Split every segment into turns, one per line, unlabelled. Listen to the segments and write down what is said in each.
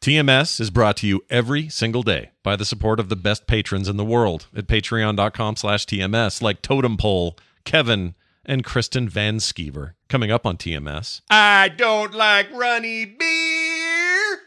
TMS is brought to you every single day by the support of the best patrons in the world at patreon.com slash TMS, like Totem Pole, Kevin, and Kristen Van Skeever. Coming up on TMS,
I don't like runny beer.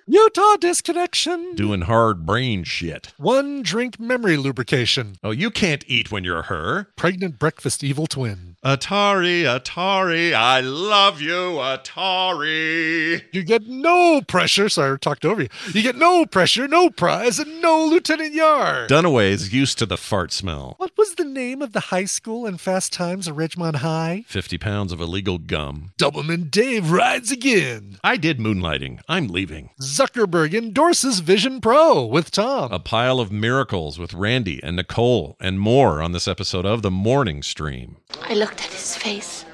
Utah disconnection.
doing hard brain shit.
One drink memory lubrication.
Oh, you can't eat when you're her.
Pregnant breakfast evil twin.
Atari, Atari, I love you, Atari.
You get no pressure. Sorry, I talked over you. You get no pressure, no prize, and no Lieutenant Yar.
Dunaway's used to the fart smell.
What was the name of the high school in Fast Times at Ridgemont High?
50 pounds of illegal gum.
Doubleman Dave rides again.
I did moonlighting. I'm leaving.
Zuckerberg endorses Vision Pro with Tom.
A pile of miracles with Randy and Nicole and more on this episode of The Morning Stream.
I looked at his face,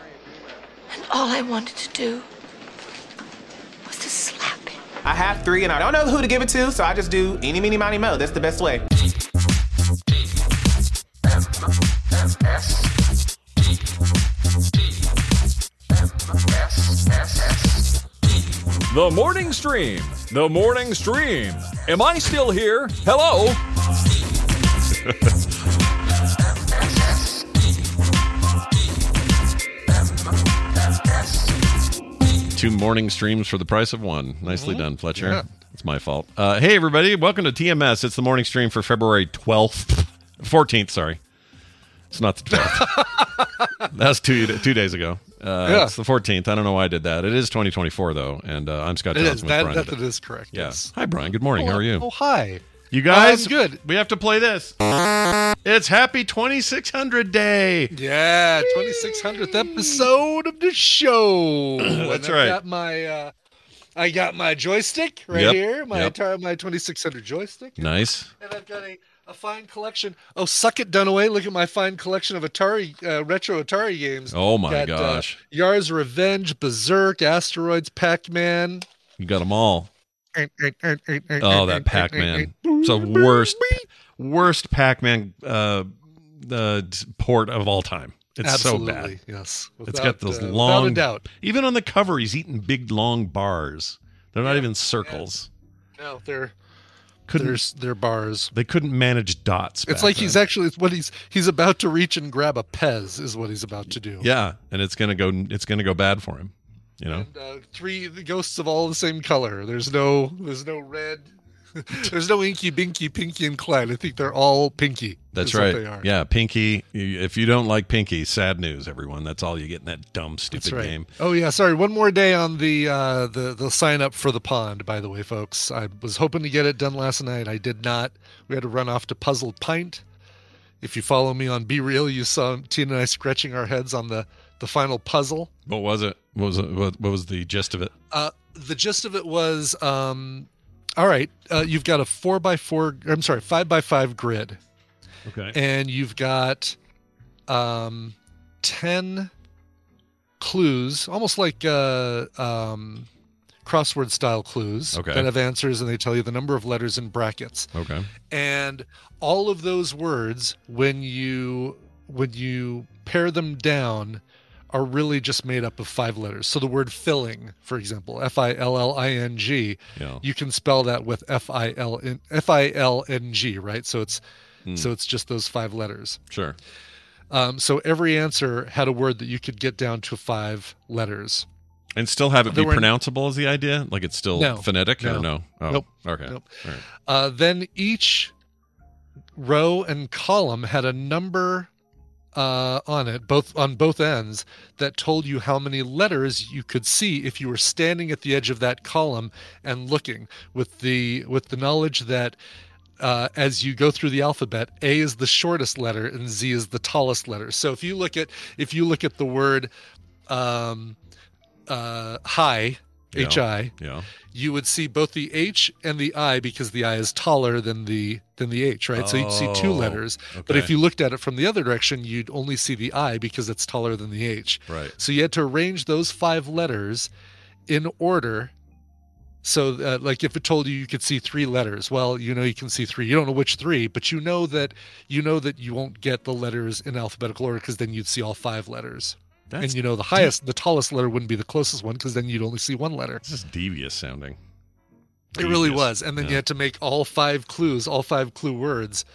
and all I wanted to do was to slap him.
I have three, and I don't know who to give it to, so I just do any, meeny, miny, mo. That's the best way.
The morning stream. The morning stream. Am I still here? Hello.
Two morning streams for the price of one. Nicely
Mhm.
done, Fletcher. It's my fault. Uh, hey, everybody. Welcome to TMS. It's the morning stream for February 12th, 14th, sorry. It's not the 12th. that was two, two days ago. Uh,
Yeah.
It's the 14th. I don't know why I did that. It is 2024, though, and uh, I'm Scott
it
Johnson
is.
with
That,
Brian
that,
Dutt.
that is correct.
Yeah.
Yes.
Hi, Brian. Good morning. How are you?
Oh, hi.
You guys,
I'm good.
We have to play this. It's Happy 2600 Day.
Yeah, 2600th episode of the show.
That's
And
right.
I got my uh I got my joystick right
Yep,
here, my
yep.
entire my 2600 joystick.
Nice.
And I've got a, a fine collection. Oh, suck it Dunaway, look at my fine collection of Atari uh, retro Atari games.
Oh my
Got, uh,
gosh,
Yar's Revenge, Berserk, Asteroids, Pac-Man.
you got them all. Oh,
Oh,
that Pac Man. It's the worst, worst Pac Man uh, uh, port of all time. It's
Absolutely.
so bad.
Yes.
it's got those
Without, uh,
long.
Without a doubt.
Even on the cover, he's eating big long bars. They're not even circles.
No, they're
Couldn't
there's they're bars.
they couldn't manage
It's
dots? back
like
then.
he's actually it's what he's he's about to reach and grab a Pez is what he's about to do.
yeah, and it's gonna go. It's gonna go bad for him. You know.
And, uh, three the ghosts of all the same color. There's no there's no red. there's no Inky Binky Pinky and Clyde. I think they're all Pinky.
That's
is what
right.
they are.
Yeah, Pinky. you- If you don't like Pinky, sad news, everyone. That's all you get in that dumb, stupid
That's right.
game.
Oh yeah, sorry. One more day on the uh, the the sign up for the pond. By the way, folks, I was hoping to get it done last night. I did not. We had to run off to Puzzle Pint. If you follow me on Be Real, you saw Tina and I scratching our heads on the the final puzzle.
What was it? What was it? What, what was the gist of it?
Uh, the gist of it was, um, all right, uh, you've got a four by four. I'm sorry, five by five grid,
Okay.
and you've got um, ten clues, almost like uh, um, crossword style clues
Okay.
that have answers, and they tell you the number of letters in brackets.
okay.
And all of those words, when you when you pare them down, are really just made up of five letters. So the word filling, for example, F I L L I N G,
Yeah.
you can spell that with F I L N F I L N G, right? So it's so it's just those five letters.
Sure.
Um, so every answer had a word that you could get down to five letters.
And still have it be
There were-
pronounceable is the idea? Like it's still
No.
phonetic
No.
or no? Oh,
Nope.
Okay.
Nope.
All right.
Uh, then each row and column had a number uh, on it, both on both ends, that told you how many letters you could see if you were standing at the edge of that column and looking with the with the knowledge that. Uh, as you go through the alphabet, A is the shortest letter and Z is the tallest letter. So if you look at if you look at the word um, uh, high,
Yeah.
H I,
Yeah.
you would see both the H and the I because the I is taller than the than the H, right? So you'd see two
Oh,
letters. But if
okay.
you looked at it from the other direction, you'd only see the I because it's taller than the H.
Right.
So you had to arrange those five letters in order. So, uh, like, if it told you you could see three letters, well, you know you can see three. You don't know which three, but you know that you know that you won't get the letters in alphabetical order because then you'd see all five letters.
That's
and you know the highest, the tallest letter wouldn't be the closest one because then you'd only see one letter.
This is devious sounding.
It really
Devious.
was. And then you
Yeah.
had to make all five clues, all five clue words,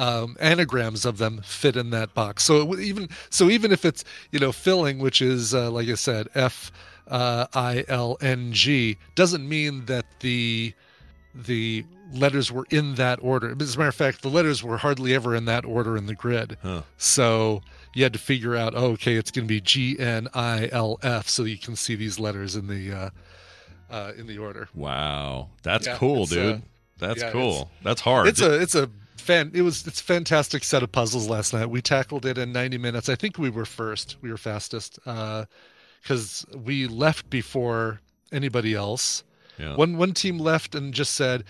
um, anagrams of them fit in that box. So it would even so even if it's you know filling, which is uh, like I said, F uh, I L N G, doesn't mean that the the letters were in that order. As a matter of fact, the letters were hardly ever in that order in the grid.
Huh.
So you had to figure out, oh, okay, it's going to be G N I L F, so you can see these letters in the uh, uh, in the order.
Wow. That's
Yeah,
cool,
it's, uh,
dude. That's
yeah,
cool. That's hard.
It's a it's a fan. It was it's a fantastic set of puzzles last night. We tackled it in 90 minutes. I think we were first. We were fastest because we left before anybody else.
Yeah.
One one team left and just said,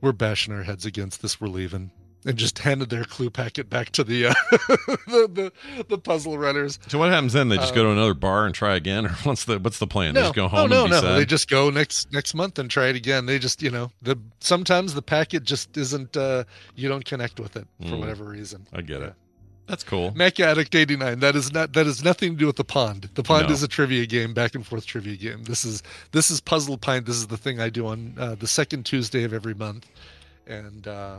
"We're bashing our heads against this. We're leaving." And just handed their clue packet back to the uh, the, the the puzzle runners.
so what happens then? They just go to another bar and try again, or what's the what's the plan? they just go home
Um, No, no,
and be
no.
sad?
They just go next next month and try it again. They just, you know, the sometimes the packet just isn't. uh You don't connect with it for
Mm.
whatever reason.
I get it. That's cool.
Mac Addict eighty nine. That is not. That is nothing to do with the pond. The pond
No.
is a trivia game, back and forth trivia game. This is this is Puzzle Pint. This is the thing I do on uh, the second Tuesday of every month, and uh,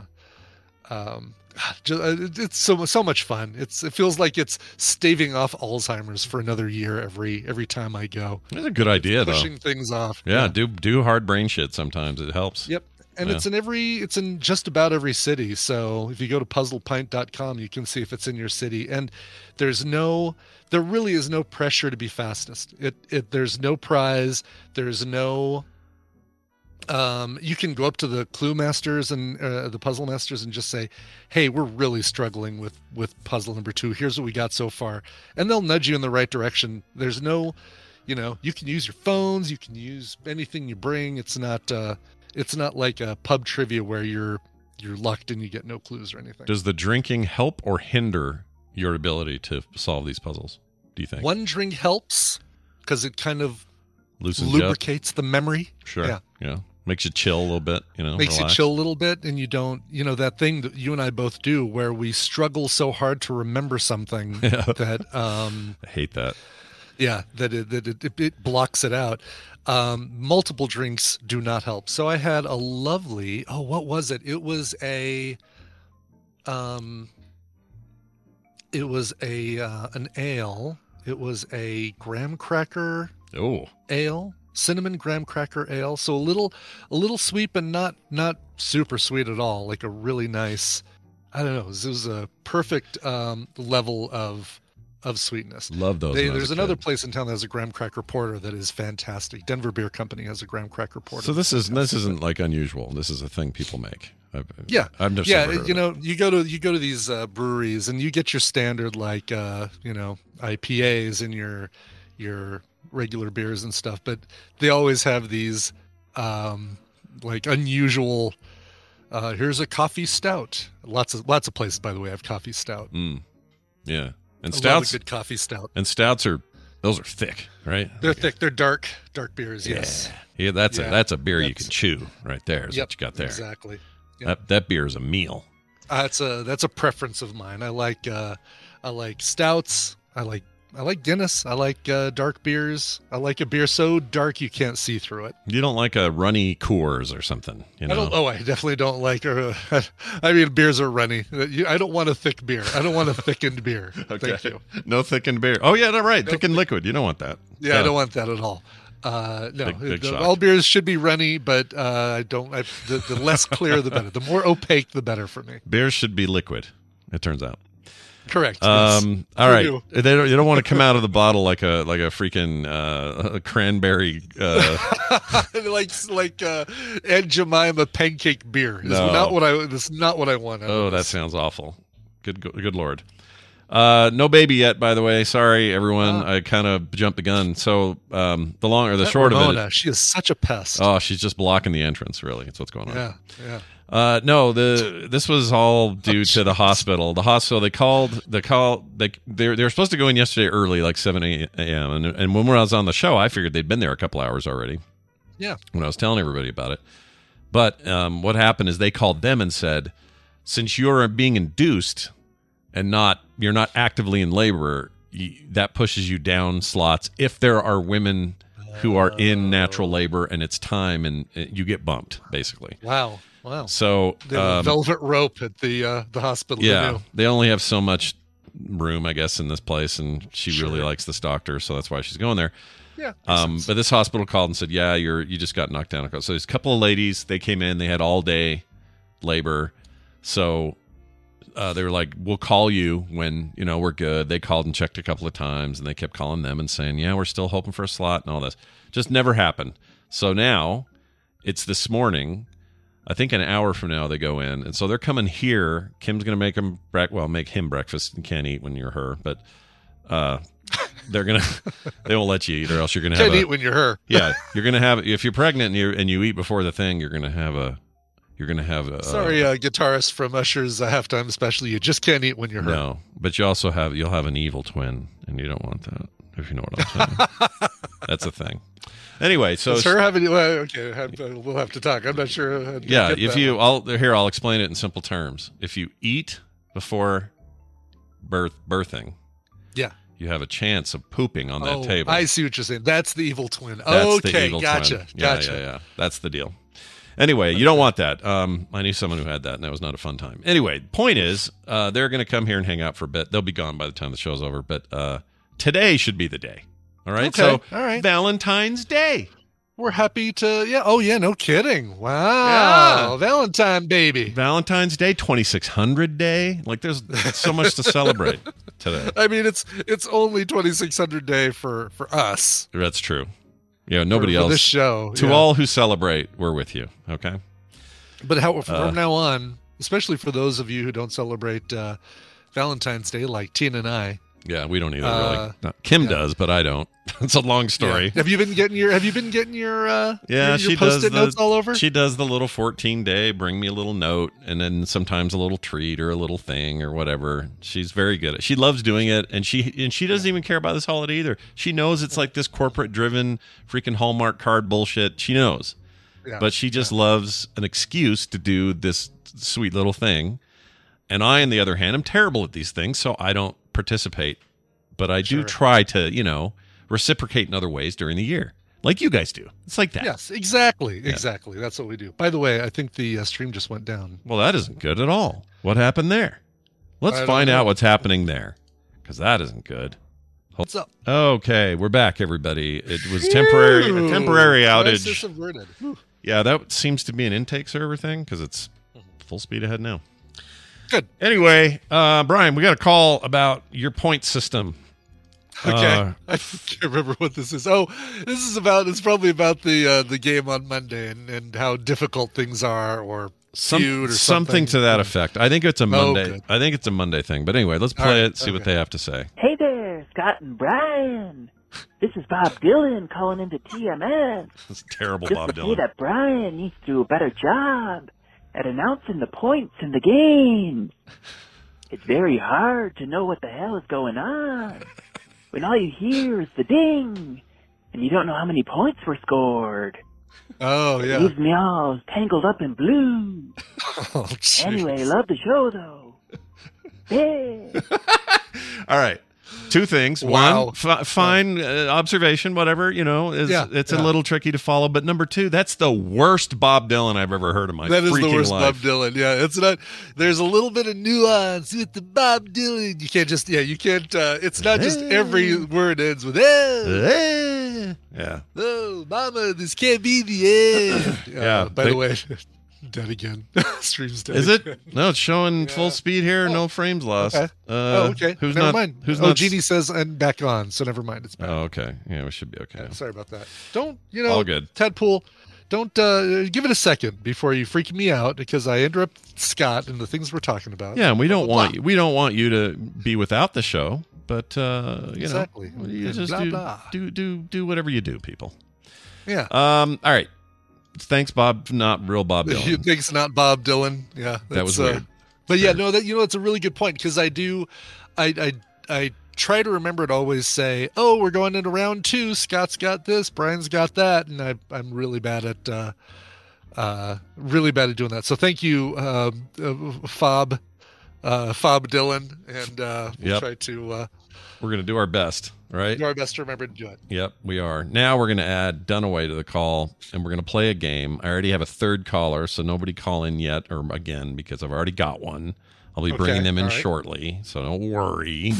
um, ju- uh, it- it's so so much fun. It's it feels like it's staving off Alzheimer's for another year every every time I go,
That's a good idea though.
pushing things off.
Yeah, do do hard brain shit sometimes. It helps.
Yep. And
Yeah.
it's in every it's in just about every city. So if you go to puzzlepint.com, you can see if it's in your city. And there's no there really is no pressure to be fastest. It it there's no prize, there's no um you can go up to the clue masters and uh, the puzzle masters and just say, "Hey, we're really struggling with with puzzle number 2. Here's what we got so far." And they'll nudge you in the right direction. There's no you know, you can use your phones, you can use anything you bring. It's not uh it's not like a pub trivia where you're you're locked and you get no clues or anything.
Does the drinking help or hinder your ability to solve these puzzles? Do you think?
One drink helps because it kind of
Loosens you up?
lubricates the memory.
Sure.
Yeah.
Yeah. Makes you chill a little bit. You know.
Makes
relax.
you chill a little bit and you don't, you know, that thing that you and I both do where we struggle so hard to remember something that um
I hate that.
Yeah, that it, that it, it, it blocks it out. Um, multiple drinks do not help. So I had a lovely. Oh, what was it? It was a, um, it was a uh, an ale. It was a graham cracker
Oh,
ale, cinnamon graham cracker ale. So a little, a little sweet, but not not super sweet at all. Like a really nice. I don't know. It was, it was a perfect um, level of of sweetness.
love those.
They-
when I was
there's
a
another
kid.
place in town that has a graham cracker porter that is fantastic. Denver Beer Company has a graham cracker porter.
So this is this isn't like unusual. This is a thing people make. I've,
yeah,
I've never.
yeah.
never heard
you
of it.
know, you go to you go to these uh, breweries and you get your standard like uh, you know IPAs and your your regular beers and stuff, but they always have these um, like unusual. Uh, here's a coffee stout. Lots of lots of places, by the way, have coffee stout.
Mm. Yeah,
a
and
lot of
stouts
good coffee stout.
and stouts are those are thick, right?
They're thick. They're dark dark beers. Yes.
Yeah, that's
Yeah,
a that's a beer you can
that's-
chew right there. Is what you got there.
Exactly. Yep.
That that beer is a meal.
That's a that's a preference of mine. I like uh, I like stouts. I like I like Guinness. I like uh, dark beers. I like a beer so dark you can't see through it.
You don't like a runny Coors or something, you know?
I don't. Oh, I definitely don't like. Or, uh, I mean, beers are runny. You- I don't want a thick beer. I don't want a thickened beer. Thank you.
No thickened beer. Oh yeah, that's right. Thickened liquid. You don't want that.
Yeah, I don't want that at all. Uh, no,
Big- big
the-
shock.
all beers should be runny, but uh, I don't. I, the, the less clear, the better. The more opaque, the better for me.
Beers should be liquid. It turns out.
Correct. yes.
Um, all right.
True.
They don't, they don't want to come out of the bottle like a like a freaking uh, cranberry. Uh,
like like uh, Aunt Jemima pancake beer. Is
No.
not what I. That's not what I want.
oh, that sounds awful. Good go- good lord. Uh, no baby yet, by the way. Sorry, everyone. I kind of jumped the gun. So um, the long or the
Ah. That
short of
Ramona,
it.
She is such a pest.
Oh, she's just blocking the entrance. Really, that's what's going on.
yeah, yeah.
Uh, no, the this was all due to the hospital. The hospital they called the call they they they were supposed to go in yesterday early, like seven a.m. And and when I was on the show, I figured they'd been there a couple hours already.
Yeah.
When I was telling everybody about it, but um, what happened is they called them and said, since you're being induced and not you're not actively in labor, y that pushes you down slots. If there are women who are in natural labor and it's time and uh, you get bumped basically.
Wow, wow.
So
The
um,
velvet rope at the uh, the hospital. they
yeah,
knew.
they only have so much room, I guess, in this place, and she really
Sure.
likes this doctor, so that's why she's going there.
yeah. makes
Um,
sense.
but this hospital called and said, "Yeah, you're you just got knocked down." So there's a couple of ladies. They came in. They had all day labor, so uh, they were like, "We'll call you when you know we're good." They called and checked a couple of times, and they kept calling them and saying, "Yeah, we're still hoping for a slot," and all this just never happened. So now it's this morning. I think an hour from now they go in, and so they're coming here. Kim's gonna make them break. Well, make him breakfast. You can't eat when you're her, but uh, they're gonna. they won't let you eat, or else you're gonna have
can't
a,
eat when you're her.
yeah, you're gonna have if you're pregnant and you and you eat before the thing, you're gonna have a you're gonna have a
Sorry, uh, guitarist from Usher's uh, halftime special. You just can't eat when you're her.
no, but you also have you'll have an evil twin, and you don't want that if you know what I'm saying. That's a thing. Anyway, so
Does her have any? Well, okay, have, uh, we'll have to talk. I'm not sure. how to
yeah,
get
if
that.
you I'll here I'll explain it in simple terms. If you eat before birth birthing,
yeah.
you have a chance of pooping on that
oh,
table.
I see what you're saying. That's the evil twin.
That's
okay,
the evil
gotcha,
twin. Yeah,
gotcha.
yeah, yeah. That's the deal. Anyway, you don't want that. Um, I knew someone who had that, and that was not a fun time. Anyway, point is, uh, they're going to come here and hang out for a bit. They'll be gone by the time the show's over, but uh, today should be the day. All right.
Okay,
So,
all right.
Valentine's Day.
We're happy to. Yeah. Oh yeah. No kidding. Wow.
Yeah.
Valentine baby.
Valentine's Day, 2600 Day. Like, there's so much to celebrate today.
I mean, it's it's only 2600 day for for us.
That's true. Yeah, nobody
for
else.
this show,
To
yeah.
all who celebrate, we're with you. Okay.
But how from
uh,
now on, especially for those of you who don't celebrate uh, Valentine's Day, like Tina and I.
Yeah, we don't either,
Uh,
really. No, Kim does, but I don't. it's a long story.
Yeah. Have you been getting your Have you been getting your uh, your,
Yeah,
your
she does
post-it
the,
notes all over?
She does the little 14 day bring me a little note and then sometimes a little treat or a little thing or whatever. She's very good at. She loves doing it and she and she doesn't even care about this holiday either. She knows it's like this corporate driven freaking Hallmark card bullshit. She knows.
Yeah.
But she just loves an excuse to do this sweet little thing. And I on the other hand am terrible at these things, so I don't participate, but I do try to, you know, reciprocate in other ways during the year. Like you guys do. It's like that.
Yes, exactly, exactly. That's what we do. By the way, I think the uh, stream just went down.
Well, that isn't good at all. What happened there? Let's
I don't
find
know.
out what's happening there because that isn't good.
What's up?
Okay, we're back, everybody. It was temporary a temporary
Ooh,
outage.
crisis averted. Whew.
Yeah, that seems to be an intake server thing because it's
Mm-hmm.
full speed ahead now.
Good.
Anyway, uh, Brian, we got a call about your point system.
Okay,
Uh,
I can't remember what this is. Oh, this is about. It's probably about the uh, the game on Monday and, and how difficult things are, or
some-
feud, or
something
something Oh,
to that effect. I think it's a Monday.
good.
I think it's a Monday thing. But anyway, let's play
right,
it. See what
okay.
they have to say.
Hey there, Scott and Brian. This is Bob Dylan calling into TMS.
It's terrible,
Just
Bob
to say
Dylan.
that Brian needs to do a better job at announcing the points in the games. It's very hard to know what the hell is going on when all you hear is the ding and you don't know how many points were scored.
Oh
It
yeah.
leaves me all tangled up in blue.
Oh, geez.
Anyway, love the show though. Hey.
All right. Two things.
Wow.
One, fi- fine uh, observation, whatever, you know, is,
Yeah,
it's
yeah.
a little tricky to follow. But number two, that's the worst Bob Dylan I've ever heard in my
That is
freaking
the worst
life.
Bob Dylan. Yeah, it's not. There's a little bit of nuance with the Bob Dylan. You can't just. Yeah, you can't. Uh, it's not just every word ends with. Eh.
Eh.
eh.
Yeah.
Oh, mama, this can't be the end. Uh,
Yeah,
by
they-
the way, dead again. Stream's dead.
Is it?
again.
No, it's showing full speed here. No frames lost.
Oh. Okay.
Uh,
oh, okay.
Who's
never
not?
Mind.
Who's
oh,
not?
Genie says and back on. So never mind. It's back.
Oh, okay. Yeah, we should be okay.
Sorry about that. Don't you know?
All good.
Tadpool, don't uh, give it a second before you freak me out because I interrupt Scott and the things we're talking about.
Yeah, and we don't want you, we don't want you to be without the show, but uh, you
Exactly.
know, you
And
just
blah,
do,
blah.
do do do whatever you do, people.
Yeah.
Um. All right. Thanks, Bob. Not real Bob Dylan.
You think it's not Bob Dylan? Yeah,
That was
that's, uh,
weird.
but yeah, no, that you know, it's a really good point because I do, I, I, I try to remember to always say, "Oh, we're going into round two. Scott's got this. Brian's got that," and I, I'm really bad at, uh, uh, really bad at doing that. So thank you, um, uh, Fob, uh, Fob Dylan, and uh, we'll
Yep.
try to uh,
We're gonna do our best. all Right.
do our best to remember to do it.
Yep, we are. Now we're going to add Dunaway to the call and we're going to play a game. I already have a third caller, so nobody call in yet or again because I've already got one. I'll be bringing
Okay,
them in
all right.
shortly, so don't worry.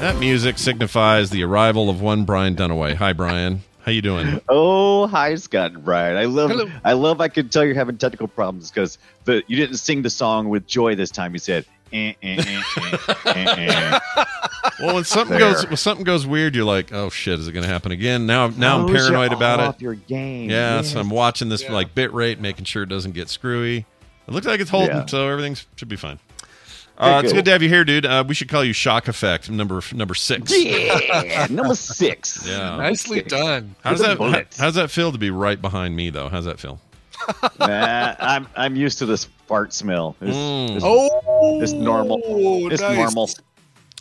That music signifies the arrival of one Brian Dunaway. Hi Brian. How you doing?
Oh, hi, Scott and Brian. I love,
Hello.
I love. I could tell you're having technical problems because the you didn't sing the song with joy this time. You said, eh, eh, eh, eh, eh, eh.
Well, when something
There.
goes when something goes weird, you're like, "Oh shit, is it going to happen again?" Now now I'm
Throws you
paranoid about
off
it.
Your game.
Yeah,
Yes.
so I'm watching this like bit rate, making sure it doesn't get screwy. It looks like it's holding,
Yeah.
so everything should be fine. Uh, it's
good.
good to have you here, dude. Uh, we should call you Shock Effect number number six.
Yeah, number six.
Yeah.
Nicely done.
How does that? How,
Bullet.
how's that feel to be right behind me though? How's that feel?
Nah, Uh, I'm I'm used to this fart smell. It's,
Mm.
it's-
Oh,
it's normal. It's
nice.
normal.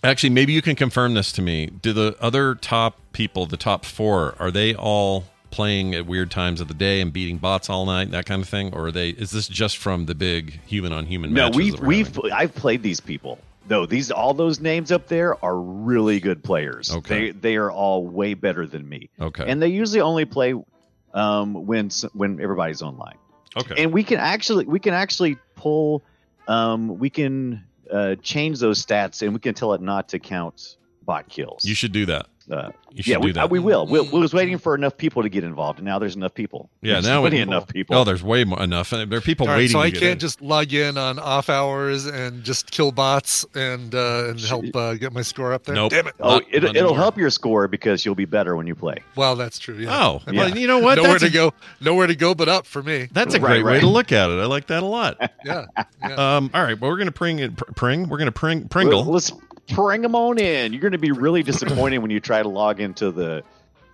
Actually, maybe you can confirm this to me. Do the other top people, the top four, are they all playing at weird times of the day and beating bots all night, that kind of thing, or are they? Is this just from the big human on human?
No,
matches
we've
that we're
we've I've played these people though. These all those names up there are really good players.
Okay.
They they are all way better than me.
having? okay,
and they usually only play um, when s- when everybody's online.
okay,
And we can actually we can actually pull um, we can uh, change those stats and we can tell it not to count bot kills.
you should do that.
Uh,
You should
yeah,
do
we,
that.
uh, we will. We, we was waiting for enough people to get involved, and now there's enough people.
Yeah,
There's
now
plenty
we-
enough people.
Oh, there's way more enough. There are people
All right,
waiting.
so
to
I
get
can't
in.
just log in on off hours and just kill bots and uh, and help uh, get my score up there.
Nope.
Damn it!
Oh,
Not-
it,
not
it'll
anymore.
help your score because you'll be better when you play.
Well, that's true. Yeah.
Oh,
I
well,
mean,
you know what?
Nowhere
That's
to
a-
go. Nowhere to go but up for me.
That's a
Right,
great way
right.
to look at it. I like that a lot.
Yeah. yeah.
Um, all right, well, we're gonna pring it, pr- pring. We're gonna pring
Well,
Pringle.
Let's bring them on in. You're going to be really disappointed when you try to log into the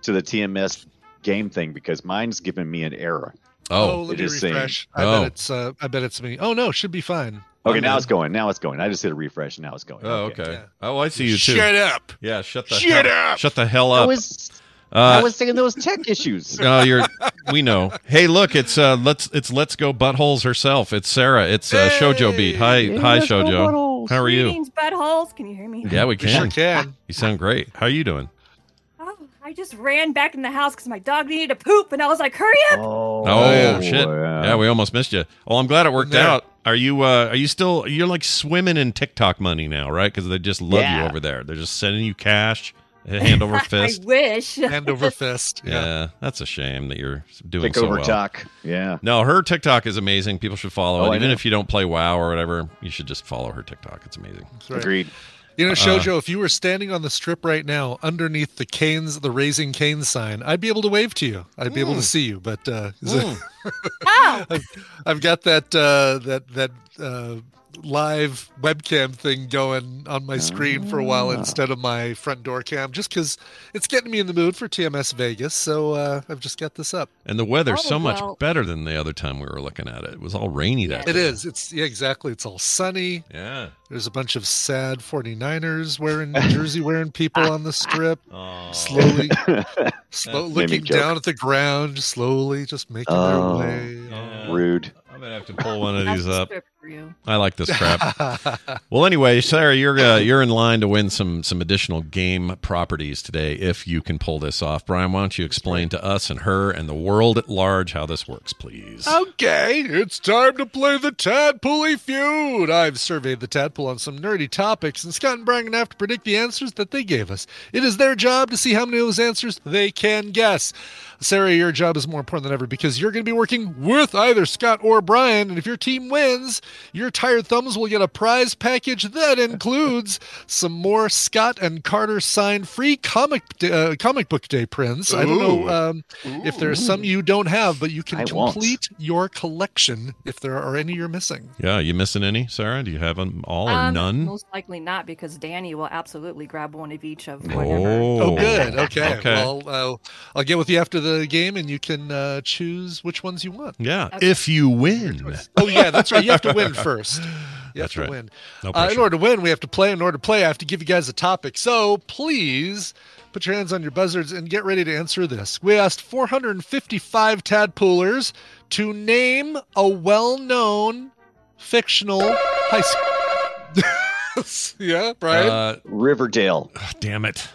to the TMS game thing because mine's giving me an error.
Oh,
let
it
me
is saying-
refresh. I
Oh.
bet it's. Uh, I bet it's me. Oh no, should be fine.
Okay,
I'm
now
in.
it's going. Now it's going. I just hit a refresh. and Now it's going.
oh, okay.
Yeah.
Oh, I see you too.
Shut up.
Yeah, shut the
Shut
hell,
up!
Shut the hell
I
up.
was I
uh,
was saying those tech issues.
oh, you're. We know. Hey, look, it's uh, let's it's let's go buttholes herself. It's Sarah. It's uh, Shoujo beat. Hi, hi,
Let's go
Shoujo.
buttholes.
How are you?
Greetings, buttholes. Can you hear me?
Yeah, we
We sure
can.
can.
You sound great. How are you doing?
Oh, I just ran back in the house because my dog needed to poop, and I was like, "Hurry up!"
Oh,
Oh,
yeah.
shit!
yeah.
Yeah, we almost missed you. Well, I'm glad it worked
There.
out. Are you uh, are you still you're like swimming in TikTok money now, right? Because they just love you
Yeah.
over there. They're just sending you cash, hand over
I
fist.
wish.
Hand over fist.
yeah.
Yeah.
that's a shame that you're doing
Take
so
over
well.
talk. Yeah.
No, her TikTok is amazing. People should follow
Oh,
it.
I
Even
know.
if you don't play WoW or whatever, you should just follow her TikTok. It's amazing.
That's right.
Agreed.
You know, Shoujo, if you were standing on the strip right now, underneath the canes, the raising canes sign, I'd be able to wave to you. I'd be able to see you, but uh,
Oh,
I've got that uh, that that uh, live webcam thing going on my screen for a while instead of my front door cam, just because it's getting me in the mood for TMS Vegas. So uh, I've just got this up.
And the weather's so
Oh,
much
well.
better than the other time we were looking at it. It was all rainy that
It
day.
is. It's yeah, exactly. It's all sunny.
Yeah.
There's a bunch of sad 49ers wearing jersey wearing people on the strip,
Oh.
slowly, slow,
Made me
looking
joke.
down at the ground, just slowly, just making
Oh.
their way.
Yeah.
Rude.
I'm gonna have to pull one of
that's
these
the
up.
strip for you.
I like this crap. well, anyway, Sarah, you're uh, you're in line to win some some additional game properties today if you can pull this off. Brian, why don't you explain to us and her and the world at large how this works, please?
Oh,
Okay, it's time to play the tadpole feud. I've surveyed the tadpole on some nerdy topics, and Scott and Brian have to predict the answers that they gave us. It is their job to see how many of those answers they can guess. Sarah, your job is more important than ever because you're going to be working with either Scott or Brian, and if your team wins, your tired thumbs will get a prize package that includes some more Scott and Carter signed free comic uh, comic book day prints. I don't know
Ooh.
um, if there are some you don't have, but you can
I won't.
complete your collection if there are any you're missing.
Yeah, you missing any, Sarah? Do you have them all or
Um,
none?
Most likely not, because Danny will absolutely grab one of each of whatever.
Oh,
Oh, good. Okay. Well, uh, I'll get with you after the game, and you can uh, choose which ones you want.
yeah, if you win.
Oh yeah, that's right. You have to win first. You have
That's
to
right.
win. Uh,
No
in
pressure.
order to win, we have to play. In order to play, I have to give you guys a topic. So please put your hands on your buzzards and get ready to answer this. We asked 455 tadpoolers to name a well-known fictional high school. yeah, Brian.
Uh,
Riverdale.
damn it.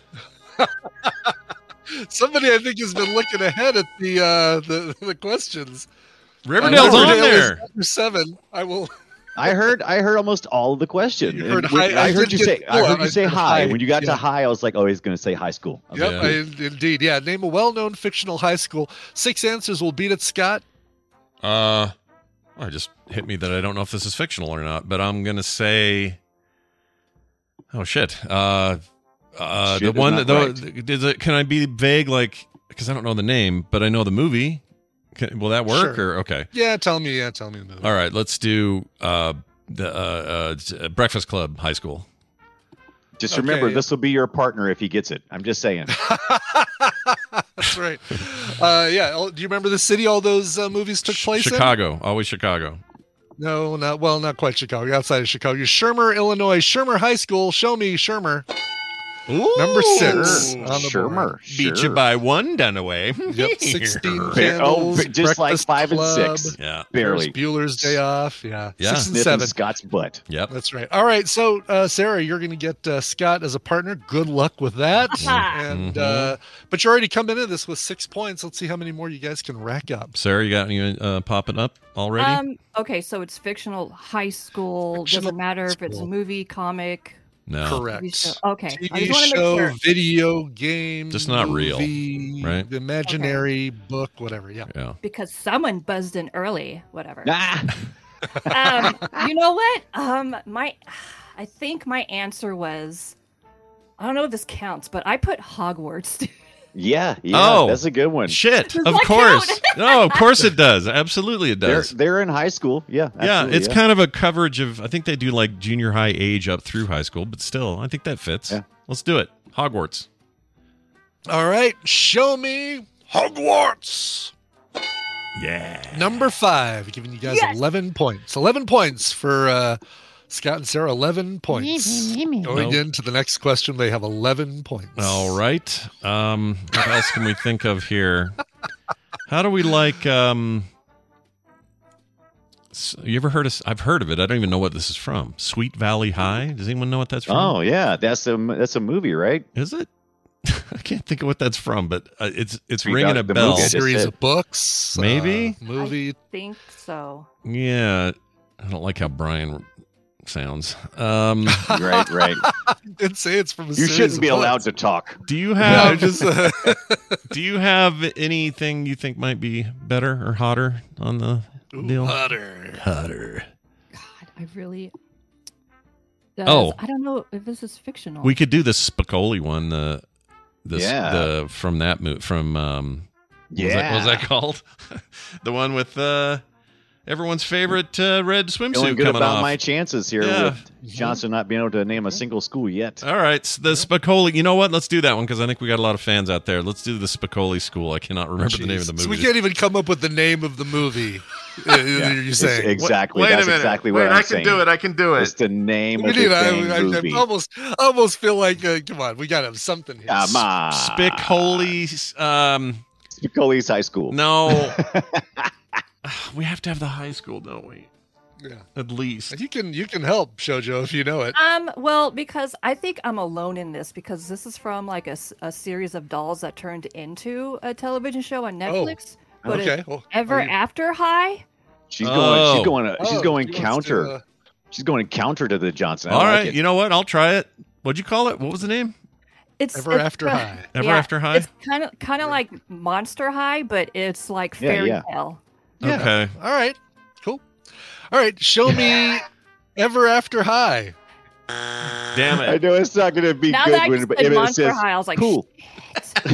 Somebody I think has been looking ahead at the uh, the, the questions.
Riverdale's on
Riverdale is
there.
number seven. I will.
I heard I heard almost all of the question.
You
And
heard
when-
hi- I
I heard
did
you
get
say I
four.
heard
I
you say
heard
hi.
hi.
When you got
Yeah.
to hi, I was like, oh, he's going to say high school. I was
Yep,
like,
I, indeed. Yeah, name a well-known fictional high school. Six answers will beat it, Scott.
Uh, well, it just hit me that I don't know if this is fictional or not, but I'm gonna say, oh shit. Uh, uh,
Shit
the
is
one
not
that though,
right.
is it, can I be vague like because I don't know the name, but I know the movie. Can, will that work
Sure.
or okay?
Yeah, tell me. Yeah, tell me the movie.
All right, let's do uh the uh, uh Breakfast Club High School.
Just remember,
Okay.
this will be your partner if he gets it. I'm just saying.
That's right. uh, yeah. oh, Do you remember the city all those uh, movies took place in?
Chicago, always Chicago.
No, not well, not quite Chicago. Outside of Chicago, Shermer, Illinois, Shermer High School. Show me Shermer. Number six.
Sure.
on the
Sure,
board.
Beat you
sure.
by one, Dunaway.
Yep, sixteen
Ba- oh,
candles.
ba- just like
Breakfast
five
Club,
and six.
Yeah.
Ferris
Barely.
Bueller's Day Off. Yeah.
Yeah.
Six and
Sniffing
seven.
Scott's butt.
Yep.
That's right. All right. So, uh, Sarah, you're going to get uh, Scott as a partner. Good luck with that. and
Mm-hmm.
uh, but you're already coming into this with six points. Let's see how many more you guys can rack up.
Sarah, you got any uh, popping up already?
Um, okay, so it's fictional high school. Doesn't matter if it's a
school.
movie, comic.
no.
TV show.
Correct.
Okay, I
TV
just want to
show,
make sure.
video game,
Just not real,
movie,
right?
Imaginary book, whatever. Yeah.
Yeah.
because someone buzzed in early. Whatever.
Ah,
um, you know what? Um, my, I think my answer was, I don't know if this counts, but I put Hogwarts.
yeah, yeah.
Oh.
that's a good one.
Shit.
Does
Of
that
course.
count?
no, of course it does. Absolutely it
They're
does.
they're in high school. Yeah,
yeah,
absolutely,
it's kind of a coverage of I think they do like junior high age up through high school, but still, I think that fits.
Yeah.
Let's do it. Hogwarts.
All right. Show me Hogwarts.
Yeah.
Number five, giving you guys
Yes.
11 points. 11 points for uh, Scott and Sarah.
Mm-hmm.
11 points. Going
Nope.
into the next question, they have 11 points.
All right. Um what else can we think of here? How do we like um s- you ever heard of I've heard of it. I don't even know what this is from. Sweet Valley High? Does anyone know what that's from?
Oh yeah, that's a that's a movie, right?
Is it? I can't think of what that's from, but uh, it's it's
Sweet
ringing
Valley-
a
the
bell.
movie I just
series
said.
of books. uh,
Maybe?
movie.
think so.
Yeah, I don't like how Brian sounds. Um,
right, right.
I did say it's from a
You
series
shouldn't be
of
allowed
books.
to talk.
do you
Yeah, I
have
just, uh,
do you have anything you think might be better or hotter on the
ooh, uh,
deal?
hotter.
Hotter.
God, I really.
Oh.
I don't know if this is fictional.
We could do the Spicoli one. The the
Yeah.
the from that move from um. what was that-
Yeah,
What was that, called? the one with uh, everyone's favorite uh, red
feeling
swimsuit
good
coming
about
off.
my chances here
Yeah.
with Johnson not being able to name a single school yet.
All right, s- the Spicoli. You know what? Let's do that one because I think we got a lot of fans out there. Let's do the Spicoli School. I cannot remember the name of the
Jesus.
movie.
So we can't even come up with the name of the movie. uh, You're
It's
saying.
exactly.
Wait
that's
a minute.
exactly
Wait,
what I'm
I can
saying.
do it. I can do it.
It's the name
We
of the
did. I,
dang
I, I
movie.
almost, almost feel like, uh, come on, we got to have something here.
Come on.
Ah.
Spicoli's. Um,
Spicoli's High School.
Ah, no, we have to have the high school, don't we?
Yeah.
At least.
You can you can help Shoujo if you know it.
Um, well, because I think I'm alone in this because this is from like a, s- a series of dolls that turned into a television show on
Oh,
Netflix. But
Okay,
it's
well,
Ever
are you-
After High.
She's going.
Oh.
She's going.
Oh,
she's going
she wants
counter.
to, uh,
She's going counter to the Johnson. I
All
like
right.
it.
You know what? I'll try it. What'd you call it? What was the name?
It's
Ever
it's-
After High. Ever
yeah,
After High?
It's kind of kind of like Monster High, but it's like
Yeah,
fairy
yeah.
tale.
Okay.
All right. Cool. All right. Show me Ever After High.
Damn
I know it's not going to be
Now
good
that I
when
just
but
said
if it
Monster
says
High, I was like,
cool.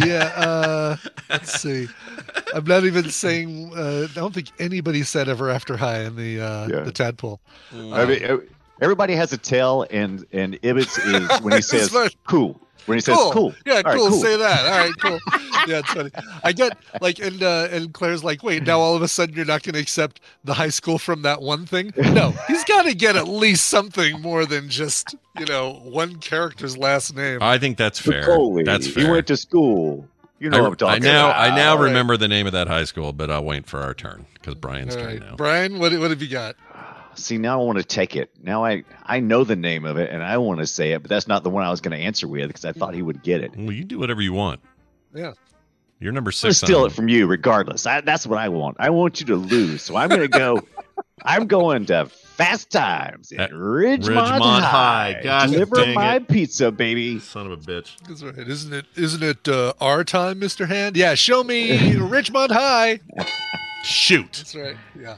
yeah. Uh, let's see. I'm not even saying. Uh, I don't think anybody said ever after high in the uh,
Yeah.
the tadpole.
I mean, ev- everybody has a tail, and and Ibbets is when he
It's
says
fun.
cool. When he says
cool.
cool.
Yeah,
All right,
cool. Say that. All right, cool. yeah, it's funny. I get like, and uh, and Claire's like, wait, now all of a sudden you're not going to accept the high school from that one thing. No, he's got to get at least something more than just you know one character's last name.
I think that's fair.
Foley.
That's fair.
You went to school. You know
I,
what I'm talking
I now,
about.
I now
All right.
remember the name of that high school, but I'll wait for our turn because Brian's
All
turn
right,
now.
Brian, what what have you got?
See, now I want to take it. Now I I know the name of it, and I want to say it, but that's not the one I was going to answer with because I thought he would get it.
Well, you do whatever you want.
Yeah.
You're number
I'm gonna
six. on
steal
the-
it from you, regardless. I, that's what I want. I want you to lose, so I'm going to go. I'm going to Fast Times at Ridgemont,
Ridgemont High. Gosh
Deliver
dang
my
it.
pizza, baby.
Son of a bitch.
That's right. Isn't it? Isn't it uh, our time, Mister Hand? Yeah. Show me Richmond High.
Shoot.
That's right. Yeah.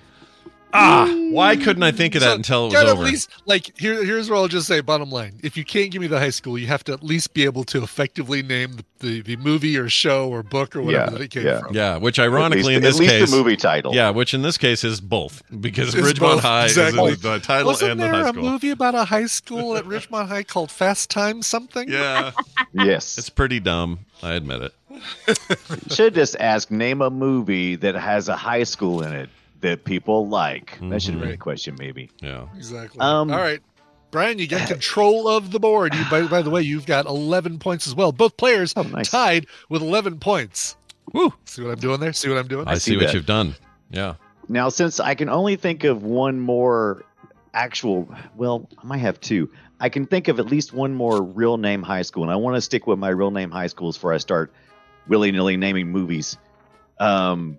Ah, why couldn't I think of that until it was
Gotta
over?
At least, like here, here's what I'll just say. Bottom line: if you can't give me the high school, you have to at least be able to effectively name the, the, the movie or show or book or whatever
Yeah,
that it came
yeah.
from.
yeah, which ironically
At
in this
least the
case,
movie title.
Yeah, which in this case is both because
It's
Ridgemont
both,
High
exactly.
is the title
Wasn't
and the
there
high
a
school.
movie about a high school at Richmond High called Fast Time something?
Yeah,
yes.
it's pretty dumb. I admit it.
Should just ask name a movie that has a high school in it that people like. That should
Mm-hmm.
have been a question, maybe.
Yeah.
Exactly.
Um,
All right. Brian, you got control of the board. You, by, by the way, you've got 11 points as well. Both players
Oh,
tied with 11 points.
Woo.
See what I'm doing there? See what I'm doing?
I, see,
see
what
that.
you've done. Yeah.
Now, since I can only think of one more actual, well, I might have two. I can think of at least one more real name high school, and I want to stick with my real name high schools before I start willy nilly naming movies. Um,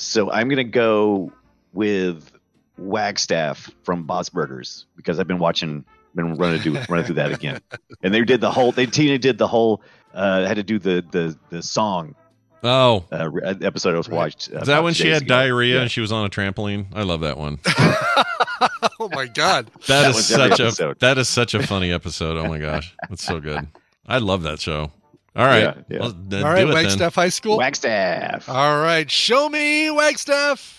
so I'm gonna go with Wagstaff from Boss Burgers because I've been watching, been running through running through that again, and they did the whole. They Tina did the whole. Uh, had to do the the the song
Oh,
uh, re- episode I was watched. Uh,
is that
about
when she
days
had
ago.
diarrhea
Yeah.
and she was on a trampoline? I love that one.
Oh, my God.
that
That
is
was every
such a
episode.
that is such a funny episode. Oh my gosh, that's so good. I love that show. All right,
Yeah, yeah.
Well, then
All right,
do it then.
Wagstaff High School.
Wagstaff.
All right. Show me Wagstaff.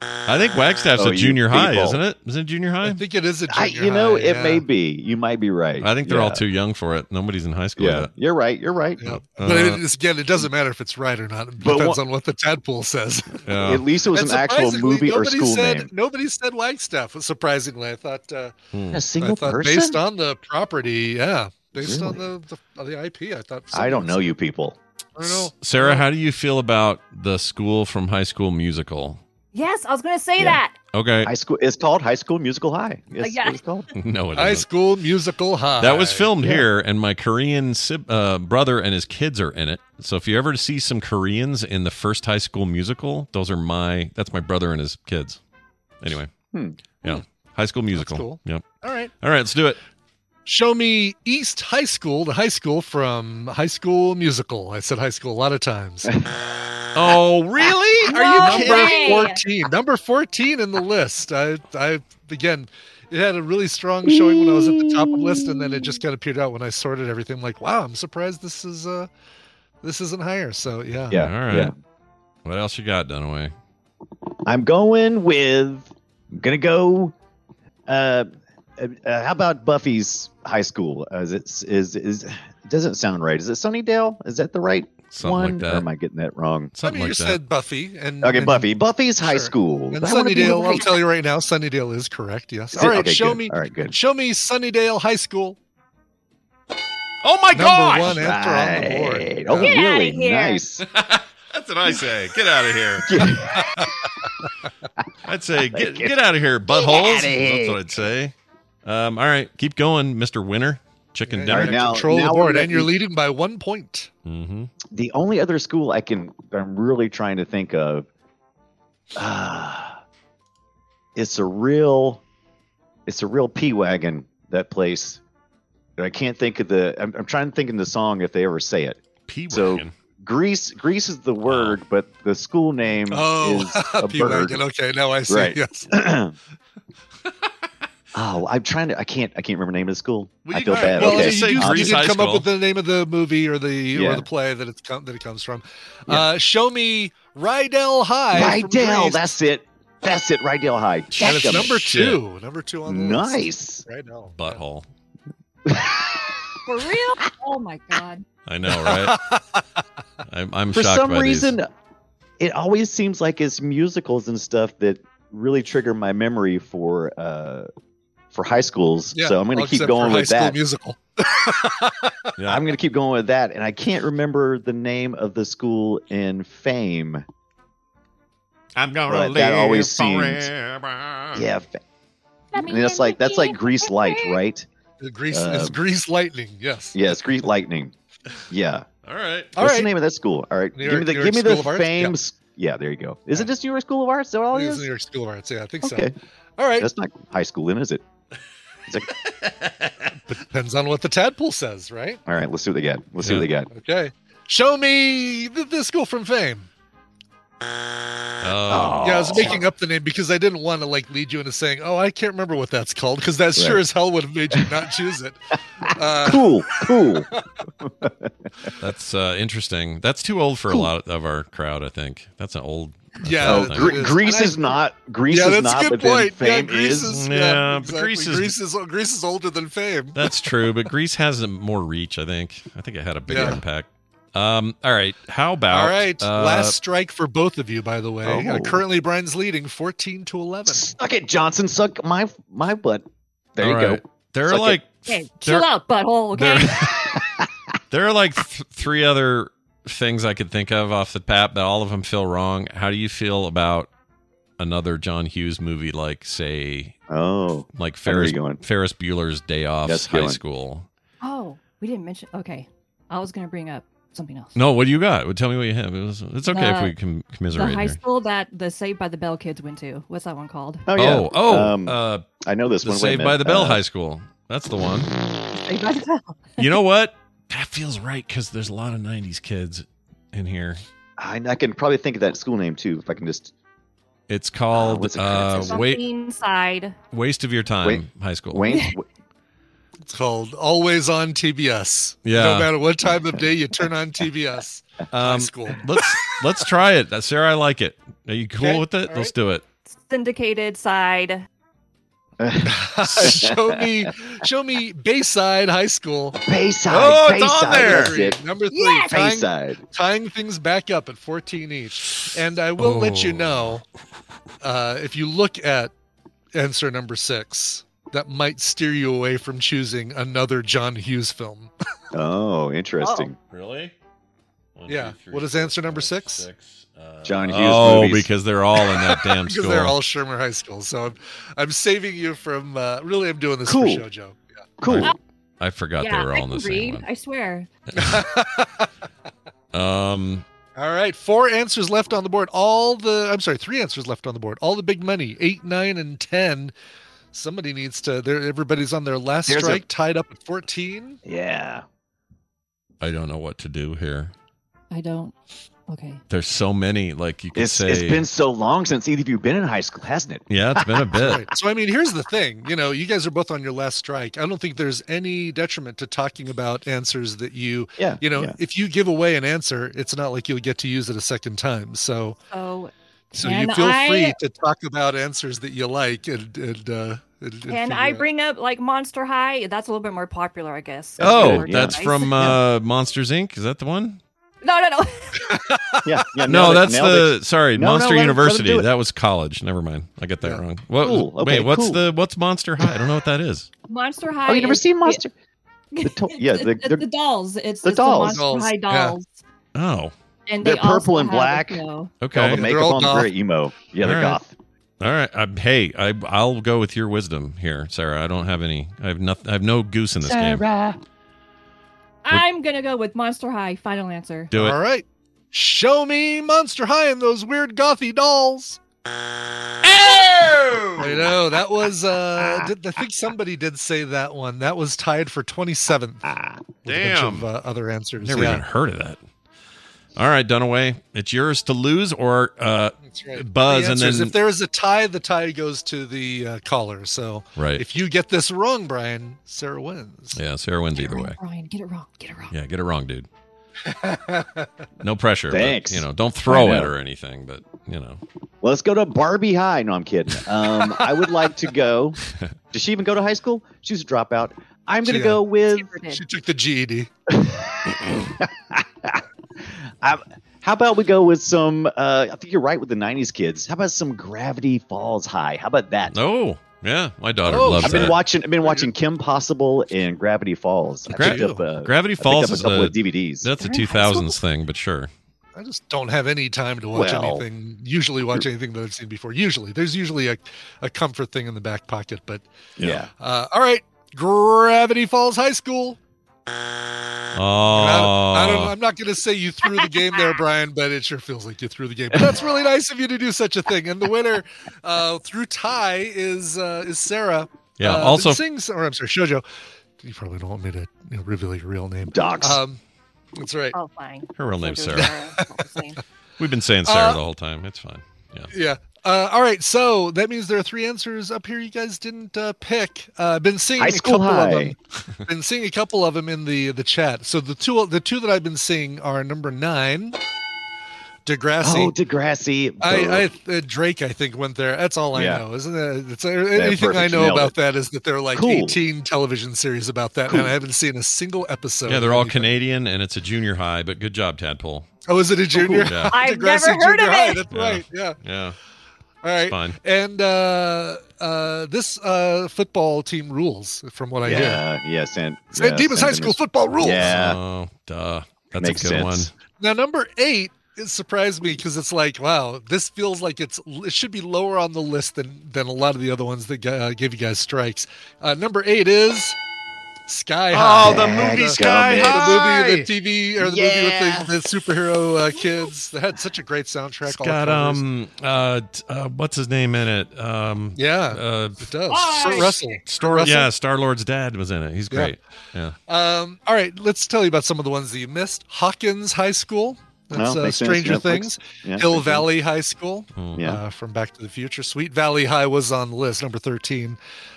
I think Wagstaff's
Oh,
a
you
junior high,
people.
isn't it? Isn't it junior
I
high?
think it is a
I,
junior
you know,
high,
it
yeah.
may be. You might be right.
I think they're all
Yeah.
too young for it. Nobody's in high school
Yeah,
yet.
you're right. You're right.
Yeah.
Uh,
But it is, again, it doesn't matter if it's right or not. It
But
depends
what-
on what the tadpole says.
Yeah.
At least it was
And
an actual
surprisingly,
movie or
nobody
school
said,
name.
Nobody said Wagstaff, surprisingly. I thought. Uh,
Hmm.
A
I
single
thought
person.
based on the property, yeah, based on the, the the IP, I thought.
I don't know you people.
I don't know.
Sarah, how do you feel about the school from High School Musical?
Yes, I was gonna say
Yeah.
that.
Okay,
High school. It's called High School Musical High. It's,
yeah.
it's called.
no, it
High
isn't.
School Musical High.
That was filmed
Yeah.
here, and my Korean sib- uh, brother and his kids are in it. So if you ever see some Koreans in the first High School Musical, those are my that's my brother and his kids. Anyway,
Hmm.
yeah, High School Musical.
cool.
Yep.
All right.
All right, let's do it.
Show me East High School, the high school from High School Musical. I said high school a lot of times.
Oh, really?
No
number
way.
14 number 14 in the list i i again it had a really strong showing when i was at the top of the list and then it just kind of petered out when i sorted everything I'm like wow i'm surprised this is uh this isn't higher so yeah
Yeah.
All right.
Yeah.
What else you got, Dunaway?
I'm going with. I'm gonna go. Uh, uh, uh, how about Buffy's high school? Uh, is it is is? It doesn't sound right. Is it Sunnydale? Is that the right
Something
one?
like that.
Or am I getting that wrong?
i
Something
mean you
like that.
said buffy and
Okay,
and-
Buffy. Buffy's high
sure.
school.
and
I wanna be
sunnydale i'll
right.
tell you right now sunnydale is correct yes
Is it?
all right
Okay,
show
good.
me
All right, good.
show me sunnydale high school
oh my
number
gosh!
one after on the board
Right. Oh,
Get outta
really?
here.
Nice.
That's what I say. Get out of here. I'd say get
Like it.
get out of here,
Get
buttholes.
outta here.
That's what I'd say. Um, all right, keep going, Mister Winner. Chicken
Yeah,
dinner.
you're in control of the board, and you're
me-
leading by one point.
Mm-hmm.
The only other school I can, I'm really trying to think of, uh, it's a real, it's a real p wagon. That place, And I can't think of the. I'm, I'm trying to think in the song if they ever say it.
P wagon.
Greece, Greece is the word, but the school name
Oh,
is a
P.
bird.
Wagon. Okay, now I see.
Right.
Yes.
oh, I'm trying to. I can't. I can't remember the name of the school. I
you-
feel
all right,
bad.
Well,
okay.
you, do- you did come up with the name of the movie or the
Yeah.
or the play that it's com- that it comes from. Uh, show me Rydell High. from
Rydell,
Grease.
that's it. That's it. Rydell High.
and
That's
it's number two. Number two on the list.
Nice.
Rydell.
Butthole.
For real? Oh my god.
I know, right? I'm, I'm
For
shocked
some
by these.
reason, it always seems like it's musicals and stuff that really trigger my memory for uh, for high schools.
Yeah,
so I'm going
all
to keep
except for
going
High
with
School
that.
Musical.
I'm going to keep going with that, and I can't remember the name of the school in Fame.
I'm gonna
But
live
that always
forever.
seems- Yeah, fa- and that's like that's like Grease Light, right?
The Grease
Um,
it's Grease Lightning. Yes.
Yeah, it's Grease Lightning. Yeah.
All right.
All
What's
right.
the name of that school? All right,
New
give
York-
me the
New York
give me
School
the
of Arts?
Fame.
Yeah.
s- Yeah. there you go. Is it just New York School of Arts? Is that
I
all it
think it's
is?
New York School of Arts. Yeah, I think
Okay.
so. All right.
That's not high school, then, is it? It's like,
Depends on what the tadpole says, right?
all right, let's see what they got. Let's see what they got.
Okay. Show me the, the school from Fame.
Oh.
Yeah, I was making up the name because I didn't want to like lead you into saying, "Oh, I can't remember what that's called," because that sure
Right.
as hell would have made you not choose it. Uh,
Cool, cool.
That's uh, interesting. That's too old for a lot of our crowd. I think that's an old. that's
Yeah,
an old
Oh,
thing.
Gre- Grease
And I-
is not. Grease
yeah,
is
that's
not.
a good
but then
point. yeah,
Fame
Grease
is.
is,
Yeah, but
exactly.
Grease is-
Grease is Grease is older than Fame.
That's true, but Greece has a more reach. I think. I think it had a bigger
Yeah.
impact. Um. All right. How about?
All right,
uh,
last strike for both of you, by the way. Uh,
Oh.
currently, Brian's leading fourteen to eleven.
Suck it, Johnson. Suck my my butt. There
all
you
right.
go.
There are
Suck it.
like
Okay,
They're-
chill out, butthole. Okay.
there are like th- three other things I could think of off the bat, but all of them feel wrong. How do you feel about another John Hughes movie, like say,
Oh,
like
I know where
Ferris
you're going.
Ferris Bueller's Day Off
That's a good
High
one.
School?
Oh, we didn't mention. Okay, I was gonna bring up something else.
No, what do you got? Well, Tell me what you have. It was, it's okay if
The-
we com-
Uh, The
commiserate
high
here.
school that the Saved by the Bell kids went to. What's that one called?
Oh yeah.
Oh, oh,
Um,
uh,
I know this
the
one. Wait a
Saved by
minute.
the Bell
Uh,
High School. That's the one.
Saved by the Bell.
you know what? That feels right because there's a lot of '90s kids in here.
I, I can probably think of that school name too, if I can just.
It's called
what's it
uh,
called?
Wait
Something Side.
Waste of Your Time
Wait.
High School.
Wayne.
It's called Always on TBS.
Yeah.
No matter what time of day you turn on TBS. High
Um,
school.
let's let's try it. Uh, Sarah, I like it. Are you cool
Okay,
with it?
all
Let's
right.
do it.
Syndicated Side.
show me, show me Bayside High School.
Bayside.
Oh, it's on
Bayside.
there.
That's it.
Number three,
Yes!
tying,
Bayside.
tying things back up at 14 each. And I will let you
Oh.
know uh, if you look at answer number six, that might steer you away from choosing another John Hughes film.
Oh, interesting.
Really? One,
Yeah. two, three, What is four, answer number five, six?
John Hughes
Oh,
movies.
because they're all in that damn
because
school.
they're all Shermer High School. So I'm, I'm saving you from. Uh, really, I'm doing this
Cool.
for Shoujo. Yeah.
Cool.
I forgot they were
I
all in
can
the
read.
same
I swear.
one. Um,
All right, four answers left on the board. All the I'm sorry, three answers left on the board. All the big money, eight, nine, and ten. Somebody needs to. There, everybody's on their last
There's a-
strike, tied up at fourteen.
Yeah.
I don't know what to do here.
I don't. Okay.
There's so many. Like you could
It's,
say,
it's been so long since either of you been in high school, hasn't it?
yeah, it's been a bit.
Right. So I mean, here's the thing. You know, you guys are both on your last strike. I don't think there's any detriment to talking about answers that you.
Yeah,
You know,
yeah.
if you give away an answer, it's not like you'll get to use it a second time. So
So
So
Can
you feel
I-
free to talk about answers that you like and and uh and,
can
and figure
I
out-
bring up like Monster High? That's a little bit more popular, I guess.
That's
oh,
good, yeah.
that's from uh, Monsters Inc. Is that the one?
No, no, no.
Yeah.
No,
yeah nailed it,
that's
nailed
the
it.
sorry
No, no,
Monster
let him- let him
University.
do it.
that was college. Never mind. I got that
Yeah.
wrong. What,
Cool. Okay,
wait, what's
cool.
the what's Monster High? I don't know what that is.
Monster High.
Oh, you never
is-
seen Monster? The to- yeah,
it's
the-
the,
they're-
the dolls. It's
the
it's
dolls.
The Monster High
Dolls, yeah.
dolls.
Oh,
And
They're
they also
purple and
have a
black.
show.
okay.
All the
They're
makeup
all
on
goth.
very emo. Yeah, they're
All right.
goth.
All right. I, hey, I, I'll go with your wisdom here, Sarah. I don't have any. I have nothing. I have no goose in this game.
Sarah. I'm gonna go with Monster High. Final answer.
Do it.
All right. Show me Monster High and those weird gothy dolls.
Oh!
I know that was. uh did, I think somebody did say that one. That was tied for twenty seventh.
Damn.
of, uh, other answers.
Never
yeah.
even heard of that. All right, Dunaway, it's yours to lose or uh, buzz,
The
and
answers,
then
if there is a tie, the tie goes to the uh, caller. So
Right.
if you get this wrong, Brian, Sarah wins.
yeah, Sarah wins either way.
Brian, get it wrong. Get it wrong.
Yeah, get it wrong, dude. No pressure. but,
Thanks.
you know, don't throw
I
it
know.
or anything, but you know.
Well, let's go to Barbie High. No, I'm kidding. Um, I would like to go. Does she even go to high school? She's a dropout. I'm going to
Yeah.
uh,
go with.
She took the E GED.
I, how about we go with some? Uh, I think you're right with the '90s kids. How about some Gravity Falls High? How about that?
Oh, yeah, my daughter
Oh,
loves
I've been
that.
watching. I've been watching Kim Possible and Gravity Falls. I
Gra-
picked up, uh,
Gravity
I picked
Falls
up a
is
couple
a-
of DVDs.
That's a 2000s thing, but sure.
I just don't have any time to watch
Well-
anything. Usually, watch anything that I've seen before. Usually, there's usually a, a comfort thing in the back pocket. But
Yeah.
uh, all right, Gravity Falls High School.
Oh,
I
Uh,
don't, I'm not going to say you threw the game there, Brian, but it sure feels like you threw the game. But that's really nice of you to do such a thing. And the winner uh, through tie is uh, is Sarah.
Yeah,
Uh,
also-
sings, or I'm sorry, Shoujo. You probably don't want me to you know, reveal your real name.
Docs.
Um, that's right.
Oh, fine.
Her real name's
We'll
Sarah.
do Sarah.
We've been saying Sarah
Uh,
the whole time. It's fine. Yeah.
Yeah. Uh, all right. So that means there are three answers up here. You guys didn't uh, pick. Uh, been seeing
High
a
school
couple of
high.
them. been seeing a couple of them in the the chat. So the two the two that I've been seeing are number nine, Degrassi.
Oh, Degrassi.
I, I uh, Drake, I think went there. That's all I
Yeah.
know, isn't it? It's, uh, anything
perfect.
I
You
know
nailed
about
it.
that is that there are like
Cool.
eighteen television series about that, and I haven't seen a single episode.
yeah, they're all
of
Canadian and it's a junior high, but good job,
any-
Tadpole.
Oh, is it a junior?
Cool. Yeah.
I've
Degrassi
never heard
junior
of
high,
it.
That's
Yeah.
right. Yeah.
Yeah.
All right.
fine.
And uh, uh, this uh, football team rules, from what I hear.
yeah, yeah, San,
San
yeah,
Dimas High School football rules.
Yeah,
Oh, duh. That's a
makes
good
sense.
one.
Now, number eight it surprised me because it's like, wow, this feels like it's it should be lower on the list than than a lot of the other ones that uh, give you guys strikes. Uh, number eight is Sky High.
Oh, the movie
The-
Sky
man.
The
High.
movie, the TV, or the
Yeah.
movie with the, the superhero uh, kids that had such a great soundtrack.
It's
all
got
covers.
um uh, t- uh what's his name in it? Um
yeah,
uh
it does.
Why?
Kurt Russell.
Star
Russell?
Yeah, Star Lord's dad was in it. He's
Yeah.
great. Yeah.
Um, all right, let's tell you about some of the ones that you missed. Hawkins High School. That's
Well,
uh,
makes sense.
Stranger
Netflix.
Things.
Yeah,
Hill
makes sense.
Valley High School
Yeah.
uh, from Back to the Future. Sweet Valley High was on the list, number 13.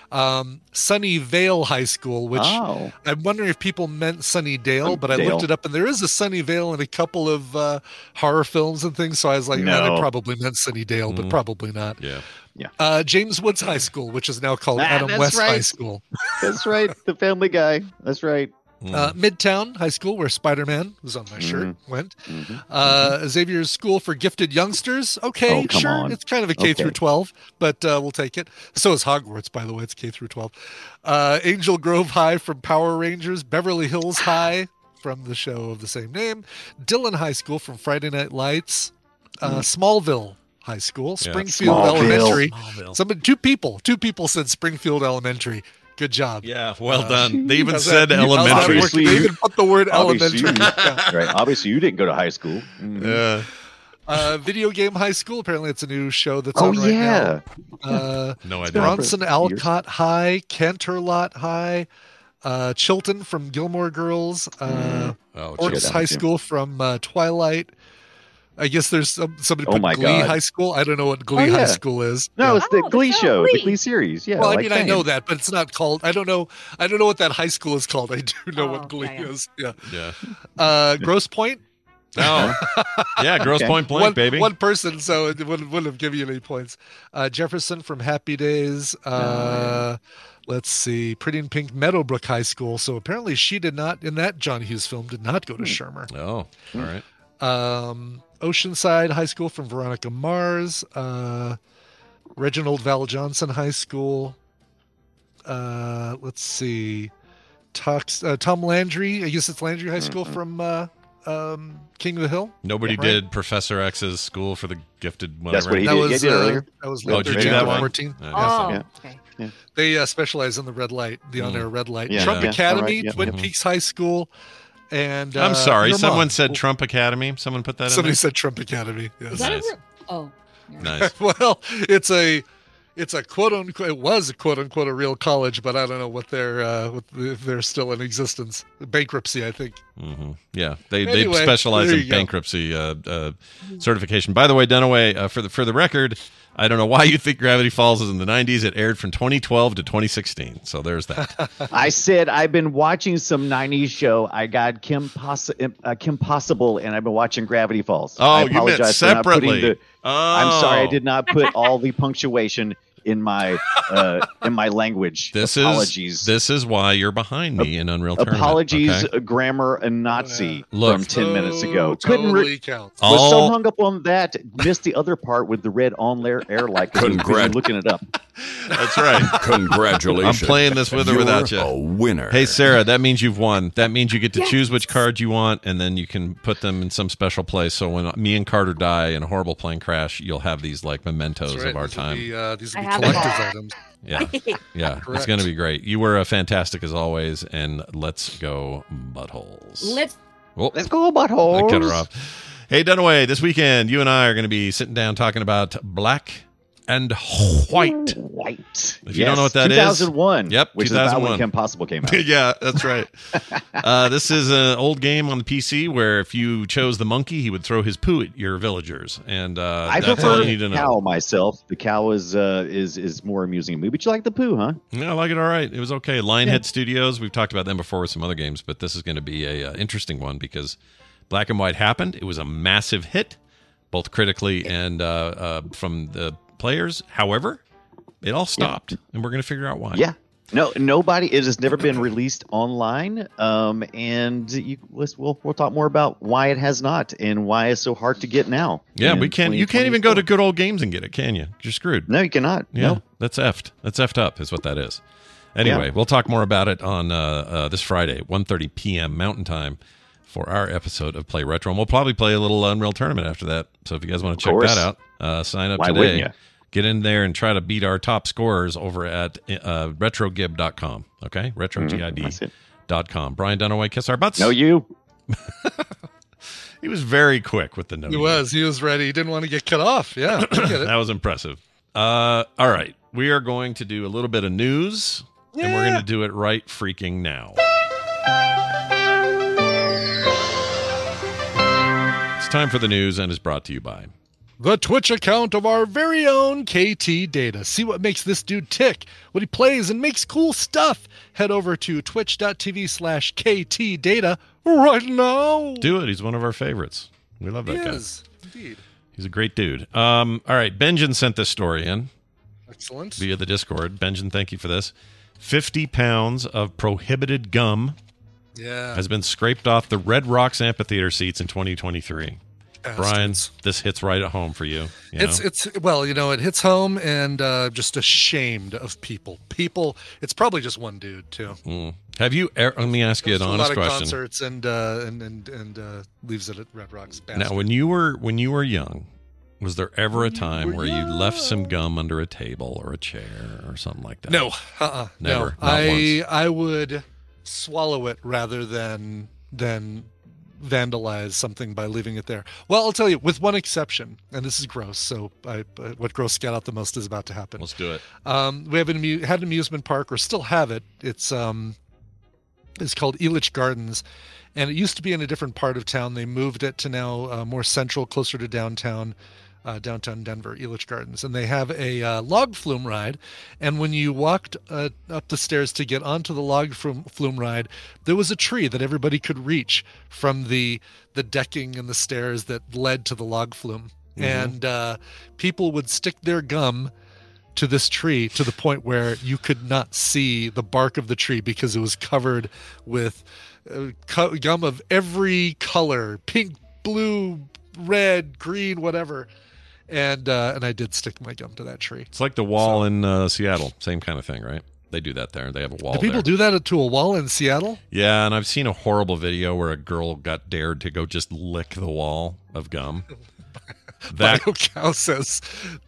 Um, Sunny Vale High School, which
Oh.
I'm wondering if people meant Sunny Dale,
Um,
but I
Dale.
looked it up and there is a Sunny Vale in a couple of uh, horror films and things. So I was like, no,
No.
they probably meant Sunny Dale, but probably not.
Yeah.
Uh, James Woods High School, which is now called
Ah,
Adam
that's
West High
right.
School.
that's right. The Family Guy. That's right.
Uh, Midtown High School, where Spider Man was on my
Mm-hmm.
shirt, went. Uh, Xavier's School for Gifted Youngsters. Okay,
Oh, come
sure.
on.
It's kind of a K through
Okay.
12, but uh, we'll take it. So is Hogwarts, by the way. It's K through 12. Uh, Angel Grove High from Power Rangers. Beverly Hills High from the show of the same name. Dillon High School from Friday Night Lights. Uh, Smallville High School.
Yeah.
Springfield
Hmm. Smallville.
Elementary.
Smallville.
Somebody, two people. Two people said Springfield Elementary. Good job.
Yeah, well
Uh,
done. They even
How's
said
that? How's that
elementary.
work? They even put the word
Obviously,
elementary.
you, right. Obviously, you didn't go to high school. Mhm.
Yeah.
Uh, video game high school. Apparently, it's a new show that's
oh
on right
yeah.
now. Uh,
No idea.
Bronson
Years.
Alcott High, Canterlot High, uh, Chilton from Gilmore Girls,
Mm.
uh,
Oh,
Orcs
Chilton,
High
yeah.
School from uh, Twilight. I guess there's some, somebody
Oh
put
my
Glee
God.
High School. I don't know what Glee
Oh,
High
yeah.
School is.
No,
Yeah.
it's the
Oh, the
Glee
show
show,
Glee.
the Glee series. Yeah.
well, I
like
mean, I know
Fame.
that, but it's not called. I don't know. I don't know what that high school is called. I do know
Oh,
what Glee
yeah, yeah.
is. Yeah.
Yeah.
Uh, Gross Point.
No. yeah, gross
Okay.
point blank,
one,
baby.
one person, so it wouldn't, wouldn't have given you any points. Uh, Jefferson from Happy Days. Uh, Let's see. Pretty in Pink Meadowbrook High School. So apparently she did not, in that John Hughes film, did not go to Shermer.
oh, all right.
Um, Oceanside High School from Veronica Mars. Uh, Reginald Val Johnson High School. Uh, let's see. Tox, uh, Tom Landry. I guess it's Landry High School from uh, um, King of the Hill?
Nobody
Right?
did Professor X's School for the Gifted. Whatever.
That's what he That did. was, Yeah, he did uh, earlier.
that was
oh, did you do
13
that
to
one?
14.
I
Oh,
didn't see
okay.
They uh, specialize in the red light, the on-air red light.
Hmm. Yeah.
Trump
Yeah.
Academy,
Alright, yeah.
Twin
Mhm.
Peaks High School, and
that. I'm
uh,
sorry.
your
Someone
mom.
said Trump Academy. Someone put that. in
Somebody
there?
said Trump Academy. Yes.
Is that
Nice.
a real? Oh,
Nice.
well, it's a it's a quote unquote it was a quote unquote a real college, but I don't know what they're uh, what, if they're still in existence. Bankruptcy, I think.
hmm Yeah, they
Anyway,
they specialize
there
in
you go.
bankruptcy uh, uh, certification. By the way, Dunaway, uh, for the for the record, I don't know why you think Gravity Falls is in the '90s. It aired from 2012 to 2016, so there's that.
I said I've been watching some '90s show. I got Kim, Poss- uh, Kim Possible, and I've been watching Gravity Falls.
Oh,
I
you meant
apologize for not putting
separately.
the- I'm sorry,
Oh.
I did not put all the punctuation in my uh, in my language.
This
apologies,
is this is why you're behind me in Unreal Tournament.
apologies,
okay?
uh, grammar and Nazi
Look. Oh,
from ten minutes ago. Couldn't
Oh, Totally
re-
counts.
was
All-
so hung up on that, missed the other part with the red on air air like.
Congrat-
looking it up.
That's right.
Congratulations.
I'm playing this with or
You're
without you.
a winner.
Hey Sarah, that means you've won. That means you get to choose which card you want, and then you can put them in some special place. So when me and Carter die in a horrible plane crash, you'll have these like mementos
That's right.
of our
These will
time.
be, uh, these will
I
be
have it all.
collector's items.
Yeah, yeah, it's
Correct.
going to be great. You were uh, fantastic as always, and let's go buttholes.
Let's
Oh,
Let's go buttholes.
I cut her off. Hey Dunaway, this weekend you and I are going to be sitting down talking about black and white.
White.
If you don't know what that is,
2001.
Yep,
which is about
2001.
when Kim Possible came out.
yeah, that's right. Uh, this is an old game on the PC where if you chose the monkey, he would throw his poo at your villagers, and uh,
I
that's
prefer
all you need to
the
know.
cow myself. The cow is uh, is is more amusing to me. But you like the poo, huh?
Yeah, I like it all right. It was okay. Lionhead Studios. We've talked about them before with some other games, but this is going to be a uh, interesting one because Black and White happened. It was a massive hit, both critically and uh, uh, from the players. However, it all stopped, and we're going to figure out why.
Yeah. No, nobody. It has never been released online. Um, and you, let's, we'll we'll talk more about why it has not and why it's so hard to get now.
Yeah,
in
we can't. You can't even go to good old games and get it, can you? You're screwed.
2024. No, you cannot.
Yeah,
No.
that's effed. That's effed up, is what that is. Anyway, we'll talk more about it on uh, uh, this Friday, 1.30 p.m. Mountain Time for our episode of Play Retro. And we'll probably play a little Unreal Tournament after that. So if you guys want to check
course.
that out, uh, sign up
Why wouldn't
today.
ya?
Get in there and try to beat our top scorers over at uh, retrogib.com. Okay? Retrogid.com. Brian Dunaway, kiss our butts.
Mm, No, you.
He was very quick with the no.
He
you.
was. He was ready. He didn't want to get cut off. Yeah, I get it.
that was impressive. Uh, all right, we are going to do a little bit of news, and we're
Yeah.
going to do it right freaking now. It's time for the news, and is brought to you by.
The Twitch account of our very own KT Data. See what makes this dude tick, what he plays, and makes cool stuff. Head over to twitch.tv slash KT Data right now.
Do it. He's one of our favorites. We love that
He
guy.
is, indeed.
He's a great dude. Um, all right, Benjamin sent this story in.
Excellent.
via the Discord. Benjamin, thank you for this. 50 pounds of prohibited gum
Yeah.
has been scraped off the Red Rocks amphitheater seats in 2023. Brian,
Bastards.
this hits right at home for you. you
it's
know?
it's well, you know, it hits home and uh, just ashamed of people. People, it's probably just one dude too.
Mm. Have you? Er- let me ask you an
Goes to
honest
a lot of
question.
concerts and uh, and and and uh, leaves it at Red Rocks. Bastard.
Now, when you were when you were young, was there ever a time where you left some gum under a table or a chair or something like that?
No, uh-uh,
Never,
No.
not
I I would swallow it rather than than vandalize something by leaving it there. Well, I'll tell you, with one exception, and this is gross. So, I, but what gross got out the most is about to happen.
Let's do it.
Um, we have an amu- had an amusement park, or still have it. It's um, it's called Elitch Gardens, and it used to be in a different part of town. They moved it to now uh, more central, closer to downtown, uh, downtown Denver, Elitch Gardens, and they have a uh, log flume ride. And when you walked uh, up the stairs to get onto the log flume, flume ride, there was a tree that everybody could reach from the the decking and the stairs that led to the log flume.
Mhm.
And uh, people would stick their gum to this tree to the point where you could not see the bark of the tree because it was covered with uh, cu- gum of every color pink blue red green whatever and uh, and i did stick my gum to that tree
It's like the wall in uh, Seattle, same kind of thing, right? They do that there. They have a wall.
do people do
there.
that to a wall in Seattle?
Yeah, and I've seen a horrible video where a girl got dared to go just lick the wall of gum. That
Bio Cow says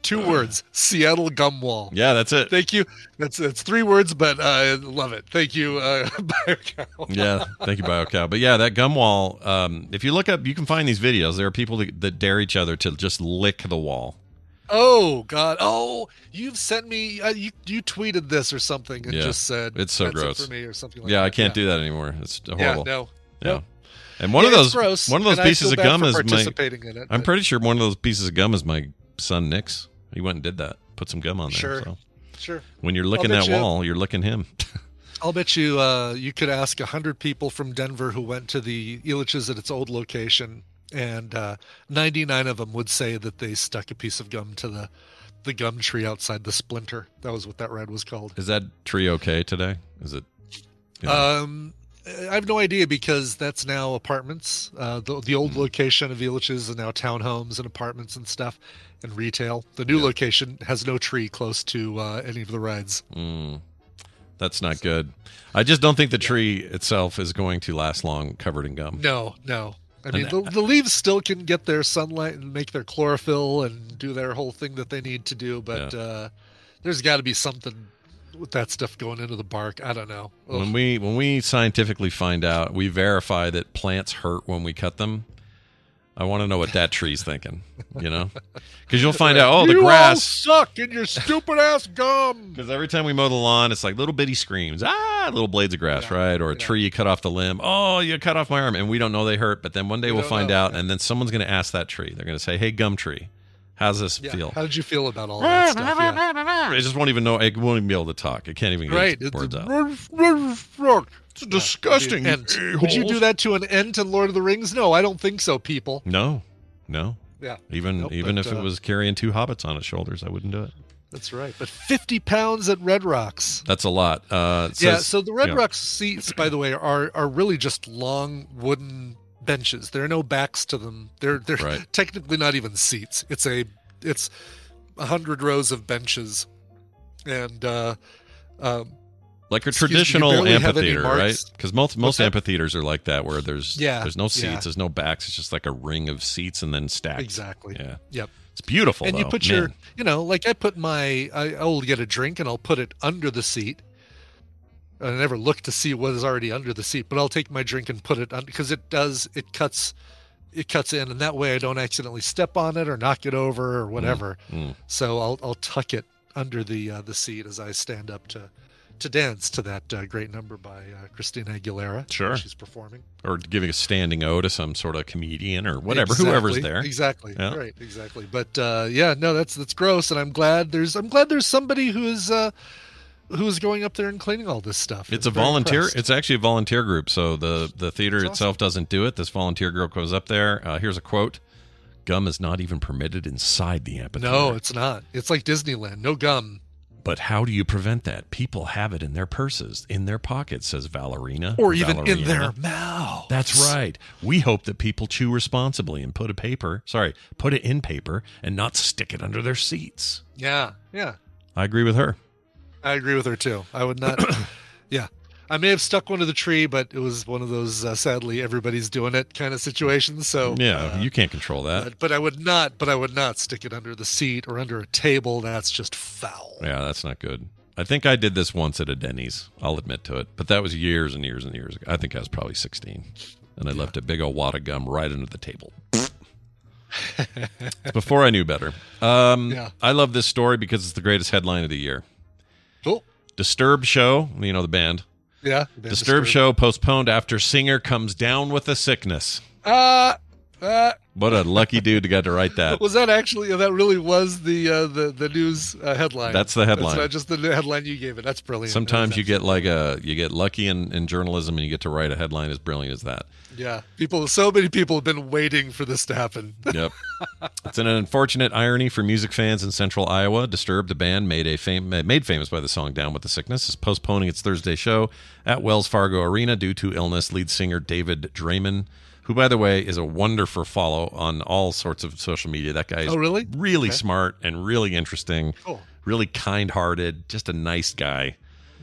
two words: Seattle gum wall.
yeah, that's it.
Thank you. That's it's three words, but I love it. Thank you, uh, Bio Cow.
yeah, thank you, BioCow. But yeah, that gum wall. Um, if you look up, you can find these videos. There are people that, that dare each other to just lick the wall.
Oh God! Oh, you've sent me. Uh, you you tweeted this or something and
yeah,
just said
it's so
"That's it
gross
for me" or something like
yeah,
that.
I can't do that anymore. It's horrible.
no.
Yeah.
Nope.
And one
Yeah,
of those
it's gross,
one of those
and I
pieces
feel
of
bad
gum
for
is my.
participating in it,
I'm
but-
pretty sure one of those pieces of gum is my son Nick's. He went and did that. Put some gum on there.
Sure.
so.
Sure.
When you're
I'll
licking
bet
that
you-
wall, you're licking him.
I'll bet you uh, you could ask a hundred people from Denver who went to the Elitch's at its old location, and uh, ninety-nine of them would say that they stuck a piece of gum to the the gum tree outside the splinter. That was what that ride was called.
Is that tree okay today? Is it? you know,
Um, I have no idea because that's now apartments. Uh, the the
Mm-hmm.
old location of Elitch's is now townhomes and apartments and stuff, and retail. The new location has no tree close to uh, any of the rides.
mm, that's not good. I just don't think the tree itself is going to last long covered in gum.
No, no. I
And
mean, the, the leaves still can get their sunlight and make their chlorophyll and do their whole thing that they need to do, but uh, there's got to be something with that stuff going into the bark. I don't know. Ugh.
When we when we scientifically find out, we verify that plants hurt when we cut them. I want to know what that tree's thinking, you know, because you'll find out. Oh, the
you all
grass.
suck in your stupid ass gum.
Because every time we mow the lawn, it's like little bitty screams, ah, little blades of grass, right? Or a tree you cut off the limb, oh, you cut off my arm, and we don't know they hurt. But then one day
We
we'll
don't
find
know,
out, and then someone's going to ask that tree. They're going to say, hey, gum tree, how's this
Yeah.
feel?
How did you feel about all that stuff? Yeah.
It just won't even know. It won't even be able to talk. It can't even get
Right.
its words out.
It's
disgusting, you
Would you
a-holes.
do that to an ent in Lord of the Rings? No, I don't think so, people.
No, no.
Yeah.
Even
Nope,
even
but,
if it
uh,
was carrying two hobbits on its shoulders, I wouldn't do it.
That's right. But 50 pounds at Red Rocks.
That's a lot. Uh, it
yeah,
says-
so the Red
yeah.
Rocks seats, by the way, are are really just long wooden benches. There are no backs to them. They're they're
Right.
technically not even seats. It's a it's a hundred rows of benches, and uh, um,
like a
Excuse me, you
traditional
barely have any
amphitheater,
marks.
right? Because most
What's
most
that?
amphitheaters are like that, where there's
Yeah,
there's no seats,
yeah.
there's no backs, it's just like a ring of seats and then stacked.
Exactly.
Yeah.
Yep.
It's beautiful.
and you
though.
put your
Man.
you know like I put my I, I'll get a drink and I'll put it under the seat. I never look to see what is already under the seat, but I'll take my drink and put it on because it does it cuts it cuts in, and that way I don't accidentally step on it or knock it over or whatever.
Mm.
So I'll I'll tuck it under the uh, the seat as I stand up to to dance to that uh, great number by uh, Christina Aguilera.
Sure.
she's performing.
or giving a standing O to some sort of comedian or whatever, whoever's
Exactly,
there.
Exactly.
Yeah.
Right. Exactly. But uh, yeah, no, that's that's gross, and I'm glad there's I'm glad there's somebody who is uh, who is going up there and cleaning all this stuff.
It's a
I'm very
volunteer.
impressed.
It's actually a volunteer group. So the the theater
That's
itself doesn't do it. This volunteer group goes up there. Uh, here's a quote: "Gum is not even permitted inside the amphitheater."
no, it's not. It's like Disneyland. No gum.
But how do you prevent that? People have it in their purses, in their pockets, says Valerina.
Or even in their
Valerina.
mouth.
That's right. We hope that people chew responsibly and put a paper, sorry, put it in paper and not stick it under their seats.
Yeah. Yeah.
I agree with her.
I agree with her too. I would not. yeah, I may have stuck one to the tree, but it was one of those uh, sadly everybody's doing it kind of situations. So
Yeah,
uh,
you can't control that.
But, but I would not. But I would not stick it under the seat or under a table. That's just foul.
Yeah, that's not good. I think I did this once at a Denny's. I'll admit to it, but that was years and years and years ago. I think I was probably 16, and I left a big old wad of gum right under the table. It's before I knew better. Um,
Yeah.
I love this story because it's the greatest headline of the year.
Cool.
Disturbed show, you know the band.
Oh, Yeah. Band
Disturbed
Disturbed.
show postponed after singer comes down with a sickness.
Uh, uh,
What a lucky dude to got to write that.
was that actually? That really was the uh, the the news uh, headline.
That's the headline.
That's not just the headline you gave it. That's brilliant.
Sometimes you get like a you get lucky in, in journalism and you get to write a headline as brilliant as that.
Yeah, people. So many people have been waiting for this to happen.
Yep. it's an unfortunate irony for music fans in central Iowa. Disturbed, the band made a fam- made famous by the song Down with the Sickness, is postponing its Thursday show at Wells Fargo Arena due to illness. Lead singer David Draymond, who by the way is a wonderful follow on all sorts of social media. That guy is
Oh, really?
really
Okay.
smart and really interesting.
Cool.
Really kind-hearted, just a nice guy.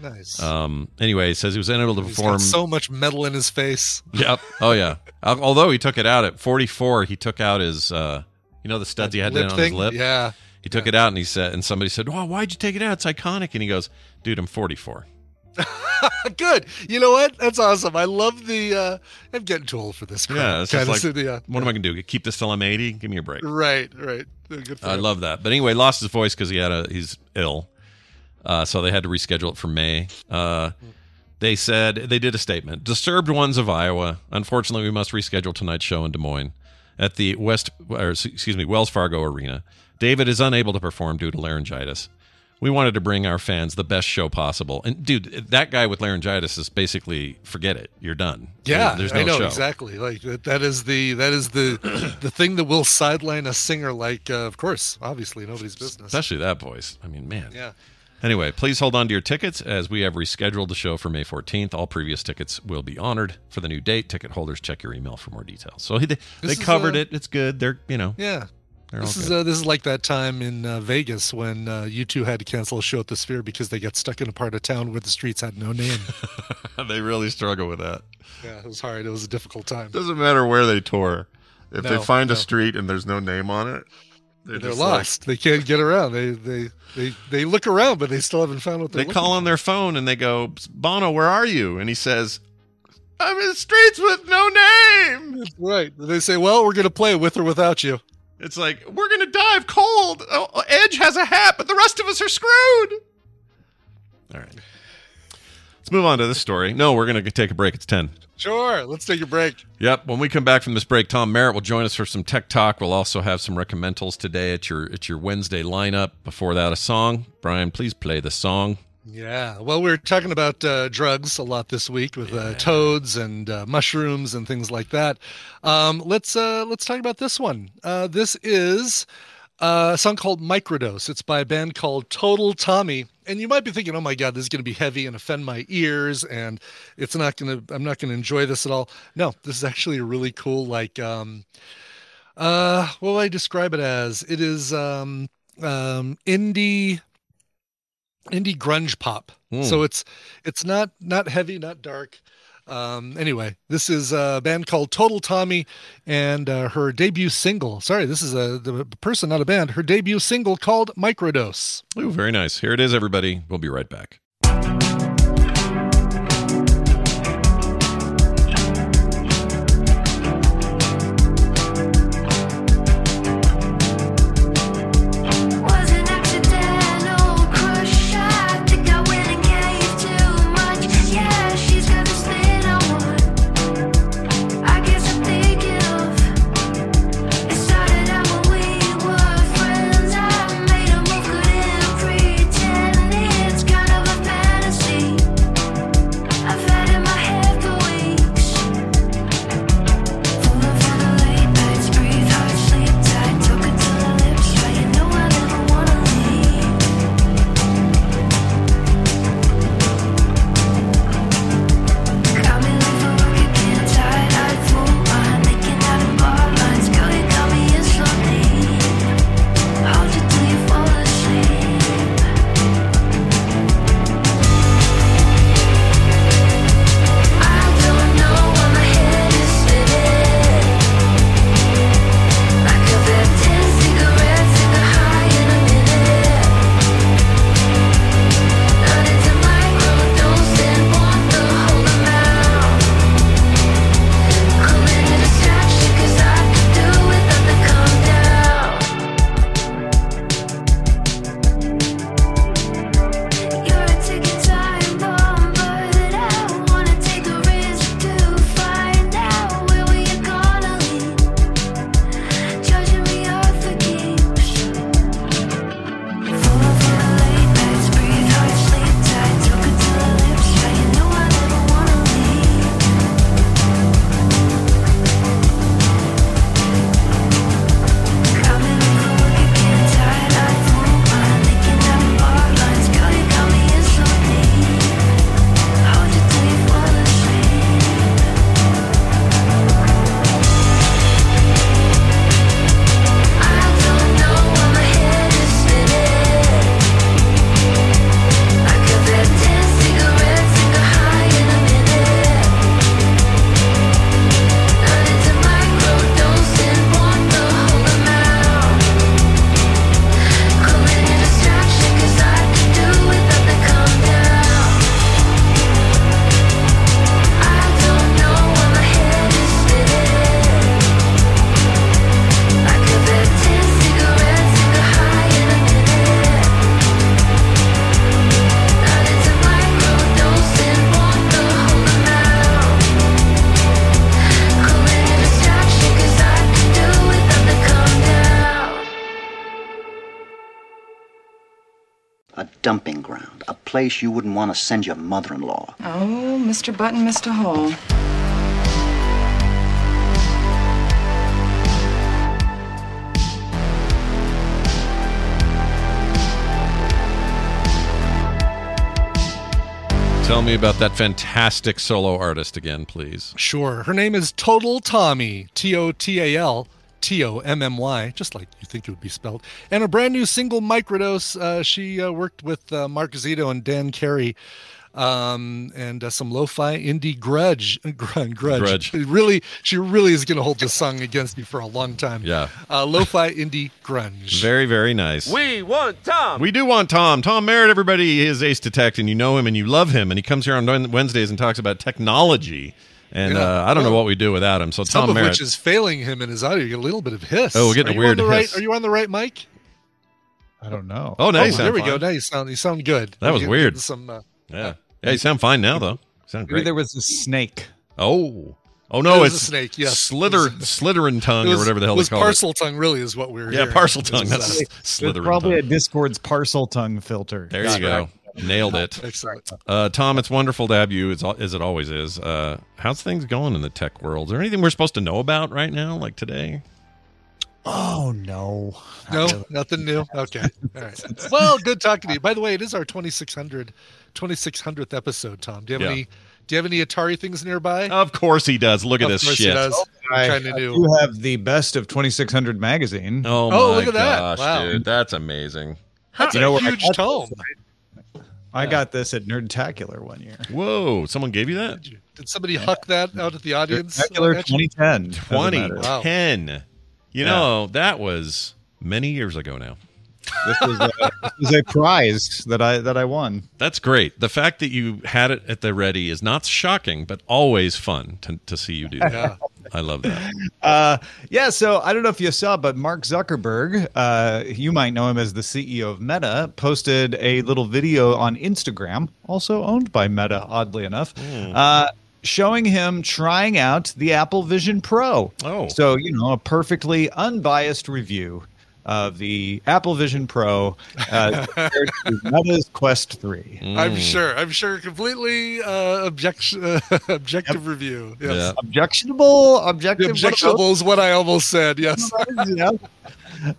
Nice.
Um, anyway, he says he was unable to
He's
perform.
got so much metal in his face.
Yep. Oh yeah. Al- Although he took it out at 44, he took out his, uh, you know, the studs he had
lip
down on
thing?
his lip.
Yeah.
He took it out and he said, and somebody said, "Wow, why'd you take it out? It's iconic." And he goes, "Dude, I'm 44."
Good. You know what? That's awesome. I love the. uh I'm getting too old for this. Crap.
Yeah. It's just
Kinda
like,
silly, yeah.
what am I gonna do? Keep this till I'm 80? Give me a break.
Right. Right. Good for
I
him.
love that. But anyway, lost his voice because he had a he's ill, uh, so they had to reschedule it for May. Uh, they said they did a statement. Disturbed ones of Iowa. Unfortunately, we must reschedule tonight's show in Des Moines at the West, or excuse me, Wells Fargo Arena. David is unable to perform due to laryngitis. We wanted to bring our fans the best show possible. And dude, that guy with laryngitis is basically forget it. You're done.
Yeah,
There-
I know exactly. Like that, that is the that is the the thing that will sideline a singer. Like, uh, of course, obviously, nobody's business.
Especially that voice. I mean, man.
Yeah.
Anyway, please hold on to your tickets as we have rescheduled the show for May 14th. All previous tickets will be honored for the new date. Ticket holders, check your email for more details. So they, they
is,
covered
uh,
it. It's good. They're, you know,
Yeah.
they're
this
all
is
good.
uh, this is like that time in uh, Vegas when uh, you two had to cancel a show at the Sphere because they got stuck in a part of town where the streets had no name.
they really struggle with that.
yeah, it was hard. It was a difficult time.
Doesn't matter where they tour. If they
No,
find a
no.
street and there's no name on it,
They're,
just
lost. they can't get around. They they they they look around, but they still haven't found what they're
They call on their phone and they go, "Bono, where are you?" And he says, I'm in streets with no name.
Right. They say, "Well, we're gonna play with or without you."
"It's like we're gonna die of cold. Oh, Edge has a hat, but the rest of us are screwed."
All right. Let's move on to this story. No, we're going to take a break. It's 10.
Sure. Let's take a break.
Yep. When we come back from this break, Tom Merritt will join us for some tech talk. We'll also have some recommendals today at your at your Wednesday lineup. Before that, a song. Brian, please play the song.
Yeah. Well, we were talking about uh, drugs a lot this week with uh, toads and uh, mushrooms and things like that. Um, let's uh, let's talk about this one. Uh, this is uh, a song called Microdose. It's by a band called Total Tommy. And you might be thinking, "Oh my God, this is going to be heavy and offend my ears, and it's not going to. I'm not going to enjoy this at all." No, this is actually a really cool, like, um, uh, what will I describe it as? It is um, um, indie indie grunge pop.
Hmm.
So it's it's not not heavy, not dark. Um, anyway, this is a band called Total Tommy, and uh, her debut single. Sorry, this is a the person, not a band. Her debut single called Microdose.
Ooh, very nice. Here it is, everybody. We'll be right back.
Was an accidental crush. I think I went and gave too much. Yeah, she's got this thing on. I guess I'm thinking of. It started out when we were friends. I made a move, couldn't pretend. It's kind of a
a dumping ground, a place you wouldn't want to send your mother in law.
Oh, Mr. Button, Mr. Hole.
Tell me about that fantastic solo artist again, please.
Sure. Her name is Total Tommy, T O T A L T O M M Y, just like you think it would be spelled. And a brand new single, Microdose. Uh, she uh, worked with uh, Mark Zito and Dan Carey um, and uh, some lo fi indie grudge. Grudge.
Grudge.
It Really, she really is going to hold this song against me for a long time.
Yeah.
Uh, lo fi indie grunge.
Very, very nice.
We want Tom.
We do want Tom. Tom Merritt, everybody, he is Ace Detect, and you know him and you love him. And he comes here on Wen- Wednesdays and talks about technology. And
Yeah.
uh, I don't know what we do without him. So
Some
Tom
of
Merritt,
which is failing him in his audio. You get a little bit of hiss.
Oh, we're getting a
Are you
weird
on the
hiss.
Right, are you on the right mic?
I don't know.
Oh, now you sound
there we
fine.
go. Now you sound you sound good.
That was
You're
weird.
getting Some uh,
yeah, yeah, you sound fine now though. You sound
Maybe
great.
there was a snake.
oh, oh no,
It was a
it's
snake, yes.
slither, slithering tongue
it was-
or whatever the hell
it
they
was
call
parcel tongue. Really is what we were.
Yeah,
hearing.
parcel
It
tongue,
was,
that's-
uh,
There's
Slytherin
probably
tongue.
a Discord's parcel tongue filter.
it. There you go. Nailed it.
Excellent.
Uh, Tom, it's wonderful to have you as, al- as it always is. Uh, how's things going in the tech world? Is there anything we're supposed to know about right now, like today?
Oh no.
No, nothing new. Okay. All right. Well, good talking to you. By the way, it is our 2600 2600th episode, Tom. Do you have
Yeah.
any do you have any Atari things nearby?
Of course he does. Look at
Of
this
course he
shit.
does. I'm
I,
trying to
I
Oh, do-
do have the best of 2600 magazine.
Oh,
Oh,
my
look at that.
gosh,
Wow.
dude. That's amazing.
That's
You know
a
where I
huge
got
tome.
I got this at Nerdtacular one year.
Whoa, someone gave you that?
Did somebody huck that out at the audience?
Nerdtacular
Actually,
2010. Doesn't matter.
2010. You
Yeah.
know, that was many years ago now.
This was, a, this was a prize that I that I won.
That's great. The fact that you had it at the ready is not shocking, but always fun to, to see you do that.
Yeah.
I love that.
Uh, yeah, so I don't know if you saw, but Mark Zuckerberg, uh, you might know him as the CEO of Meta, posted a little video on Instagram, also owned by Meta, oddly enough, uh, showing him trying out the Apple Vision Pro.
Oh.
So, you know, a perfectly unbiased review of the Apple Vision
Oh,
Pro uh, compared to Meta's Quest 3.
Mm.
I'm sure. I'm sure. Completely uh, objection, uh, objective review. Yes.
Yeah. Objectionable, objective. what
Objectionable is what I almost said. Yes.
yeah.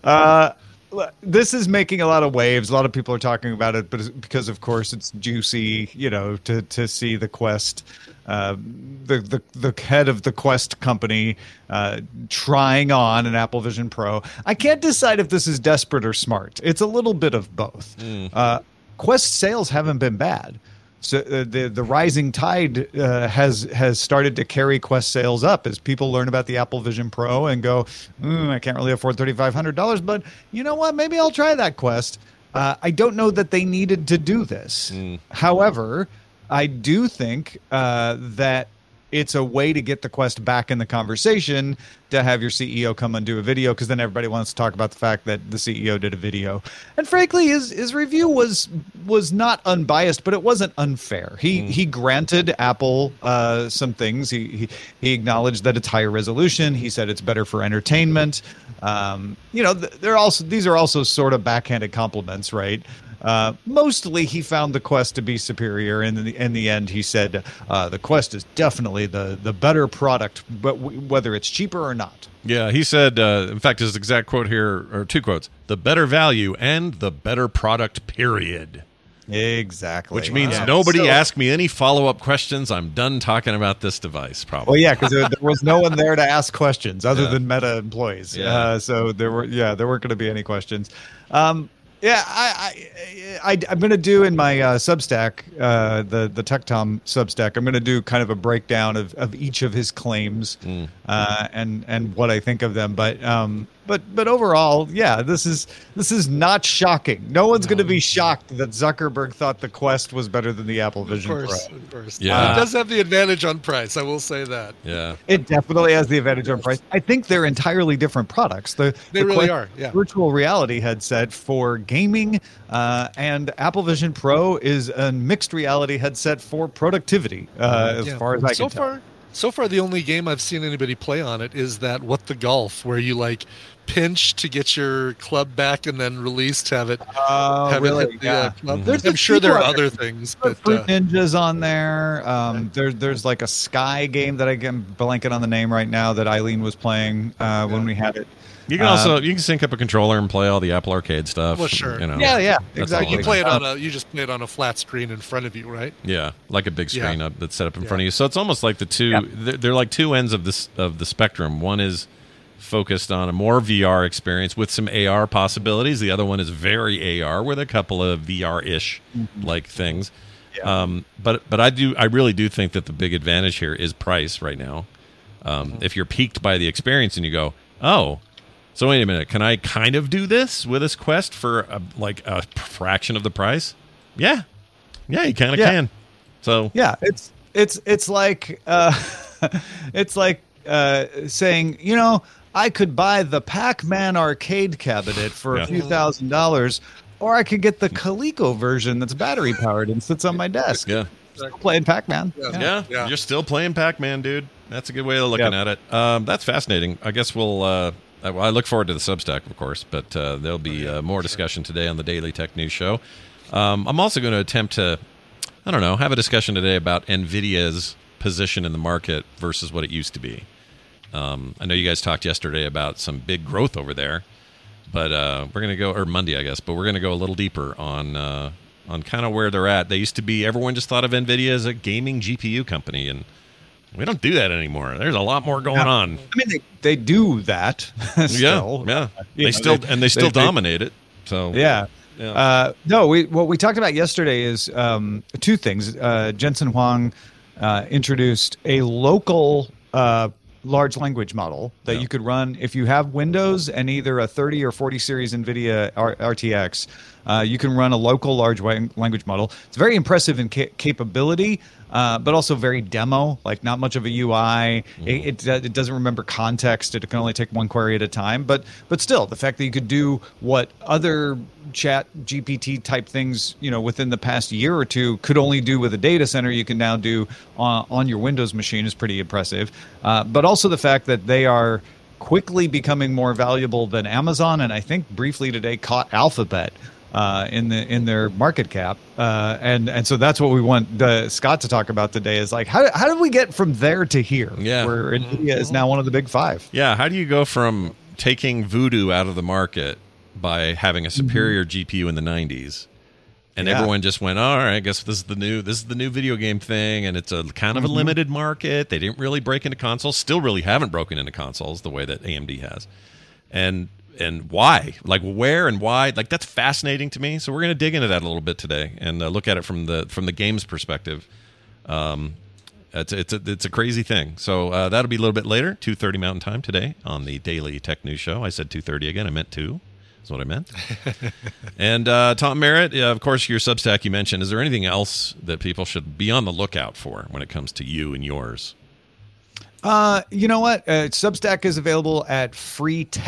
Uh, l- this is making a lot of waves. A lot of people are talking about it, but it's- because of course it's juicy, you know, to to see the quest, uh, the the the head of the Quest company uh, trying on an Apple Vision Pro. I can't decide if this is desperate or smart. It's a little bit of both. Uh, Quest sales haven't been bad. So uh, the the rising tide uh, has has started to carry Quest sales up as people learn about the Apple Vision Pro and go, "Mm, I can't really afford thirty five hundred dollars, but you know what? Maybe I'll try that Quest. Uh, I don't know that they needed to do this. However, I do think uh, that it's a way to get the quest back in the conversation to have your CEO come and do a video because then everybody wants to talk about the fact that the CEO did a video. And frankly, his his review was was not unbiased, but it wasn't unfair. He he granted Apple uh, some things. He, he he acknowledged that it's higher resolution. He said it's better for entertainment. Um, you know, th- they're also these are also sort of backhanded compliments, right? Uh, mostly, he found the quest to be superior, and in the, in the end, he said uh, the quest is definitely the the better product, but w- whether it's cheaper or not.
Yeah, he said, uh, in fact, his exact quote here, or two quotes the better value and the better product, period.
Exactly.
Which means
Wow.
nobody
So-
asked me any follow up questions. I'm done talking about this device, probably.
Well, yeah, because there, there was no one there to ask questions other
Yeah.
than Meta employees.
Yeah.
Uh, so there were, yeah, there weren't going to be any questions. Um, yeah, I, I, I I'm going to do in my uh, Substack, uh, the the Tech Tom Substack. I'm going to do kind of a breakdown of, of each of his claims uh, and and what I think of them. But um, but but overall, yeah, this is this is not shocking. No one's going to be shocked that Zuckerberg thought the Quest was better than the Apple
Of
Vision
course.
Pro.
Of course. Uh,
Yeah.
It does have the advantage on price. I will say that.
Yeah.
It definitely has the advantage on price. I think they're entirely different products. The,
They
the
really
Quest
are, yeah.
Virtual reality headset for gaming, uh, and Apple Vision Pro is a mixed reality headset for productivity. Uh, as
Yeah.
far as I
so
can tell.
far, So far, the only game I've seen anybody play on it is that what the golf, where you like pinch to get your club back and then released, have it.
Oh,
have it
really?
hit the,
Yeah. Mm-hmm.
uh, club.
There's
I'm
a
sure
few
there are
other-
other things, but
Fruit
uh,
Ninjas on there. Um, there, there's like a Sky game that I can blanket on the name right now that Eileen was playing uh, when we had it.
You can
Uh,
also you can sync up a controller and play all the Apple Arcade stuff.
well, sure.
You know, That's all
You
it
play
is.
it on a. You just play it on a flat screen in front of you, right?
Yeah, like a big
Yeah.
screen up that's set up in
Yeah.
front of you. So it's almost like the two. They're, they're like two ends of this of the spectrum. One is focused on a more VR experience with some AR possibilities. The other one is very AR with a couple of VR ish
Mm-hmm.
like things. Um, but but I do I really do think that the big advantage here is price right now. Um,
Mm-hmm.
If you're piqued by the experience and you go, oh, so wait a minute, can I kind of do this with this quest for a, like a fraction of the price? Yeah, yeah, you kind of
Yeah.
can. So
yeah, it's it's it's like uh, it's like uh, saying you know I could buy the Pac-Man arcade cabinet for
Yeah.
a few thousand dollars, or I could get the Coleco version that's battery powered and sits on my desk.
Yeah,
Still playing Pac-Man.
yeah, you're still playing Pac-Man, dude. That's a good way of looking at it. Um, that's fascinating. I guess we'll. Uh, I, I look forward to the Substack, of course, but uh, there'll be uh, more discussion today on the Daily Tech News Show. Um, I'm also going to attempt to, I don't know, have a discussion today about Nvidia's position in the market versus what it used to be. Um, I know you guys talked yesterday about some big growth over there, but uh, we're going to go or Monday, I guess. But we're going to go a little deeper on uh, on kind of where they're at. They used to be everyone just thought of Nvidia as a gaming GPU company, and we don't do that anymore. There's a lot more going
Yeah.
on.
I mean, they, they do that. still.
Yeah, yeah.
You know,
They still and they still
they-
dominate it. So
Yeah.
Yeah.
Uh, no, we, what we talked about yesterday is um, two things. Uh, Jensen Huang uh, introduced a local uh, large language model that you could run if you have Windows and either a 30 or 40 series NVIDIA R- RTX. Uh, you can run a local large wa- language model. It's very impressive in ca- capability, uh, but also very demo, like not much of a UI. It, it, it doesn't remember context. It can only take one query at a time. But but still, the fact that you could do what other chat GPT type things, you know, within the past year or two could only do with a data center, you can now do on, on your Windows machine is pretty impressive. Uh, but also the fact that they are quickly becoming more valuable than Amazon, and I think briefly today caught Alphabet uh, in the in their market cap. Uh, and and so that's what we want uh, Scott to talk about today is like how how did we get from there to here?
Yeah.
where Nvidia is now one of the big five.
Yeah, how do you go from taking voodoo out of the market by having a superior GPU in the 90s? And
Mm-hmm. Yeah.
everyone just went, "All right, I guess this is the new this is the new video game thing and it's a kind of a
Mhm.
limited market. They didn't really break into consoles, still really haven't broken into consoles the way that AMD has." And and why? Like where and why? Like that's fascinating to me. So we're going to dig into that a little bit today and uh, look at it from the from the game's perspective. Um, it's it's a, it's a crazy thing. So uh, that'll be a little bit later, two thirty Mountain Time today on the Daily Tech News Show. I said two thirty again. I meant two. Is what I meant. and uh, Tom Merritt, uh, of course, your Substack you mentioned. Is there anything else that people should be on the lookout for when it comes to you and yours?
Uh, you know what? Uh, Substack is available at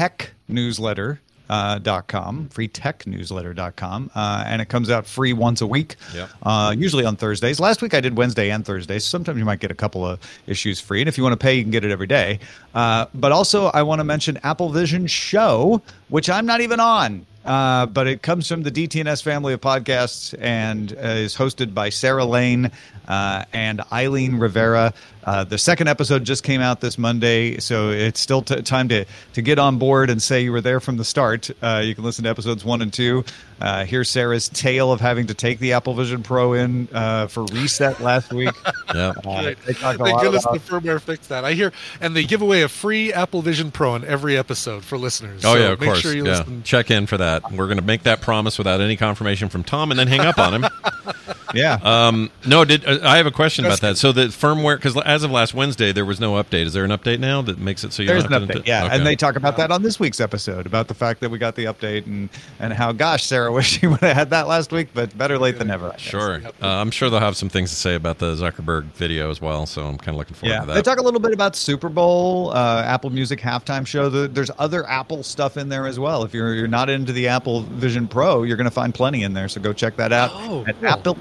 freetechnewsletter.com, uh, .com, freetechnewsletter.com, uh, and it comes out free once a week,
Yep.
uh, usually on Thursdays. Last week I did Wednesday and Thursdays. Sometimes you might get a couple of issues free, and if you want to pay, you can get it every day. Uh, but also, I want to mention Apple Vision Show, which I'm not even on. Uh, but it comes from the DTNS family of podcasts and uh, is hosted by Sarah Lane uh, and Eileen Rivera. Uh, the second episode just came out this Monday, so it's still t- time to to get on board and say you were there from the start. Uh, you can listen to episodes one and two. Uh, hear Sarah's tale of having to take the Apple Vision Pro in uh, for reset last week.
Yeah.
Uh,
Right.
they talk
Thank
a lot
goodness
about
the firmware fixed that. I hear, and they give away a free Apple Vision Pro in every episode for listeners.
Oh
So
yeah, of
make
course.
Sure you
yeah,
listen.
check in for that. We're going to make that promise without any confirmation from Tom, and then hang up on him.
yeah.
Um, no, did uh, I have a question about
That's
that? So the firmware, because as of last Wednesday, there was no update. Is there an update now that makes it so you
There's
don't
an
have to?
update, yeah,
Okay.
and they talk about that on this week's episode about the fact that we got the update and and how gosh, Sarah wish she would have had that last week, but better late than never. I guess.
Sure. Uh, I'm sure they'll have some things to say about the Zuckerberg video as well. So I'm kind of looking forward
Yeah,
to
they
that.
talk a little bit about Super Bowl, uh, Apple Music halftime show. The- There's other Apple stuff in there as well. If you're you're not into the Apple Vision Pro, you're going to find plenty in there. So go check that out
Oh,
at
cool.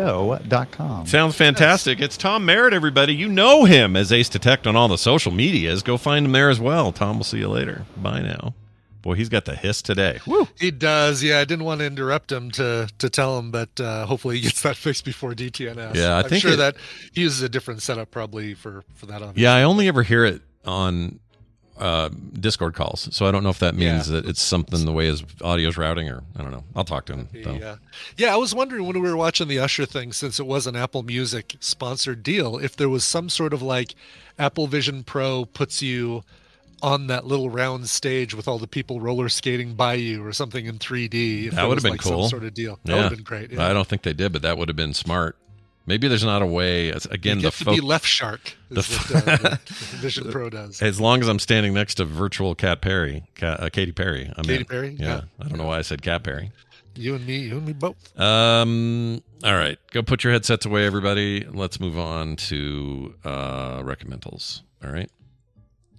TheShortVisionShow.com.
Sounds fantastic. It's Tom Merritt, everybody. You know him as Ace Detect on all the social medias. Go find him there as well. Tom, we'll see you later. Bye now. Boy, he's got the hiss today. Woo.
He does. Yeah, I didn't want to interrupt him to to tell him, but uh, hopefully he gets that fixed before DTNS.
Yeah, I
am
think
sure
it-
that he uses a different setup probably for for that. Obviously.
Yeah, I only ever hear it on uh, Discord calls, so I don't know if that means that it's something the way his audio's routing, or I don't know. I'll talk to him. Though.
Yeah. Yeah, I was wondering when we were watching the Usher thing, since it was an Apple Music sponsored deal, if there was some sort of like Apple Vision Pro puts you on that little round stage with all the people roller skating by you or something in 3D. If
That
there
would
was,
have been
like,
cool.
Some sort of deal. That would have been great. yeah.
I don't think they did, but that would have been smart. Maybe there's not a way. it's- Again,
you
the
get to
fo-
be left shark.
the
Is what,
f-
uh, what Vision Pro does.
As long as I'm standing next to virtual Cat Perry, Cat, uh, Katy Perry. I'm
Katy
in.
Perry?
Yeah.
Yeah.
I don't know why I said Cat Perry.
You and me, you and me both.
Um. All right, go put your headsets away, everybody. Let's move on to uh, recommendals. All right,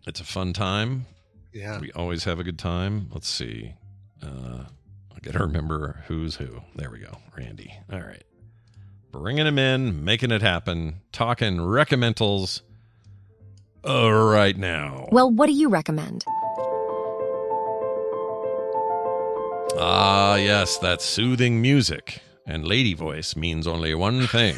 it's a fun time.
Yeah.
we always have a good time. Let's see. Uh, I gotta remember who's who. There we go, Randy. All right, bringing him in, making it happen, talking recommendals. Uh, right now.
Well, what do you recommend?
Ah, yes, that soothing music and lady voice means only one thing.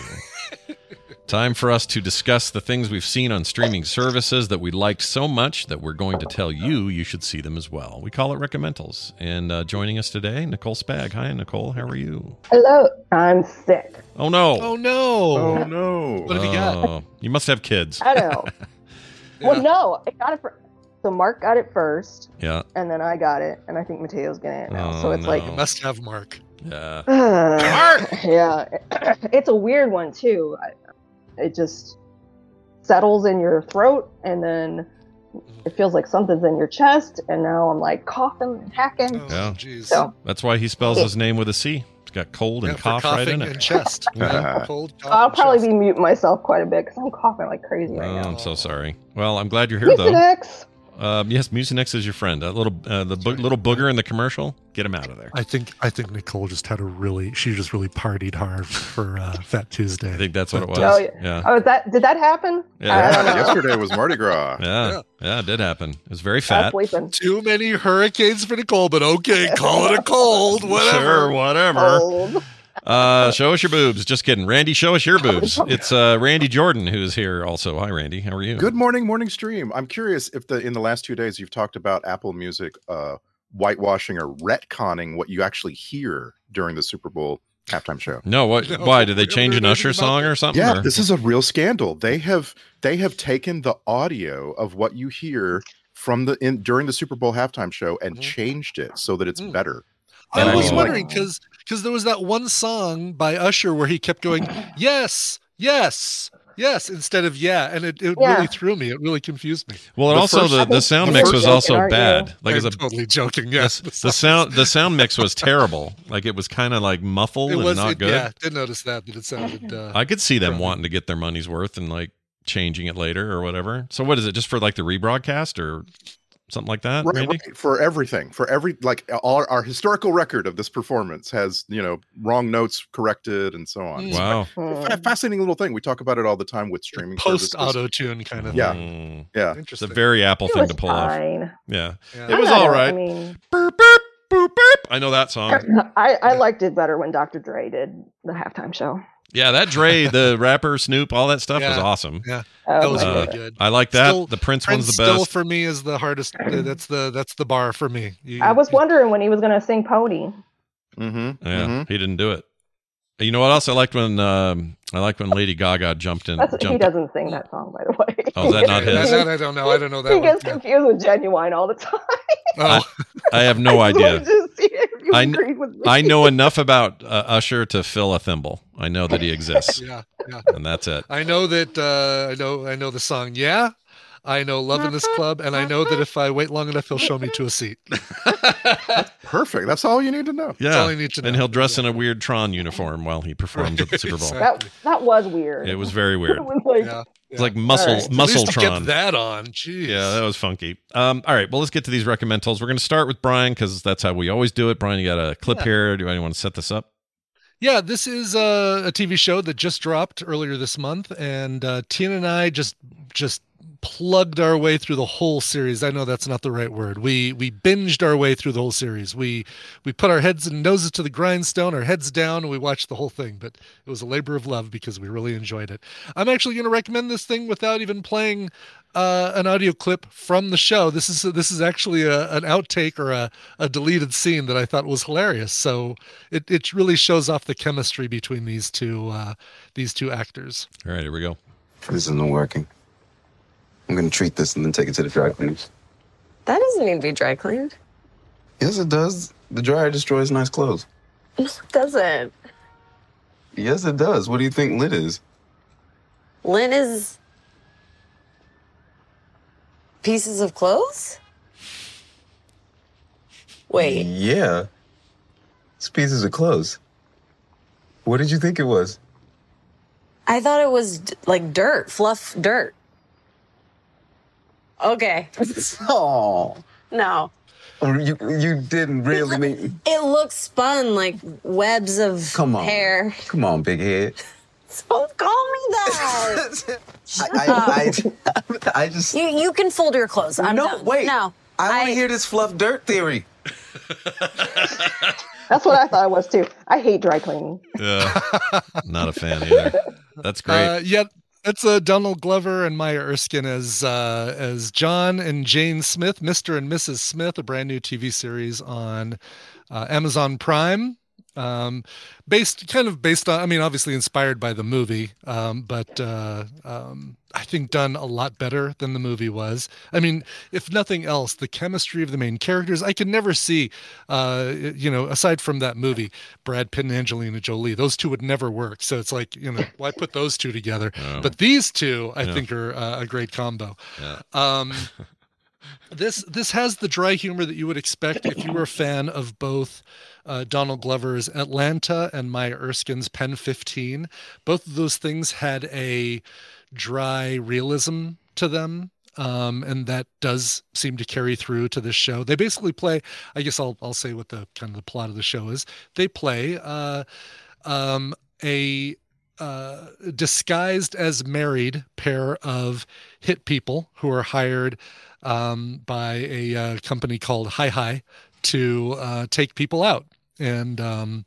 Time for us to discuss the things we've seen on streaming services that we liked so much that we're going to tell you you should see them as well. We call it recommendals. And uh, joining us today, Nicole Spag. Hi, Nicole. How are you?
Hello. I'm sick.
Oh no!
Oh no!
Oh,
no!
What have you got?
Uh, you must have kids.
I know. Well, no, I got it. For, so Mark got it first,
Yeah.
and then I got it, and I think Mateo's getting it now. so
Oh,
it's
no.
like,
You must have Mark.
Yeah.
yeah, it's a weird one too. I- It just settles in your throat, and then it feels like something's in your chest, and now I'm like coughing and
Oh,
hacking.
Yeah.
So
That's why he spells his name with a C. It's got cold and
for
cough right in
coughing
it.
and chest.
Uh-huh.
Yeah.
Cold
I'll probably be muting myself quite a bit because I'm coughing like crazy
Oh,
right now.
I'm so sorry. Well, I'm glad you're here, though.
Mucinex.
Um, yes, Mucinex is your friend. That little, uh, the bo- little booger in the commercial. Get him out of there.
I think I think Nicole just had a really she just really partied hard for uh, Fat Tuesday.
I think that's what it was.
Oh, yeah. oh, is that did that happen? I don't know.
Yesterday
was Mardi Gras.
Yeah. Yeah. it did happen. It was very fat.
Too many hurricanes for Nicole, but okay, call it a cold, whatever.
Sure, whatever. Uh, show us your boobs. Just kidding. Randy, show us your boobs. It's uh, Randy Jordan who's here also. Hi, Randy. How are you?
Good morning, morning stream. I'm curious if the in the last two days you've talked about Apple Music uh, whitewashing or retconning what you actually hear during the Super Bowl halftime show.
No, what? why? Did they change an Usher song or something?
Yeah,
or-
this is a real scandal. They have they have taken the audio of what you hear from the in during the Super Bowl halftime show and changed it so that it's better. And
I was
mean, like,
wondering because because there was that one song by Usher where he kept going yes, yes, yes instead of yeah, and it, it
Yeah.
really threw me. It really confused me.
Well, and also the, the sound mix was also bad. Like
I'm
it's a
totally joking. Yes,
the, the sound the sound mix was terrible. Like it was kind of like muffled
it
and
was
not
it-
good.
Yeah, did notice that, but it sounded. Uh,
I could see them wanting to get their money's worth and like changing it later or whatever. So what is it? Just for like the rebroadcast or something like that?
Right,
Randy?
right, for everything, for every like all our historical record of this performance has you know wrong notes corrected and so on.
Mm.
So,
Wow.
fa- fascinating little thing. We talk about it all the time with streaming services.
post auto tune kind of
Yeah,
thing.
yeah.
Mm. It's a very Apple
It
thing
was
to pull off.
fine.
Yeah.
Yeah.
It was
I'm not-
all right.
I mean,
I know that song.
I, I liked it better when Dr. Dre did the halftime show.
Yeah, that Dre, the rapper, Snoop, all that stuff was
Yeah.
awesome.
Yeah.
Oh,
That was
Uh,
really good.
I like that.
Still-
the Prince, one's the
still
best.
for me is the hardest. uh, That's the that's the bar for me. You-
Mm-hmm. I was wondering when he was going to sing Pony.
Mm-hmm.
Yeah, he didn't do it. You know what else I liked when um, I liked when Lady Gaga jumped in.
That's,
jumped
he doesn't sing that song, by the way.
Oh, is that not his?
That- that I don't know. I don't know that
he
one. Oh,
gets confused with Genuine all the time. Oh.
I, Oh, I have no idea.
Just see if you
I,
agree with me.
kn- I know enough about uh, Usher to fill a thimble. I know that he exists,
Yeah, yeah.
and that's it.
I know that. Uh, I know. I know the song. Yeah. I know love in this club, and I know that if I wait long enough, he'll show me to a seat.
Perfect. Oh, That's all you need to know.
Yeah, and he'll dress in a weird Tron uniform while he performs at the Super Bowl.
that, that was weird.
It was very weird.
It was like,
It's like muscle
All right.
muscle
At least get
tron.
that on. Jeez.
Yeah, that was funky. Um, all right, well, let's get to these recommendals. We're going to start with Brian because that's how we always do it. Brian, you got a clip
Yeah.
here. Do you want to set this up?
Yeah, this is uh, a, a TV show that just dropped earlier this month, and uh, Tina and I just just plugged our way through the whole series. I know that's not the right word. We we binged our way through the whole series. We we put our heads and noses to the grindstone, our heads down, and we watched the whole thing. But it was a labor of love because we really enjoyed it. I'm actually going to recommend this thing without even playing uh, an audio clip from the show. This is this is actually a, an outtake or a, a deleted scene that I thought was hilarious. So it it really shows off the chemistry between these two uh, these two actors.
All right, here we go.
This isn't working. I'm gonna treat this and then take it to the dry cleaners.
That doesn't need to be dry cleaned.
Yes, it does. The dryer destroys nice clothes.
No, it doesn't.
Yes, it does. What do you think lint is?
Lint is pieces of clothes? Wait.
Yeah. It's pieces of clothes. What did you think it was?
I thought it was d- like dirt, fluff dirt. Okay.
Oh,
No.
you you didn't really mean.
It looks spun like webs of
Come on.
hair.
Come on, big head.
Don't Oh, call me that. Shut up.
I, I, I just.
you, you can fold your clothes. I'm
no,
done.
wait.
No.
I want to hear this fluff dirt theory.
That's what I thought it was too. I hate dry cleaning.
Yeah. Not a fan either. That's great.
Uh, yeah, that's uh, Donald Glover and Maya Erskine as uh, as John and Jane Smith, Mister and Mrs. Smith, a brand new TV series on uh, Amazon Prime. Um, based kind of based on, I mean, obviously inspired by the movie, um, but uh, um, I think done a lot better than the movie was. I mean, if nothing else, the chemistry of the main characters, I could never see, uh, you know, aside from that movie, Brad Pitt and Angelina Jolie, those two would never work. So it's like, you know, why put those two together?
No.
But these two, I
Yeah.
think, are uh, a great combo.
Yeah.
Um, this this has the dry humor that you would expect if you were a fan of both uh, Donald Glover's Atlanta and Maya Erskine's Pen 15. Both of those things had a dry realism to them. Um, and that does seem to carry through to this show. They basically play, I guess I'll, I'll say what the kind of the plot of the show is. They play, uh, um, a, uh, disguised as married pair of hit people who are hired um, by a uh, company called Hi Hi to uh, take people out, and um,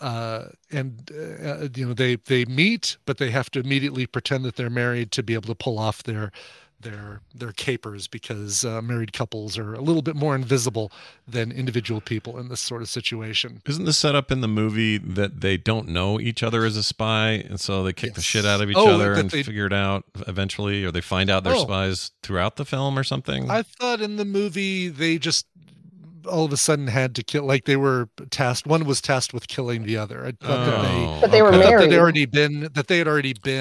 uh, and uh, you know they they meet, but they have to immediately pretend that they're married to be able to pull off their their their capers because uh, married couples are a little bit more invisible than individual people in this sort of situation.
Isn't the setup in the movie that they don't know each other as a spy, and so they kick the shit out of each
Oh,
other
that
and
they-
figure it out eventually, or they find out they're
Oh.
spies throughout the film or something?
I thought in the movie they just all of a sudden had to kill like they were tasked one was tasked with killing the other I thought that
Oh,
they,
But they were
I thought that
married.
they'd already been that they had already been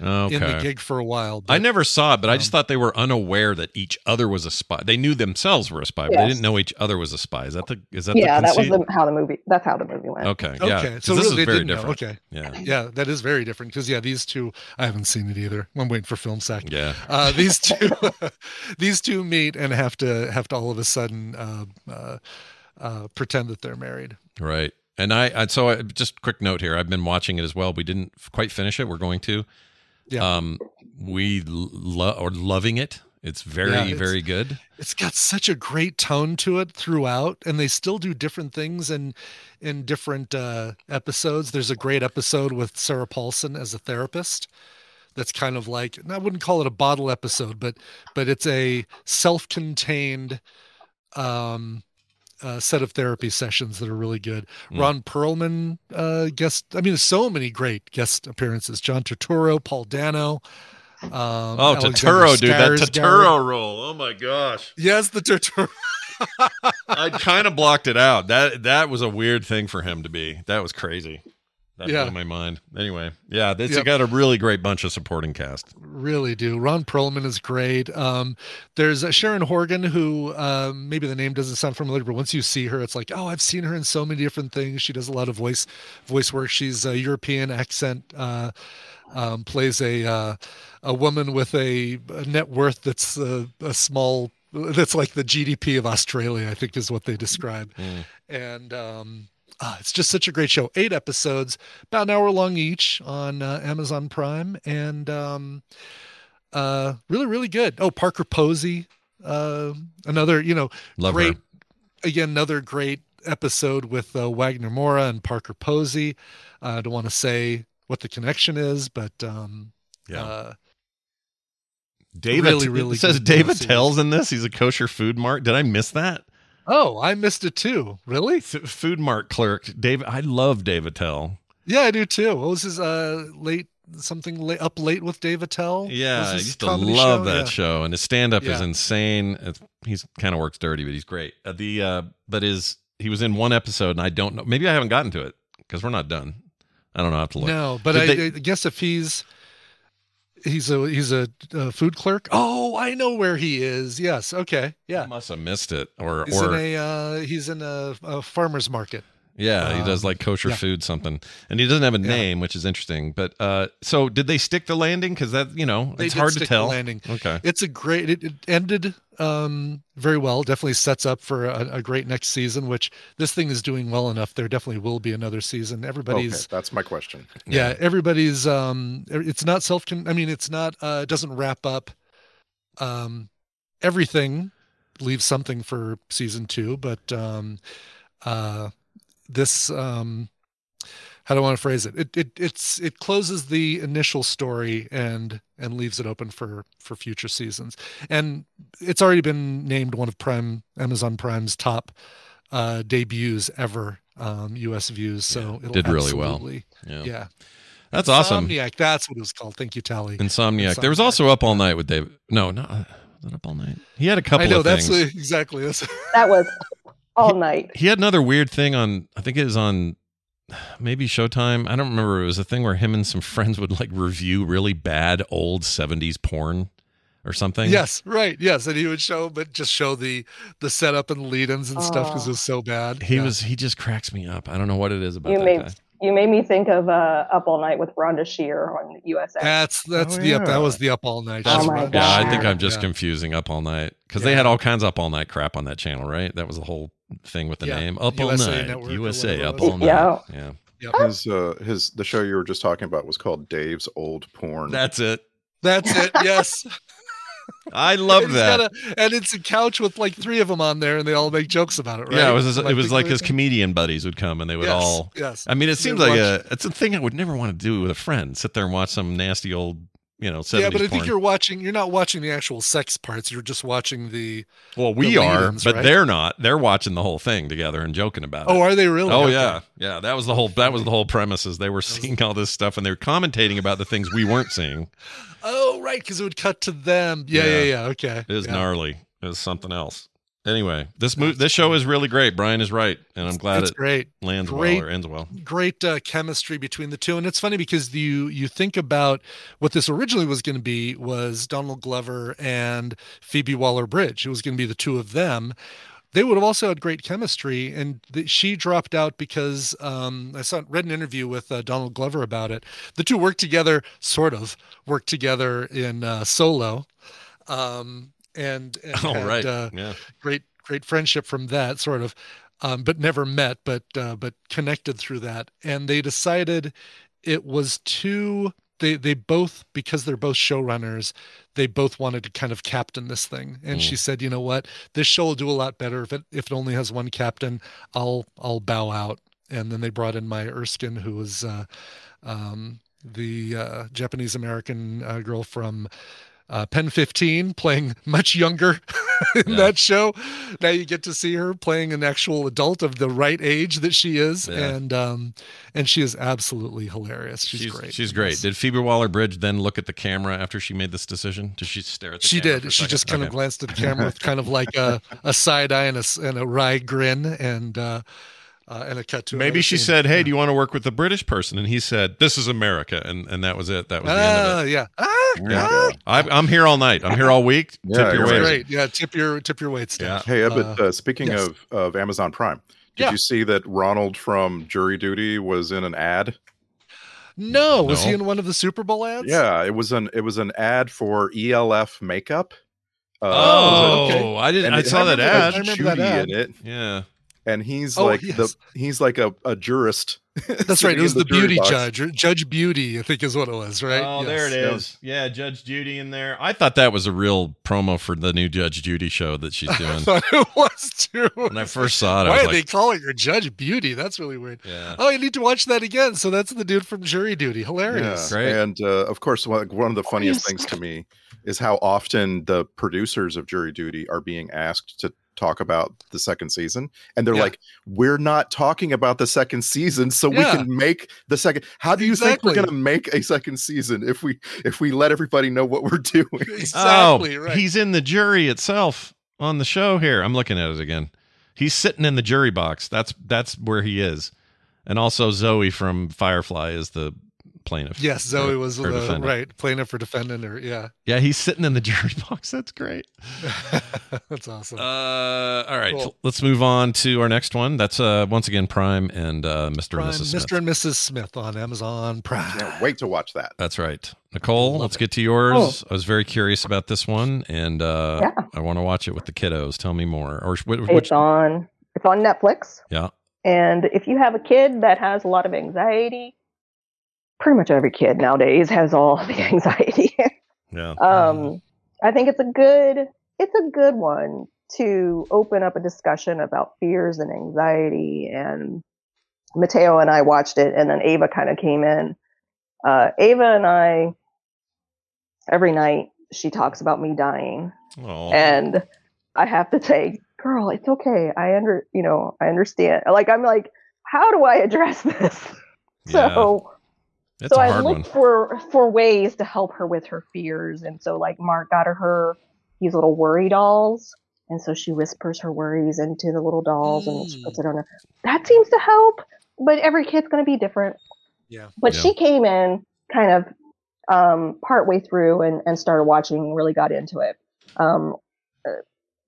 in the Oh.
Okay.
gig for a while
I never saw it, but I just thought they were unaware that each other was a spy. They knew themselves were a spy, but they
Yes.
didn't know each other was a spy. Is that the is that
yeah,
the
that was
conceit?
the, how the movie. That's how the movie went.
Okay, yeah.
okay
'cause
so really
this is
they
very
didn't know.
different.
okay
Yeah.
yeah that is very different because yeah these two i haven't seen it either i'm waiting for film sack
Yeah.
uh, these two these two meet and have to have to all of a sudden uh, uh, uh, pretend that they're married
Right. And I, I so I, just quick note here. I've been watching it as well. We didn't f- quite finish it. We're going to.
Yeah.
Um, we lo- are loving it. It's very,
Yeah, it's-
very good.
it's got such a great tone to it throughout and they still do different things in in different uh episodes there's a great episode with sarah paulson as a therapist that's kind of like and i wouldn't call it a bottle episode but but it's a self-contained um uh, set of therapy sessions that are really good.
Mm.
Ron Perlman uh, guest. I mean, so many great guest appearances. John Turturro, Paul Dano. Um,
Oh, Totoro, dude, that Totoro roll. Oh my gosh.
Yes, the Totoro.
I kind of blocked it out. That that was a weird thing for him to be. That was crazy. That
Yeah.
blew my mind. Anyway, yeah, this has
Yep.
got a really great bunch of supporting cast.
really do. Ron Perlman is great. Um, there's uh, Sharon Horgan, who uh, maybe the name doesn't sound familiar, but once you see her, it's like, oh, I've seen her in so many different things. She does a lot of voice voice work. She's a European accent. Uh, um, plays a uh, a woman with a, a net worth that's uh, a small. That's like the GDP of Australia, I think, is what they describe. And um, Ah, it's just such a great show. Eight episodes, about an hour long each on uh, Amazon Prime, and um, uh, really, really good. Oh, Parker Posey, uh, another you know
Love her.
great. Again, another great episode with uh, Wagner Mora and Parker Posey. Uh, I don't want to say what the connection is, but um,
Yeah.
uh,
David
Really, really
it says
good
David
series.
Tells in this. He's a kosher food mart. Did I miss that?
Oh, I missed it too. Really?
food mart clerk. David I love David Tell.
yeah, I do too. What was his uh, late something late, up late with Dave Attell?
Yeah,
Was
I
his
used to
comedy
love
show?
that
Yeah.
show, and his stand-up is
Yeah.
insane. It's, he's kind of works dirty, but he's great. Uh, the uh, but his he was in one episode, and I don't know. Maybe I haven't gotten to it because we're not done. I don't know. I have to look.
No, but
Did
I,
they-
I guess if he's he's a he's a, uh food clerk. Oh, I know where he is. Yes. Okay. Yeah.
must have missed it, or
He's
or
in a uh, he's in a, a farmer's market.
yeah, he does
um,
like kosher
yeah.
food something, and he doesn't have a name, which is interesting. But uh, so did they stick the landing? Because that you know
They
it's
did
hard to
stick the
tell.
landing.
Okay.
It's a great. It, it ended um, very well. Definitely sets up for a, a great next season. Which this thing is doing well enough. There definitely will be another season. Everybody's
okay, that's my question.
yeah, everybody's um e- it's not self con- i mean it's not uh it doesn't wrap up um everything leaves something for season two but um uh this um how do i want to phrase it it, it it's it closes the initial story and and leaves it open for for future seasons and it's already been named one of prime amazon prime's top uh debuts ever um us views so it'll
did really well.
absolutely-
Yeah.
yeah
That's awesome.
Insomniac. That's what it was called. Thank you, Tally.
Insomniac. There was also Up All Night with David. No, no, uh, was it Up All Night. He had a couple
I know
of
that's
things.
the, exactly that's
That was all night.
he had another weird thing on i think it was on maybe showtime i don't remember it was a thing where him and some friends would like review really bad old 70s porn or something
yes, right, yes, and he would show, but just show the the setup and lead-ins and stuff because it was so bad.
he
Yeah.
was he just cracks me up i don't know what it is about
You
that
made
guy
you made me think of uh, Up All Night with Rhonda Shear on USA.
That's that's
Oh,
the up,
yeah.
that was the up all night.
That's-
show.
my
yeah i think i'm just
Yeah.
confusing up all night because they had all kinds of up all night crap on that channel right that was the whole thing with the
Yeah.
name up
USA
all night
Network or
usa
whatever it
up
was.
all night
Yeah.
yeah
His uh his the show you were just talking about was called Dave's Old Porn.
that's it
That's it. Yes,
i love
And he's
that
got a- and it's a couch with like three of them on there, and they all make jokes about it. Right?
Yeah, it was his,
Am I
it was like
thinking
his comedian buddies would come and they would
Yes,
all.
yes.
I mean, it
They'd
seems like
watch-
a it's a thing I would never want to do with a friend. Sit there and watch some nasty old, you know,
right?
seventies
Yeah, but I think
porn.
you're watching. You're not watching the actual sex parts. You're just watching the.
well, we
the
are,
lead-ins,
but
right?
they're not. They're watching the whole thing together and joking about it.
Oh, are they really?
Oh
Okay.
yeah, yeah. That was the whole. That was the whole premise. Is they were seeing all this stuff and they were commentating about the things we weren't seeing.
Oh, right, because it would cut to them. Yeah, yeah, yeah. Okay.
It was
yeah.
gnarly. It was something else. Anyway, this mo- this show is really great. Brian is right, and I'm glad
It's
it
great.
lands
Great.
well or ends well.
Great uh, chemistry between the two, and it's funny because you you think about what this originally was going to be was Donald Glover and Phoebe Waller Bridge. It was going to be the two of them. They would have also had great chemistry, and th- she dropped out because um, I saw read an interview with uh, Donald Glover about it. The two worked together, sort of worked together in uh, Solo, um, and, and
All
had,
right.
uh,
Yeah.
great great friendship from that sort of um, but never met but uh, but connected through that and they decided it was too they they both because they're both showrunners they both wanted to kind of captain this thing and she
Mm.
said you know what this show will do a lot better if it if it only has one captain i'll i'll bow out and then they brought in Maya Erskine who was uh, um, the uh, Japanese American uh, girl from uh, Pen 15 playing much younger in
Yeah.
that show. Now you get to see her playing an actual adult of the right age that she is,
Yeah.
and um, and she is absolutely hilarious. She's, great.
She's great. Did Phoebe Waller Bridge then look at the camera after she made this decision? Did she stare at the
She
camera? for a
did. She
second?
just kind of
Okay.
glanced at the camera with kind of like a, a side eye and a, s- and a wry grin and uh, uh, and a cut to.
Maybe
another
she
scene.
said, Hey, do you want to work with the British person? And he said, This is America. And and that was it. That was the end of
Ah,
it.
yeah. Ah,
Yeah. I, I'm here all night. I'm here all week.
Yeah,
Tip your
you're
waiters.
great. Yeah, tip your tip your weight staff.
Hey, Ebbett, uh, speaking
yes.
of of Amazon Prime, did
Yeah.
you see that Ronald from Jury Duty was in an ad?
No, was he
No.
in one of the Super Bowl ads?
yeah, it was an it was an ad for ELF makeup.
Oh,
it was a-
I didn't-
Oh,
and
I
it
saw
had
that ad.
a
I remember
Judy
that ad.
in it.
Yeah.
and he's
Oh,
like
yes.
the he's like a, a jurist.
That's right.
sitting
It was
in
the,
jury
beauty
box.
judge. or Judge Beauty, I think is what it was, right?
Oh,
Yes.
there it is. Yeah, Judge Judy in there. I thought that was a real promo for the new Judge Judy show that she's
I
doing.
thought it was too.
when I first saw it,
Why
I
are
was
they
like,
calling her Judge Beauty? That's really weird.
Yeah.
Oh, you need to watch that again. So that's the dude from Jury Duty.
Yeah.
Hilarious.
And uh, of course, one, one of the funniest things to me is how often the producers of Jury Duty are being asked to talk about the second season, and they're
Yeah.
like, "We're not talking about the second season, so
Yeah.
we can make the second. How do you think we're
Exactly.
going to make a second season if we if we let everybody know what we're doing?
oh, he's in the jury itself on the show here. I'm looking at it again. He's sitting in the jury box. That's that's where he is. And also Zoe from Firefly is the plaintiff.
Yes, Zoe
or-
was
or
the
defendant.
right plaintiff or defendant, or yeah,
Yeah, he's sitting in the jury box. That's great.
that's awesome.
Uh, all right,
Cool.
let's move on to our next one. That's uh once again Prime and uh, Mr.
Prime,
and Mrs. Smith.
Mr. and Mrs. Smith on Amazon Prime.
Can't wait to watch that.
That's right. Nicole, let's get to yours. I was very curious about this one, and uh,
Oh. Yeah.
I want to watch it with the kiddos. Tell me more. Or which,
It's on it's on Netflix.
yeah,
And if you have a kid that has a lot of anxiety, pretty much every kid nowadays has all the anxiety.
yeah.
um, I think it's a good it's a good one to open up a discussion about fears and anxiety. And Mateo and I watched it, and then Ava kind of came in. Uh, Ava and I every night she talks about me dying
Oh,
and I have to say, girl, it's okay. I under, you know, I understand. Like I'm like, how do I address this? so,
That's
so
a
I
hard
look
one.
for for ways to help her with her fears, and so like Mark got her her these little worry dolls, and so she whispers her worries into the little dolls, and she
Mm.
puts it on her. That seems to help, but every kid's going to be different.
Yeah.
But she came in kind of um, partway through and, and started watching and really got into it. Um, uh,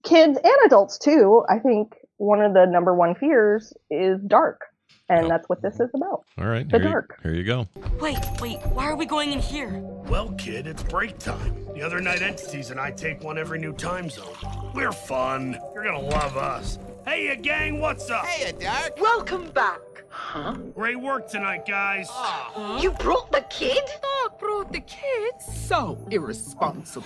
kids and adults, too, I think one of the number one fears is dark. And that's what this is about.
All right.
The
here you-
dark.
here you go.
Wait, wait, why are we going in here?
Well, kid, it's break time. The other night entities and I take one every new time zone. We're fun. You're gonna love us. Hey, you gang, what's up? Hey, Dark. Welcome back. Huh? Great work tonight, guys.
You brought the kid?
Doc brought the kid? So irresponsible.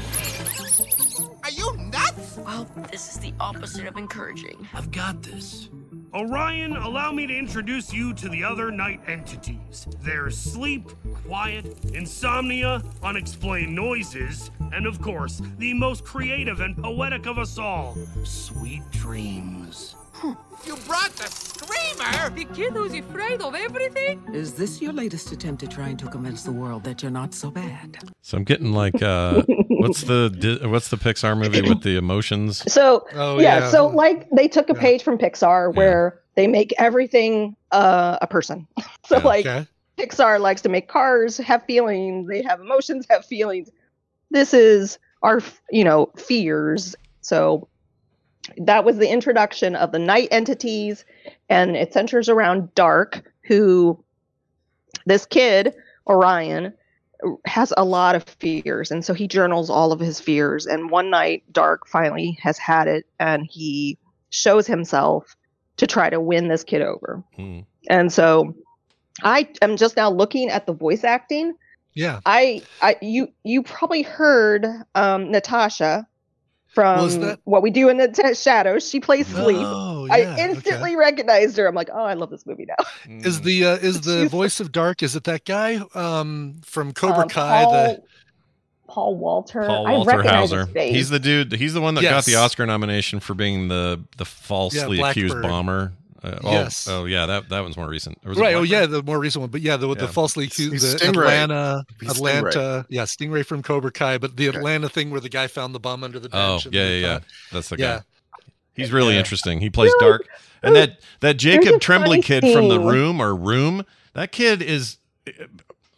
Are you nuts? Well, this is the opposite of encouraging. I've got this.
Orion, allow me to introduce you to the other night entities. There's sleep, quiet, insomnia, unexplained noises, and of course, the most creative and poetic of us all sweet dreams.
You brought the screamer? The kid who's afraid of everything?
Is this your latest attempt at trying to convince the world that you're not so bad?
So I'm getting like, uh, what's the di- what's the Pixar movie with the emotions?
So
Oh,
yeah,
yeah.
so like they took a page from Pixar where they make everything uh, a person. so like Pixar likes to make cars have feelings, they have emotions, have feelings. This is our you know fears. So that was the introduction of the night entities, and it centers around Dark, who this kid Orion has a lot of fears and so he journals all of his fears and one night dark finally has had it and he shows himself to try to win this kid over
Mm.
and so i am just now looking at the voice acting
Yeah.
i, I you you probably heard um natasha from
Was that-
what we do in the T- shadows she plays sleep
Oh, yeah,
i
okay.
instantly recognized her i'm like oh i love this movie now
Is the uh, is the voice of Dark? Is it that guy um, from Cobra Kai? the
paul walter
Paul
I
Walter
recognize
Hauser.
his face.
He's the dude. He's the one that got the
Yes.
Oscar nomination for being the the falsely
Yeah,
accused
Blackbird.
bomber. Uh, oh,
Yes.
Oh yeah, that that one's more recent. Or was it
right. Oh
Blackbird?
yeah, the more recent one. But yeah, the the
Yeah.
falsely accused,
He's
the
Stingray.
Atlanta,
He's Stingray.
Atlanta. Yeah, Stingray from Cobra Kai. But the Atlanta thing where the guy found the bomb under the
Oh
bench. and
yeah,
they
yeah, yeah.
thought-
That's the
Yeah.
guy. He's really interesting. He plays dark, and that that
There's a
Jacob
funny
Tremblay kid from the
scene.
room or room. That kid is.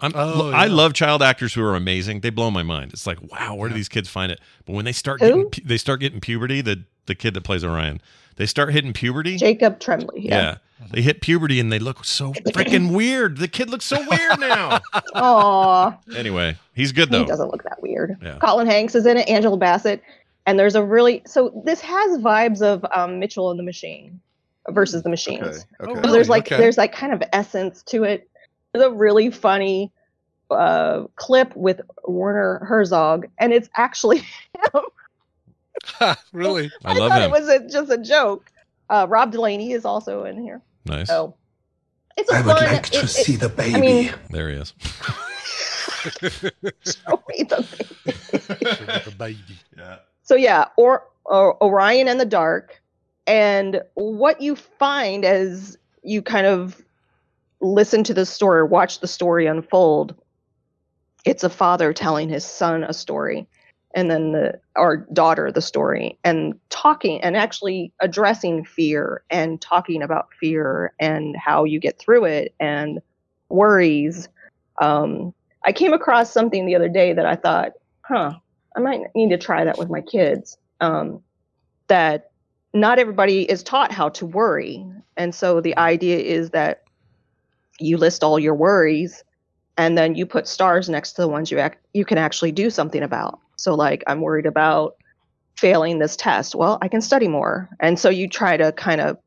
I'm,
Oh,
I
yeah.
love child actors who are amazing. They blow my mind. It's like, wow, where do these kids find it? But when they start
Who?
getting, pu- they start getting puberty. The the kid that plays Orion, they start hitting puberty.
jacob tremblay yeah.
yeah. they hit puberty and they look so freaking weird. The kid looks so weird now.
Aw,
anyway, he's good though.
he doesn't look that weird.
Yeah.
Colin Hanks is in it, Angela Bassett, and there's a really so this has vibes of um, Mitchell and the Machine. versus the machines.
Okay,
So Oh, there's like
okay.
there's like kind of essence to it. There's a really funny uh, clip with Werner Herzog, and it's actually
really?
I, thought it was a, just a joke. Uh, Rob Delaney is also in here.
Nice.
So it's a
I
fun.
would like to
it- it-
see the
I mean,
There he is.
show me the baby.
the baby.
Yeah.
So yeah, or, or Orion and the Dark, and what you find as you kind of listen to the story, or watch the story unfold. It's a father telling his son a story, and then the or daughter the story, and talking and actually addressing fear and talking about fear and how you get through it and worries. Um, I came across something the other day that I thought, huh, I might need to try that with my kids. Um, that not everybody is taught how to worry. And so the idea is that you list all your worries and then you put stars next to the ones you ac- you can actually do something about. So like I'm worried about failing this test. Well, I can study more. And so you try to kind of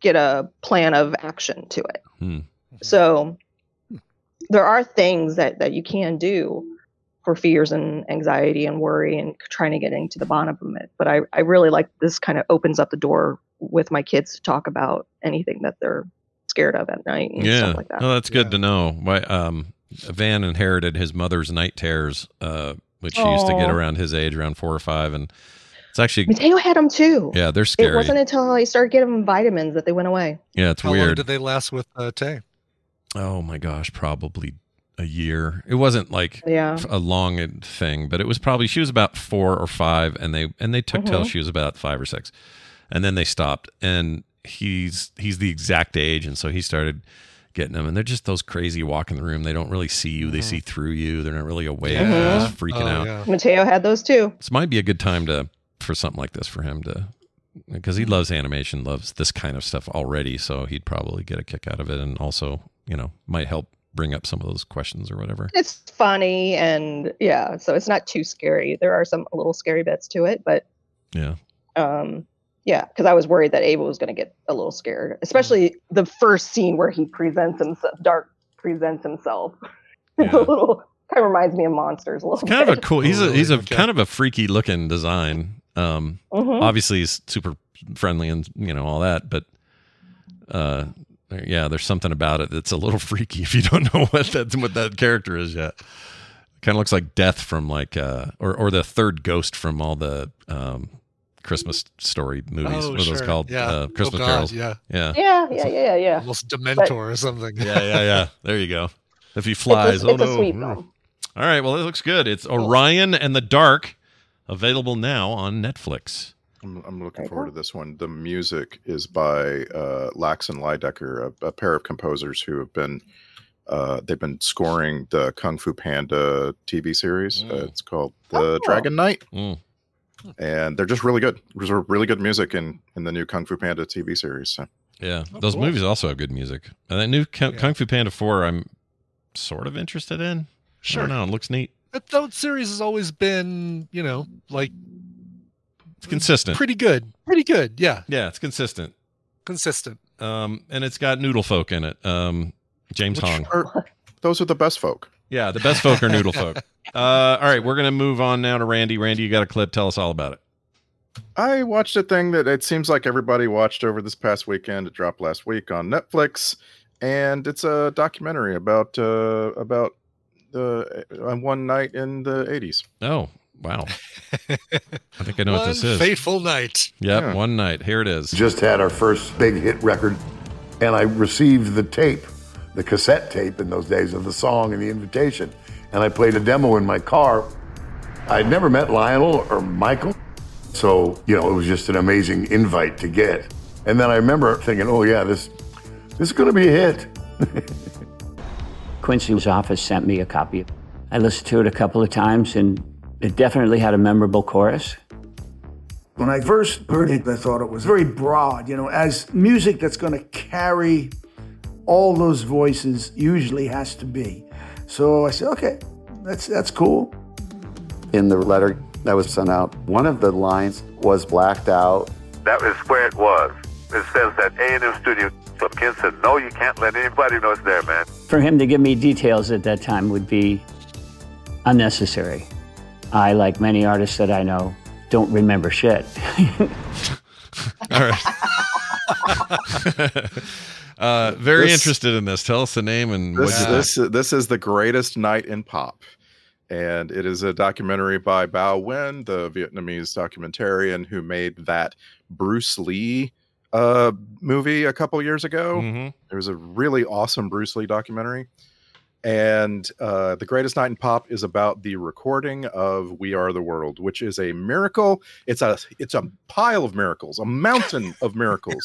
get a plan of action to it.
Hmm.
So there are things that, that you can do for fears and anxiety and worry and trying to get into the bottom of it. But I, I really like this kind of opens up the door with my kids to talk about anything that they're scared of at night and
yeah.
stuff like that.
No, that's good to know. My um, Van inherited his mother's night terrors, uh, which she used to get
Aw.
around his age, around four or five, and it's actually
Mateo had them too.
yeah, they're
It
scary.
wasn't until I started giving them vitamins that they went away.
Yeah, it's
How long
weird.
did they last with uh, Tay?
oh my gosh, probably a year. It wasn't like
Yeah.
f- a long thing, but it was probably she was about four or five, and they and they took till
Mhm.
she was about five or six, and then they stopped. And he's he's the exact age, and so he started getting them, and they're just those crazy walk in the room. They don't really see you; they see through you. They're not really awake. They're just
Oh,
freaking out.
Mateo had those too.
This might be a good time to for something like this for him to because he loves animation, loves this kind of stuff already, so he'd probably get a kick out of it and also, you know, might help bring up some of those questions or whatever.
It's funny and yeah, so it's not too scary. There are some little scary bits to it, but
Yeah.
um yeah because i was worried that abel was going to get a little scared especially the first scene where he presents himself dark presents himself it's a little kind of reminds me of monsters a little
Kind of
bit
a cool. He's a he's a kind of a freaky looking design. Um
Mhm.
obviously he's super friendly and, you know, all that, but uh yeah, there's something about it that's a little freaky if you don't know what that what that character is yet. Kind of looks like Death from like uh or or the third ghost from all the um Christmas story movies.
Oh,
what are those
sure.
called?
Yeah.
Uh,
Oh,
Christmas
God,
carols.
yeah.
Yeah.
yeah yeah yeah yeah
almost Dementor or something.
Yeah, yeah, yeah. There you go. If he flies,
it's
oh
a
no.
sweet
Mm.
film.
All right, well, it looks good. It's Orion and the Dark, available now on Netflix.
I'm, I'm looking forward to this one. The music is by uh, Lax and Lidecker, a, a pair of composers who have been uh, they've been scoring the Kung Fu Panda TV series. Uh, it's called The Dragon Knight, and they're just really good. There's really good music in in the new Kung Fu Panda TV series. So.
Yeah,
Oh,
those
cool.
movies also have good music. And that new Kung, Kung Fu Panda Four, I'm sort of interested in. I
Sure.
don't know. It looks neat.
That that series has always been, you know, like
It's consistent.
pretty good, pretty good. Yeah,
Yeah, it's consistent.
consistent.
Um, and it's got Noodle Folk in it. Um, James Hong.
Are, those are the best folk.
Yeah, the best folk are Noodle Folk. Uh, all right, we're gonna move on now to Randy. Randy, you got a clip? Tell us all about it.
I watched a thing that it seems like everybody watched over this past weekend. It dropped last week on Netflix, and it's a documentary about uh, about the uh, one night in the '80s.
Oh, wow. I think I know what this
One
is.
fateful night.
Yep, one night. Here it is.
Just had our first big hit record, and I received the tape, the cassette tape in those days of the song and the invitation, and I played a demo in my car. I'd never met Lionel or Michael, so you know it was just an amazing invite to get. And then I remember thinking, "Oh yeah, this this is going to be a hit."
Quincy's office sent me a copy. I listened to it a couple of times, and it definitely had a memorable chorus.
When I first heard it, I thought it was very broad, you know, as music that's going to carry all those voices usually has to be. So I said, okay, that's that's cool.
In the letter that was sent out, one of the lines was blacked out.
That was where it was.
It says that A&M Studio. Some kid said, no, you can't let anybody know it's there, man.
For him to give me details at that time would be unnecessary. I, like many artists that I know, don't remember shit.
All right. uh, very
This-
interested in this. Tell us the name and what
This,
you
this, this is the greatest night in pop. And it is a documentary by Bao Wen, the Vietnamese documentarian who made that Bruce Lee uh, movie a couple years
Oh.
ago.
Mm-hmm.
It was a really awesome Bruce Lee documentary. And uh, The Greatest Night in Pop is about the recording of We Are the World, which is a miracle. It's a it's a pile of miracles, a mountain of miracles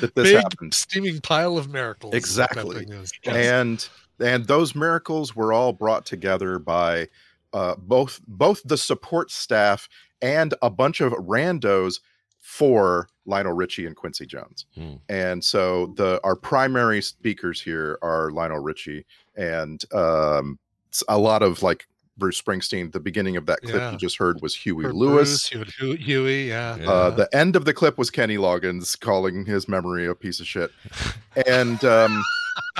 that this
Big
happened.
steaming pile of miracles. that
Exactly.
thing is.
And and those miracles were all brought together by uh, both both the support staff and a bunch of randos for Lionel Richie and Quincy Jones.
Hmm.
And so the our primary speakers here are Lionel Richie and um, s- a lot of like Bruce Springsteen. The beginning of that clip
Yeah.
you just heard was Huey
For
Lewis.
Bruce, you had Hu- Huey, yeah.
Uh, the end of the clip was Kenny Loggins calling his memory a piece of shit, and um,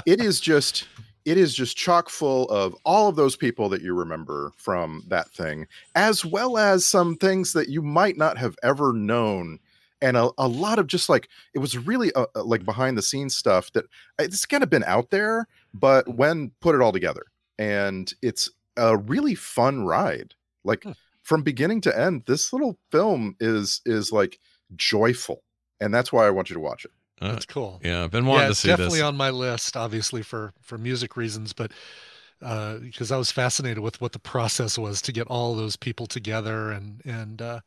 it is just it is just chock full of all of those people that you remember from that thing, as well as some things that you might not have ever known, and a, a lot of just like it was really uh uh, like behind the scenes stuff that uh, it's kind of been out there, but when put it all together, and it's a really fun ride, like from beginning to end this little film is is like joyful and that's why i want you to watch it
got.
That's cool.
Yeah, I've been wanting
Yeah,
to
it's
see
definitely
this.
on my list, obviously for for music reasons, but uh, because I was fascinated with what the process was to get all those people together and and uh,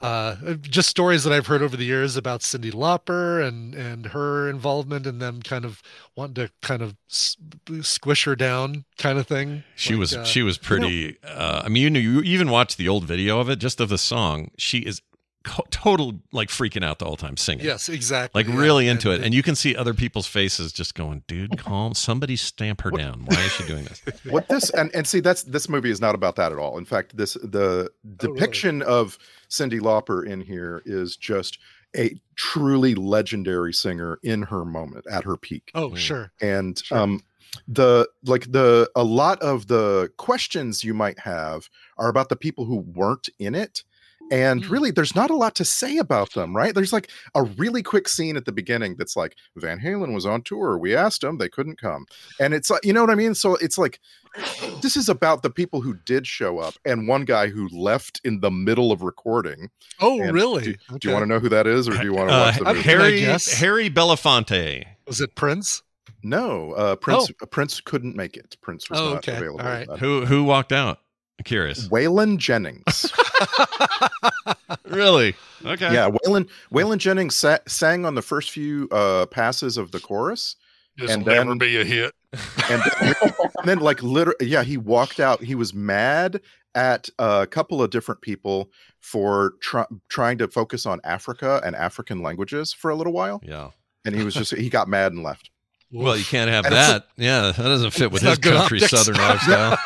uh, just stories that I've heard over the years about Cindy Lauper and and her involvement and them kind of wanting to kind of s- squish her down kind of thing.
She
Like,
was
uh,
she was
you know,
pretty. uh, I mean, you, knew, you even watched the old video of it, just of the song. She is co- total like freaking out the whole time singing.
Yes, exactly,
Like
yeah.
really into it, and you can see other people's faces just going, "Dude, calm. Somebody stamp her down. Why is she doing this?"
what this and, and see that's this movie is not about that at all in fact this the depiction of cindy lauper in here is just a truly legendary singer in her moment at her peak
Oh,
Mm.
sure.
and um the like the a lot of the questions you might have are about the people who weren't in it and really there's not a lot to say about them right there's like a really quick scene at the beginning that's like van halen was on tour we asked them they couldn't come and it's like you know what i mean so it's like this is about the people who did show up and one guy who left in the middle of recording
Oh,
And
really?
do, do you
Okay.
want to know who that is or do you want to
Uh,
watch the movie?
Harry Harry Belafonte.
Was it Prince?
No, uh, Prince. Prince couldn't make it. Prince was
Oh,
not
okay.
available.
All right. Who who walked out? I'm curious.
Waylon Jennings.
really? Okay.
Yeah, Waylon Waylon Jennings sa- sang on the first few uh, passes of the chorus.
This will never be a hit.
and, then, and then, like literally, yeah, he walked out. He was mad at a couple of different people for try- trying to focus on Africa and African languages for a little while.
Yeah,
and he was just he got mad and left.
Well, you can't have
And it's
that.
like-
yeah, that doesn't fit with
It's not
his
good
country
optics.
southern lifestyle.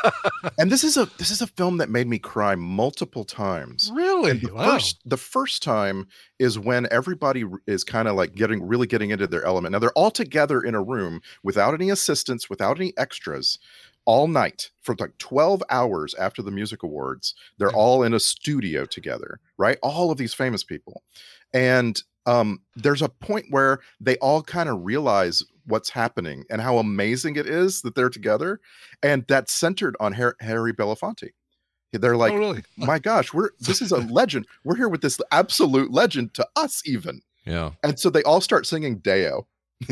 and this is a this is a film that made me cry multiple times.
Really?
And the
Wow.
first the first time is when everybody r- is kind of like getting really getting into their element. Now they're all together in a room without any assistance, without any extras. All night for like 12 hours after the music awards, they're
Mm.
all in a studio together, right? All of these famous people. And um, there's a point where they all kind of realize what's happening and how amazing it is that they're together. And that's centered on Har- Harry Belafonte. They're like,
oh, really?
my gosh, we're this is a legend. We're here with this absolute legend to us, even.
Yeah.
And so they all start singing Deo.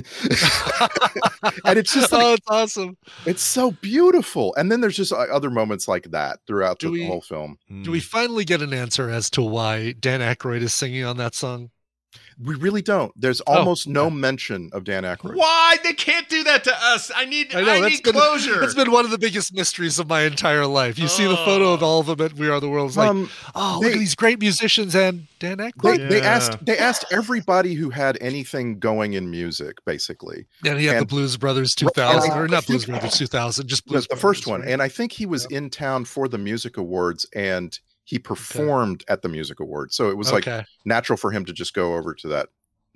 and it's just like,
oh, it's awesome.
it's so beautiful. And then there's just like, other moments like that throughout the
we-
whole film.
Do we finally get an answer as to why Dan Aykroyd is singing on that song?
We really don't. There's almost
Oh.
no mention of Dan Aykroyd.
Why they can't do that to us? I need I,
that's
need
been,
closure.
That's been one of the biggest mysteries of my entire life. You see the photo
Oh.
of all of them at We Are the World. It's like,
Um,
oh, look
they-
at these great musicians and Dan
They,
Aykroyd.
they asked they asked everybody who had anything going in music, basically.
And he had the
And-
Blues Brothers
Right,
2000,
and
or
I
not
think-
Blues Brothers 2000, just
No,
Blues
the first one. And I think he was in town for the music awards and he performed at the music awards. So it was
Okay.
like natural for him to just go over to that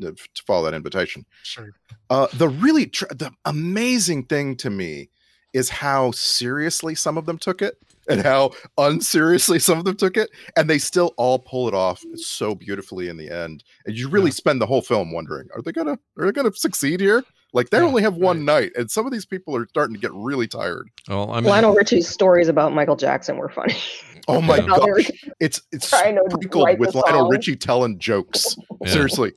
uh, to follow that invitation.
Sure.
Uh, the really tr- the amazing thing to me is how seriously some of them took it and how unseriously some of them took it and they still all pull it off so beautifully in the end and you really spend the whole film wondering are they gonna are they gonna succeed here like they only have one night and some of these people are starting to get really tired
Oh,
I mean-
Lionel Richie's stories about Michael Jackson were funny.
oh my
How they were
gosh it's it's
trying to
sprinkled
write
with
the
lionel
song.
richie telling jokes
Yeah.
seriously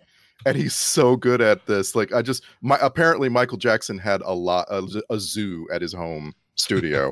and he's so good at this like i just my apparently michael jackson had a lot a, a zoo at his home studio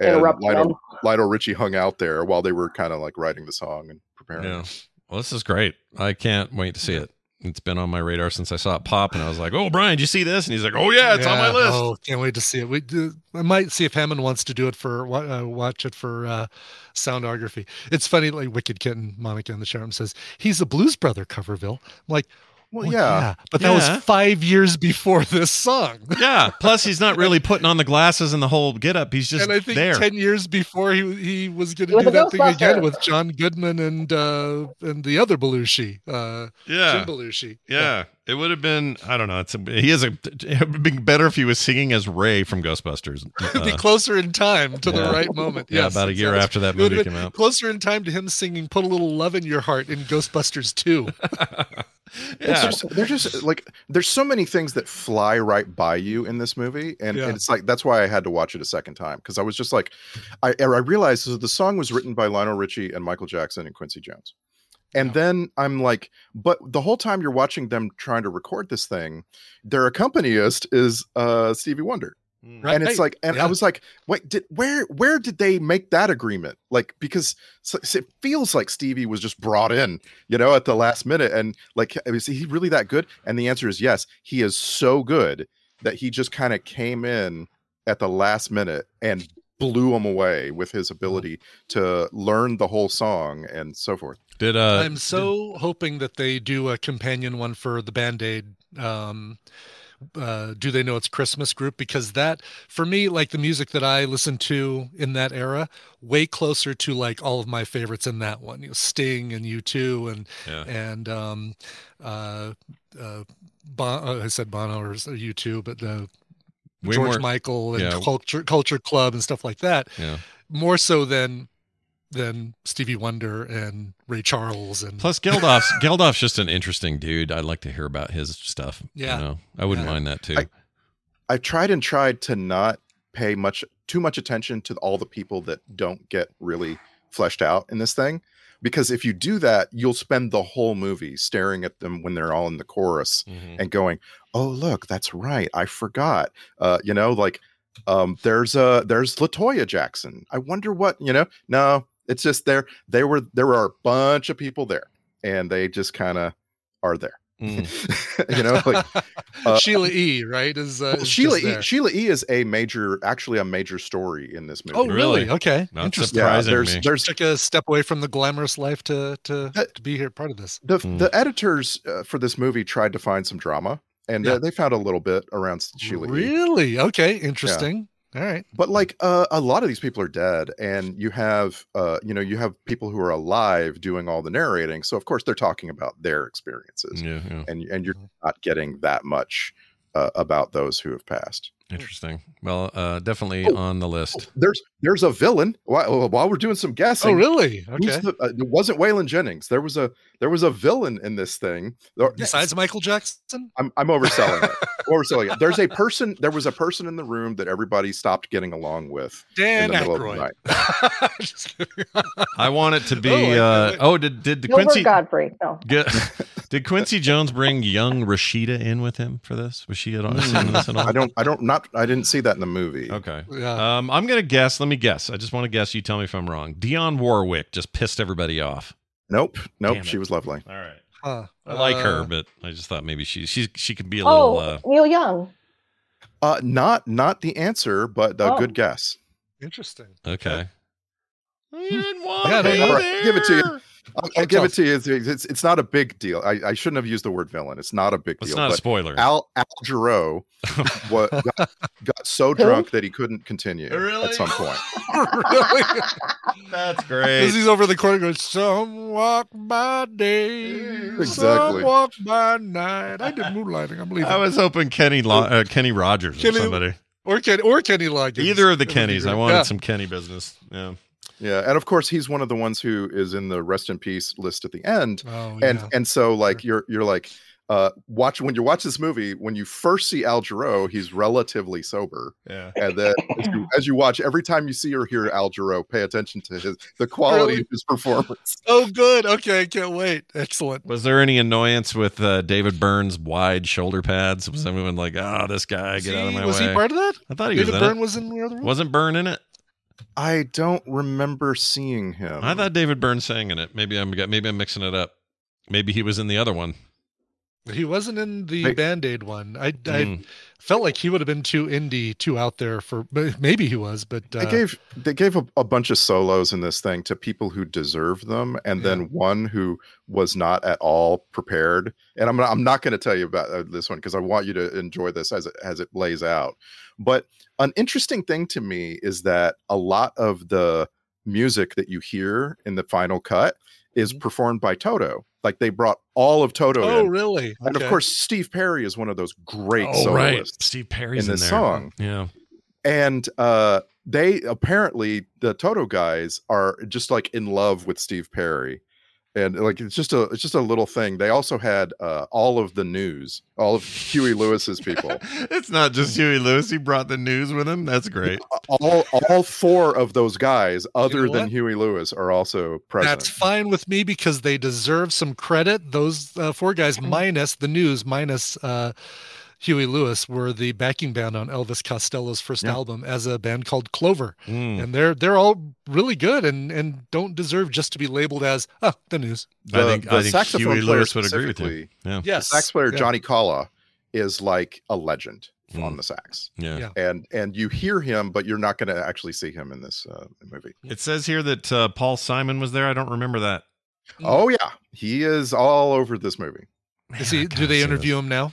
and
Interrupt them.
Lionel, Lionel Richie hung out there while they were kind of like writing the song and preparing.
Yeah. Well, this is great. I can't wait to see it. It's been on my radar since I saw it pop, and I was like, "Oh, Brian, did you see this?" And he's like, "Oh yeah, it's on my list."
Oh, can't wait to see it. We do, I might see if Hammond wants to do it for wa- uh, watch it for uh, soundography. It's funny, like Wicked Kitten, Monica in the Charm says he's a Blues Brother coverville. I'm like, well, yeah.
yeah.
but that
Yeah.
was five years before this song.
Yeah. Plus, he's not really putting on the glasses and the whole getup. He's just
and I think
there.
ten years before he he was going
He
to
was
do
a
that thing again
Ghostbuster.
with John Goodman and uh and the other Belushi, uh,
yeah.
Jim Belushi.
Yeah. It would have been. I don't know. It's a, he is a. It would have been better if he was singing as Ray from Ghostbusters.
be
Uh,
closer in time to
yeah.
the right moment.
Yeah,
Yes,
about a
it's-
year
it's-
after that
it would've
movie
been
came out.
Closer in time to him singing "Put a Little Love in Your Heart" in Ghostbusters Two.
It's just, they're just like there's so many things that fly right by you in this movie, and,
Yeah.
and it's like that's why I had to watch it a second time because I was just like, I er, I realized so the song was written by Lionel Richie and Michael Jackson and Quincy Jones, and then I'm like, but the whole time you're watching them trying to record this thing, their accompanist is uh Stevie Wonder.
Mm.
Right.
And it's like, and I was like, wait, did where where did they make that agreement? Like, because so, so it feels like Stevie was just brought in, you know, at the last minute, and like, is he really that good? And the answer is yes. He is so good that he just kind of came in at the last minute and blew him away with his ability to learn the whole song and so forth.
did uh,
I'm so hoping that they do a companion one for the Band Aid. Um, uh, do they know it's Christmas group? Because that, for me, like the music that I listened to in that era, way closer to like all of my favorites in that one. You know, Sting and U two and
Yeah.
and um, uh, uh, bon- uh, I said Bono or U two, but uh,
Way
George
more-
Michael and
yeah.
Culture Culture Club and stuff like that
yeah.
more so than than Stevie Wonder and Ray Charles and
Plus, Geldof's Geldof's just an interesting dude. I'd like to hear about his stuff. you
Yeah.
know? I wouldn't mind that too.
I- I've tried and tried to not pay much too much attention to all the people that don't get really fleshed out in this thing because if you do that you'll spend the whole movie staring at them when they're all in the chorus
Mm-hmm.
and going oh look that's right i forgot uh you know like um there's uh there's latoya jackson i wonder what you know no it's just there they were there were a bunch of people there and they just kind of are there
Mm.
you know like uh,
Sheila E. Right is, uh,
well,
is
Sheila
just
E.
there.
Sheila E. is a major, actually a major story in this movie.
Oh really? Okay,
Not
interesting.
surprising Yeah, there's- me.
there's took a step away from the glamorous life to to,
Uh,
to be here part of this.
The
Mm,
the editors uh, for this movie tried to find some drama, and
Yeah.
uh, they, they found a little bit around Sheila. E.
really okay, interesting. All right.
But like uh, a lot of these people are dead, and you have uh, you know you have people who are alive doing all the narrating. So of course they're talking about their experiences,
Yeah, yeah.
and and you're
Mm-hmm.
not getting that much uh, about those who have passed.
Interesting. Well, uh, definitely on the list.
There's there's a villain. While, while we're doing some guessing,
Oh, really?
who's
Okay.
the- uh, it wasn't Waylon Jennings. There was a there was a villain in this thing. There-
Besides Michael Jackson,
I'm, I'm overselling it. overselling it. There's a person. There was a person in the room that everybody stopped getting along with.
Dan
in the middle of the
Aykroyd.
night.
I want it to be.
Oh, I-
uh, oh did did the
Gilbert
Quincy
Godfrey. No.
Ge- did Quincy Jones bring young Rashida in with him for this? Was she at all? in this at all?
I don't. I don't. Not. I didn't see that in the movie.
Okay. Um, I'm gonna guess. Let me guess. I just want to guess. You tell me if I'm wrong. Dionne Warwick just pissed everybody off.
Nope. Nope.
Damn it.
She was lovely.
All right.
Huh.
I like her,
Uh,
but I just thought maybe she she she could be a
Oh,
little. Uh,
Neil Young.
Uh, not not the answer, but a
Oh.
good guess.
Interesting.
okay.
Yeah, I don't
All
know.
right, give it to you. I'll, I'll give it to you. It's, it's, it's not a big deal. I, I shouldn't have used the word villain. It's not a big
It's
deal.
not a
but
spoiler.
Al Al Jarreau wa- got, got so
Who?
drunk that he couldn't continue
Really?
at some point.
That's
Because
great.
he's over the corner going, Some walk by day, some
Exactly.
walk by night. I did moonlighting. I'm leaving.
I was hoping Kenny Lo- uh, Kenny Rogers
Kenny-
or somebody.
Or Kenny, or Kenny Loggins.
Either of the
That would be
Kennys. I
great.
wanted
Yeah.
some Kenny business. Yeah.
Yeah, and of course he's one of the ones who is in the rest in peace list at the end.
Oh,
and
yeah.
and so like you're you're like uh watch when you watch this movie when you first see Al Jarreau he's relatively sober.
Yeah.
And then as you, as you watch every time you see or hear Al Jarreau pay attention to his the quality
Really?
of his performance.
Oh, good. Okay. I can't wait. Excellent.
Was there any annoyance with uh, David Burns' wide shoulder pads? Was everyone like, "Ah, this guy, get out of
He-
my
was
way"?
he part of that?
I thought he
David
was. in
Byrne
it.
was in the other one?
Wasn't Byrne in it?
I don't remember seeing him.
I thought David Byrne sang in it. Maybe I'm maybe I'm mixing it up. Maybe he was in the other one.
He wasn't in the
Hey.
Band Aid one. I, I
Mm.
felt like he would have been too indie, too out there for. but Maybe he was, but uh,
they gave they gave a, a bunch of solos in this thing to people who deserve them, and then one who was not at all prepared. And I'm not- I'm not going to tell you about uh, this one because I want you to enjoy this as it as it plays out. But an interesting thing to me is that a lot of the music that you hear in the final cut is performed by Toto. Like they brought all of Toto
Mm-hmm. Oh,
in.
really?
And
Okay.
of course, Steve Perry is one of those great
Oh, right.
soloists.
Steve Perry's
in
in
this
there.
song
Yeah.
and uh they apparently the toto guys are just like in love with steve perry and like it's just a it's just a little thing they also had uh all of the news all of huey lewis's people
It's not just Huey Lewis. He brought the news with him. That's great.
all all four of those guys other
know
than
what?
huey lewis are also present
that's fine with me because they deserve some credit. Those uh, four guys,
Mm-hmm.
minus the news, minus uh, Huey Lewis, were the backing band on Elvis Costello's first
Yeah. Hmm.
album as a band called Clover,
Mm.
and they're they're all really good and and don't deserve just to be labeled as oh the news.
I think I think Huey Lewis would agree with you.
specifically,
Yeah. Hmm.
Yes.
the sax player
Yeah.
Johnny Calla is like a legend on the sax.
Yeah.
and and you hear him, but you're not going to actually see him in this uh, movie.
It says here that uh, Paul Simon was there. I don't remember that.
Oh yeah, he is all over this movie.
Is he, do they interview him now?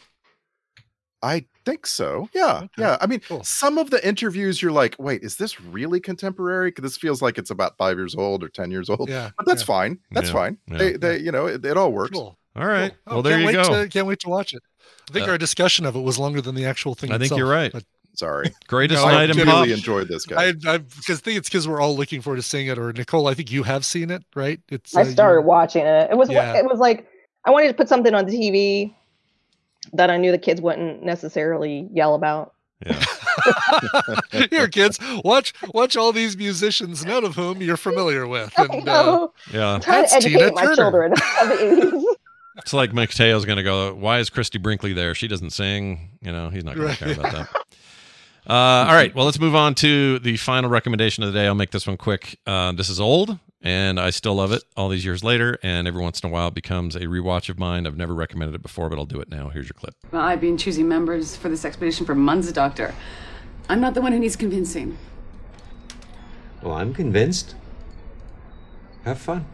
I think so. Yeah, Uh, yeah. I mean, some of the interviews you're like, wait, is this really contemporary? 'Cause this feels like it's about five years old or ten years old.
Yeah,
but that's
yeah.
fine. That's
Yeah,
fine.
yeah.
They, they, you know, it, it all works.
Cool.
All right.
Oh,
well, there
can't
you
wait
go.
To, can't wait to watch it. I think
Uh,
our discussion of it was longer than the actual thing.
I think
itself,
you're right.
but-
Sorry.
Greatest
No, I
night in
really
pop.
enjoyed this guy.
I, I because I think it's because we're all looking forward to seeing it. Or Nicole, I think you have seen it, right? It's
I
uh, you-
started watching it. It was
Yeah.
it was like I wanted to put something on TV that I knew the kids wouldn't necessarily yell about.
Here, kids, watch watch all these musicians, none of whom you're familiar with. And, uh,
know.
Yeah.
I'm trying
That's
to educate
Tina
my
Turner.
children of the 80s.
It's like Mateo's going to go, why is Christy Brinkley there? She doesn't sing. You know, he's not going
Right.
to care about that. Uh, all right. Well, let's move on to the final recommendation of the day. I'll make this one quick. Uh, this is old, and I still love it all these years later. And every once in a while, it becomes a rewatch of mine. I've never recommended it before, but I'll do it now. Here's your clip.
Well, I've been choosing members for this expedition for months, Doctor. I'm not the one who needs convincing.
Well, I'm convinced. Have fun.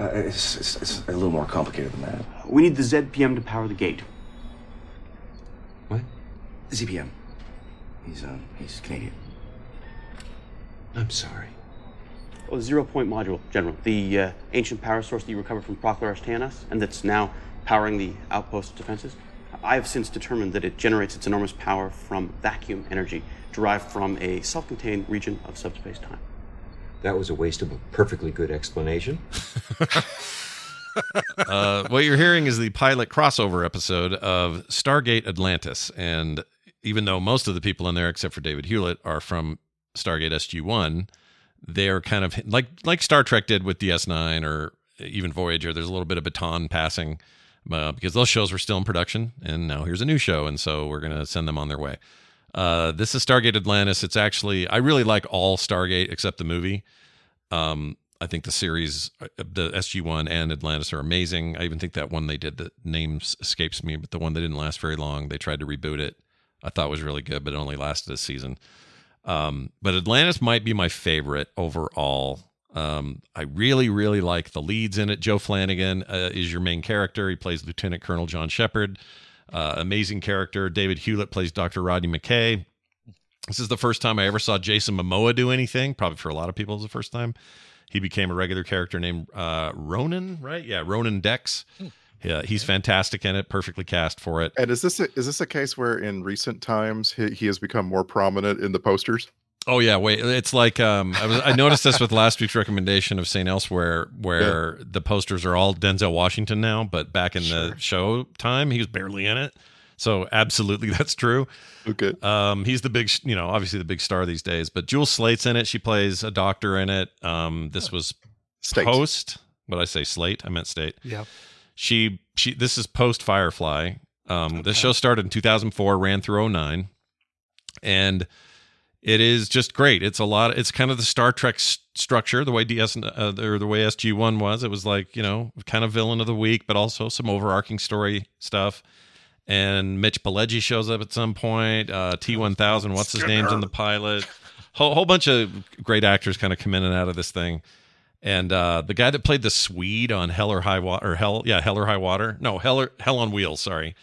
Uh, it's, it's, it's a little more complicated than that. We need the ZPM to power the gate. What? ZPM. He's um he's Canadian. I'm sorry. Oh, zero point module, General. The uh, ancient power source that you recovered from Proctor Ashtanas, and that's now powering the outpost defenses. I have since determined that it generates its enormous power from vacuum energy derived from a self-contained region of subspace time.
That was a waste of a perfectly good explanation.
uh, what you're hearing is the pilot crossover episode of Stargate Atlantis. And even though most of the people in there, except for David Hewlett, are from Stargate SG One, they're kind of like like Star Trek did with DS9 or even Voyager. There's a little bit of baton passing uh, because those shows were still in production, and now here's a new show, and so we're gonna send them on their way. Uh, this is Stargate Atlantis. It's actually I really like all Stargate except the movie. Um, I think the series, uh, the SG One and Atlantis are amazing. I even think that one they did that names escapes me, but the one that didn't last very long. They tried to reboot it. I thought was really good, but it only lasted a season. Um, but Atlantis might be my favorite overall Um, I really, really like the leads in it. Joe Flanagan uh, is your main character. He plays Lieutenant Colonel John Shepard. Uh, amazing character. David Hewlett plays Dr. Rodney McKay. This is the first time I ever saw Jason Momoa do anything. Probably for a lot of people, it was the first time. He became a regular character named uh, Ronan, right? Yeah, Ronan Dex. Yeah, he's fantastic in it. Perfectly cast for it.
Hmm. And is this a, is this a case where in recent times he, he has become more prominent in the posters?
Oh yeah, wait. It's like um, I, was, I noticed this with last week's recommendation of Saint Elsewhere, where the posters are all Denzel Washington now, but back in the show time, he was barely in it. So absolutely, that's true.
Okay.
Um, he's the big, sh- you know, obviously the big star these days. But Jewel Slate's in it. She plays a doctor in it. Um, this
Uh,
was post. What I say, Slate? I meant State.
Yeah.
She she. This is post Firefly. Um, this show started in 2004, ran through 09, and it is just great. It's a lot. It's kind of the Star Trek s- structure, the way DS uh, or the way SG One was. It was like you know, kind of villain of the week, but also some overarching story stuff. And Mitch Pileggi shows up at some point. Uh, T one thousand, what's his name's in the pilot. Whole whole bunch of great actors kind of come in and out of this thing. And uh, the guy that played the Swede on Hell or High Water, or Hell, yeah, Hell or High Water, no, Hell or Hell on Wheels, sorry.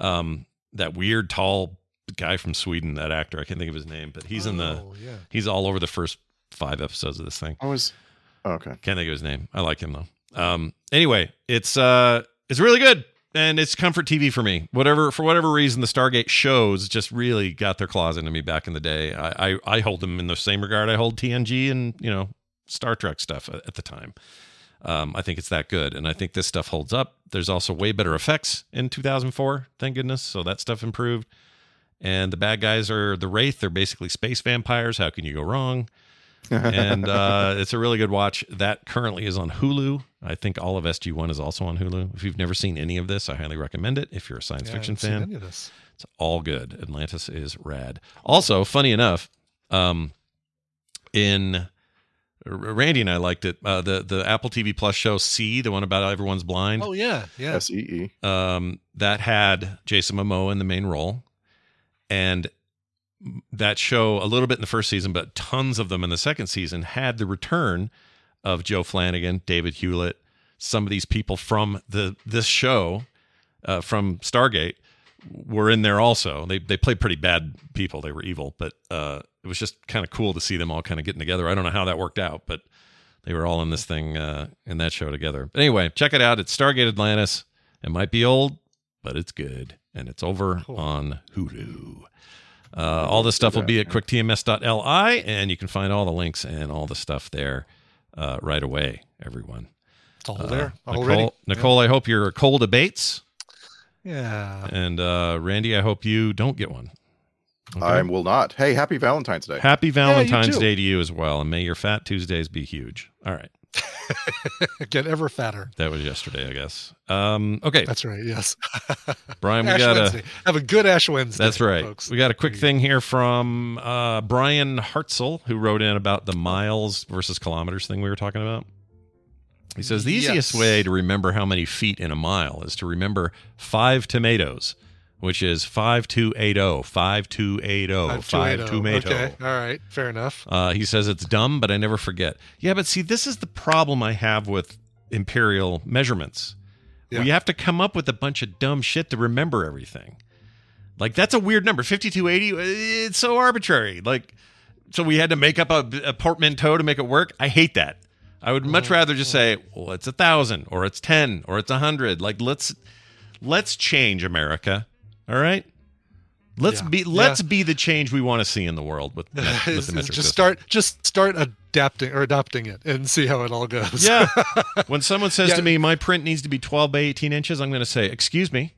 Um, that weird tall guy from Sweden, that actor, I can't think of his name, but he's in the,
Oh.
yeah.
he's all over the first five episodes of this thing.
I was, oh, okay,
can't think of his name. I like him though. Um, anyway, it's uh, it's really good, and it's comfort TV for me. Whatever for whatever reason, the Stargate shows just really got their claws into me back in the day. I I, I hold them in the same regard I hold TNG and you know Star Trek stuff at at the time. Um, I think it's that good, and I think this stuff holds up. There's also way better effects in 2004, thank goodness. So that stuff improved. And the bad guys are the Wraith. They're basically space vampires. How can you go wrong? and uh, it's a really good watch. That currently is on Hulu. I think all of SG1 is also on Hulu. If you've never seen any of this, I highly recommend it. If you're a science
Yeah, I
fiction
haven't seen
fan,
any of this.
it's all good. Atlantis is rad. Also, funny enough, um, in R- Randy and I liked it. Uh, the the Apple TV Plus show C, the one about everyone's blind.
Oh yeah, yeah.
S E E.
Um, that had Jason Momoa in the main role, and that show a little bit in the first season, but tons of them in the second season had the return of Joe Flanagan, David Hewlett, some of these people from the this show uh, from Stargate were in there also. They they played pretty bad people. They were evil, but uh, it was just kind of cool to see them all kind of getting together. I don't know how that worked out, but they were all in this thing uh, in that show together. But anyway, check it out. It's Stargate Atlantis. It might be old, but it's good, and it's over on Hulu. Uh, all this stuff will be at quicktms.li, and you can find all the links and all the stuff there uh, right away, everyone. It's
all there
Uh, Nicole,
already.
Nicole I hope your cold abates.
Yeah.
And uh, Randy, I hope you don't get one. Okay?
I will not. Hey, happy Valentine's Day.
Happy Valentine's
too.
Day to you as well, and may your fat Tuesdays be huge. All right.
Get ever fatter.
That was yesterday, I guess. Um, okay.
That's right. Yes.
Brian, we
Ash
got
Wednesday.
a.
Have a good Ash Wednesday.
That's right. We got a quick thing here from uh, Brian Hartzell, who wrote in about the miles versus kilometers thing we were talking about. He says the easiest
Yes.
way to remember how many feet in a mile is to remember five tomatoes, which is 5280, 5280, 5 oh, tomato.
oh. Okay. All right. Fair enough.
Uh, he says it's dumb, but I never forget. Yeah, but see, this is the problem I have with imperial measurements.
Yeah.
We have to come up with a bunch of dumb shit to remember everything. Like that's a weird number, fifty-two eighty. uh, It's so arbitrary. Like, so we had to make up a, a portmanteau to make it work. I hate that. I would much
Mm-hmm.
rather just say, well, it's a thousand, or it's ten, or it's a hundred. Like, let's let's change America. All right, let's
Yeah.
be
Yeah.
let's be the change we want to see in the world with, with the
Is- is
metric
just
system.
start. Just start adapting or adopting it and see how it all goes.
Yeah. when someone says
Yeah.
to me, my print needs to be 12 by 18 inches, I'm going to say, excuse me,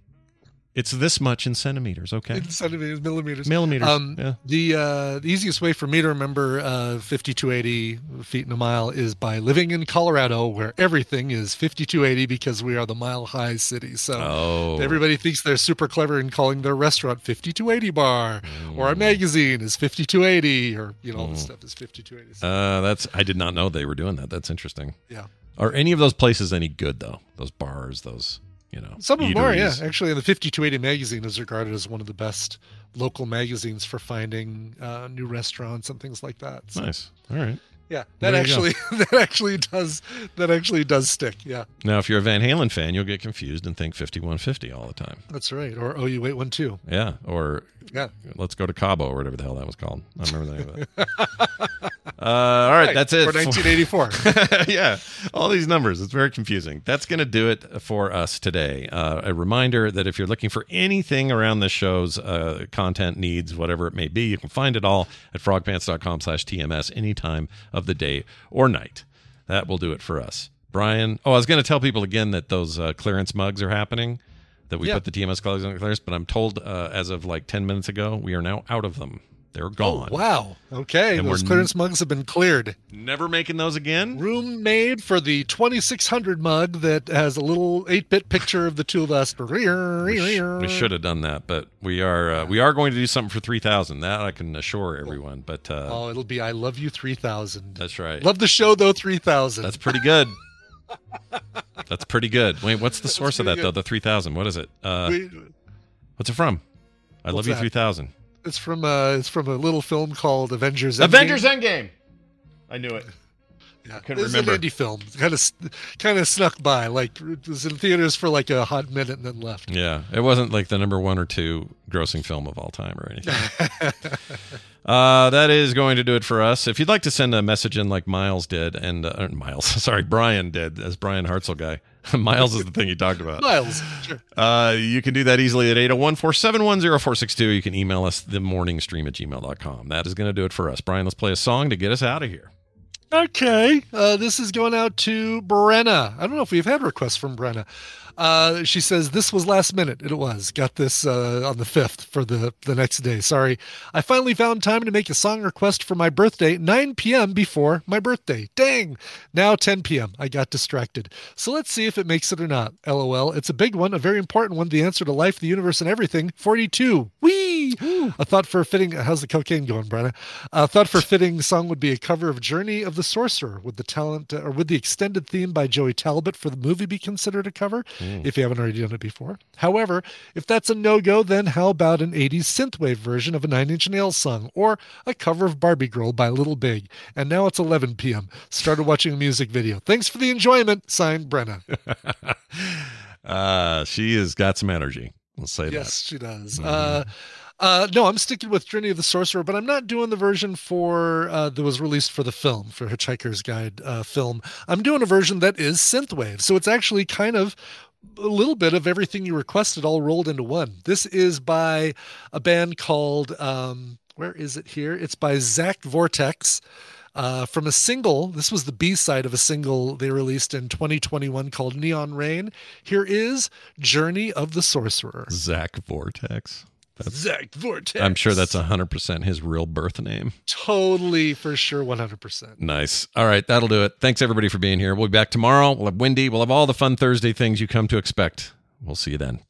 it's this much in centimeters, okay?
In centimeters, millimeters.
Millimeters,
Um,
yeah.
The uh, the easiest way for me to remember uh, 5280 feet in a mile is by living in Colorado, where everything is 5280 because we are the mile high city. So
Oh.
everybody thinks they're super clever in calling their restaurant 5280 Bar, or
Mm.
a magazine is 5280, or you know all this stuff is 5280.
Uh, that's I did not know they were doing that. That's interesting.
Yeah.
Are any of those places any good though? Those bars, those you know.
Some of them are, yeah.
eateries?
Actually, the 5280 magazine is regarded as one of the best local magazines for finding uh, new restaurants and things like that. So
Nice. All right.
Yeah, that
There you go.
actually that actually does that actually does stick. Yeah,
Now, if you're a Van Halen fan, you'll get confused and think 5150 all the time.
that's right. Or oh, you wait one too.
Yeah, or
Yeah.
let's go to Cabo or whatever the hell that was called. I don't remember the name of it. Uh, all right, that's it
For 1984.
yeah, all these numbers. It's very confusing. That's going to do it for us today. Uh, a reminder that if you're looking for anything around this show's uh, content needs, whatever it may be, you can find it all at frogpants.com slash TMS any time of the day or night. That will do it for us. Brian, oh, I was going to tell people again that those uh, clearance mugs are happening, that we
Yeah.
put the TMS clothes on clearance, but I'm told uh, as of like 10 minutes ago, we are now out of them. They're gone.
Wow. Okay.
And
Those
we're-
clearance mugs have been cleared.
Never making those again.
Room made for the 2600 mug that has a little 8-bit picture of the two of us.
We, sh- we should have done that, but we are uh, we are going to do something for three thousand. That I can assure everyone. But uh,
Oh, it'll be I love you 3000.
that's right.
Love the show though 3000.
That's pretty good. That's pretty good. Wait, what's the source of that
pretty
though?
good.
The three thousand. What is it? Uh,
We-
what's it from? I love
What's
you
that?
three thousand.
It's from uh it's from a little film called Avengers
Avengers
Endgame.
Endgame. I knew it. I couldn't
It's
remember.
an indie film. Kind of kind of snuck by like it was in theaters for like a hot minute and then left.
Yeah, it wasn't like the number one or two grossing film of all time or anything. uh, that is going to do it for us. If you'd like to send a message in like Miles did, and uh, uh, Miles, sorry, Brian did, as Brian Hartzell guy. Miles is the thing you talked about.
Miles. Sure.
Uh, you can do that easily at 801 471 0462. You can email us the morning stream at gmail.com. That is going to do it for us. Brian, let's play a song to get us out of here.
Okay. Uh, this is going out to Brenna. I don't know if we've had requests from Brenna. Uh, she says this was last minute. It was. Got this uh, on the fifth for the the next day. Sorry. I finally found time to make a song request for my birthday, 9 p.m. before my birthday. Dang. Now 10 p.m. I got distracted. So let's see if it makes it or not. LOL. It's a big one, a very important one. The answer to life, the universe, and everything. 42. Whee! A thought for a fitting. How's the cocaine going, Brenna? A thought for fitting song would be a cover of Journey of the Sorcerer. Would the talent uh, or would the extended theme by Joey Talbot for the movie be considered a cover
Mm.
if you haven't already done it before? However, if that's a no go, then how about an 80s synthwave version of a Nine Inch Nails song or a cover of Barbie Girl by Little Big? And now it's 11 p.m. Started watching a music video. Thanks for the enjoyment. Signed, Brenna.
Uh, she has got some energy. Let's say that. Mm-hmm.
Yes, she does. Uh, uh, no, I'm sticking with Journey of the Sorcerer, but I'm not doing the version for uh, that was released for the film for Hitchhiker's Guide uh, film. I'm doing a version that is synthwave, so it's actually kind of a little bit of everything you requested all rolled into one. This is by a band called um, where is it here? It's by Zach Vortex. Uh, from a single, this was the B side of a single they released in 2021 called Neon Rain. Here is Journey of the Sorcerer.
Zach Vortex.
Zach Vortex.
I'm sure that's 100% his real birth name.
totally for sure 100%.
Nice. All right, that'll do it. Thanks everybody for being here. We'll be back tomorrow. We'll have Wendy. We'll have all the fun Thursday things you come to expect. We'll see you then.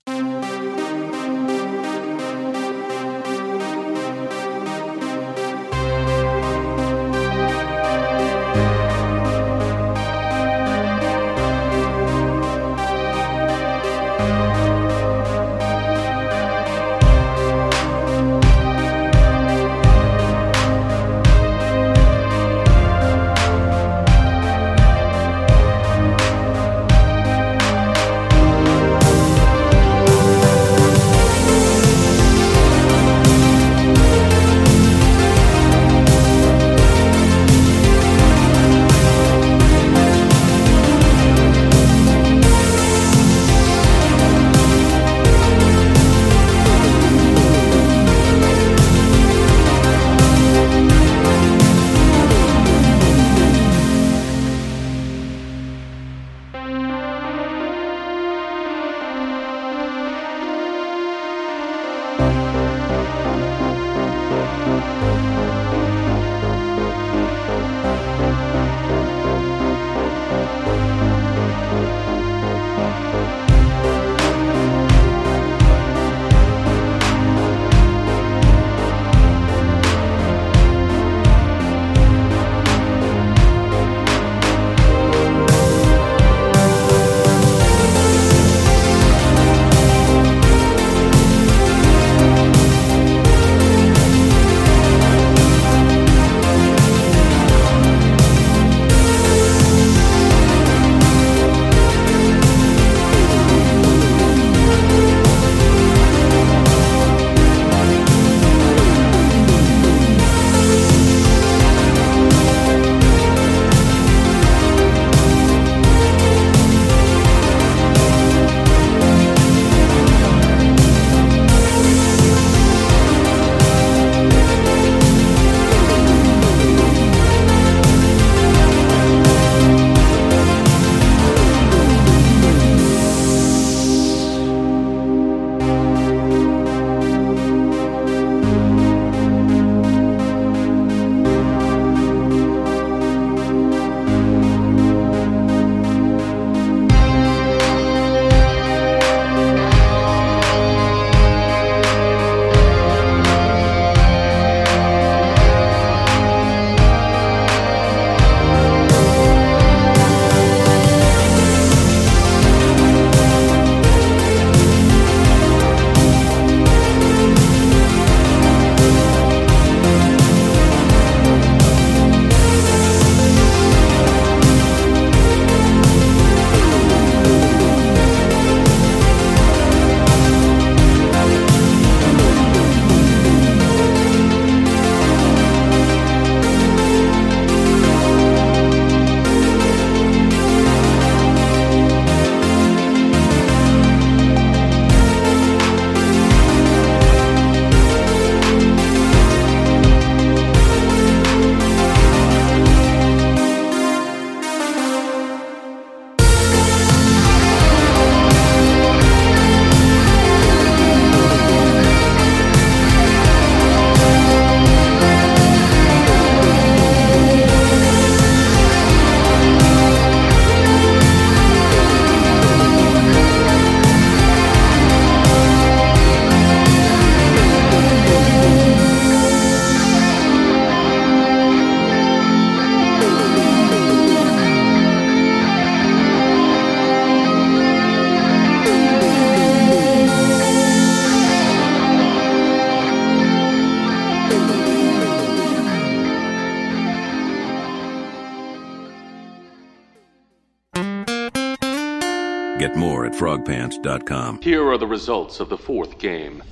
Get more at frogpants.com.
Here are the results of the fourth game.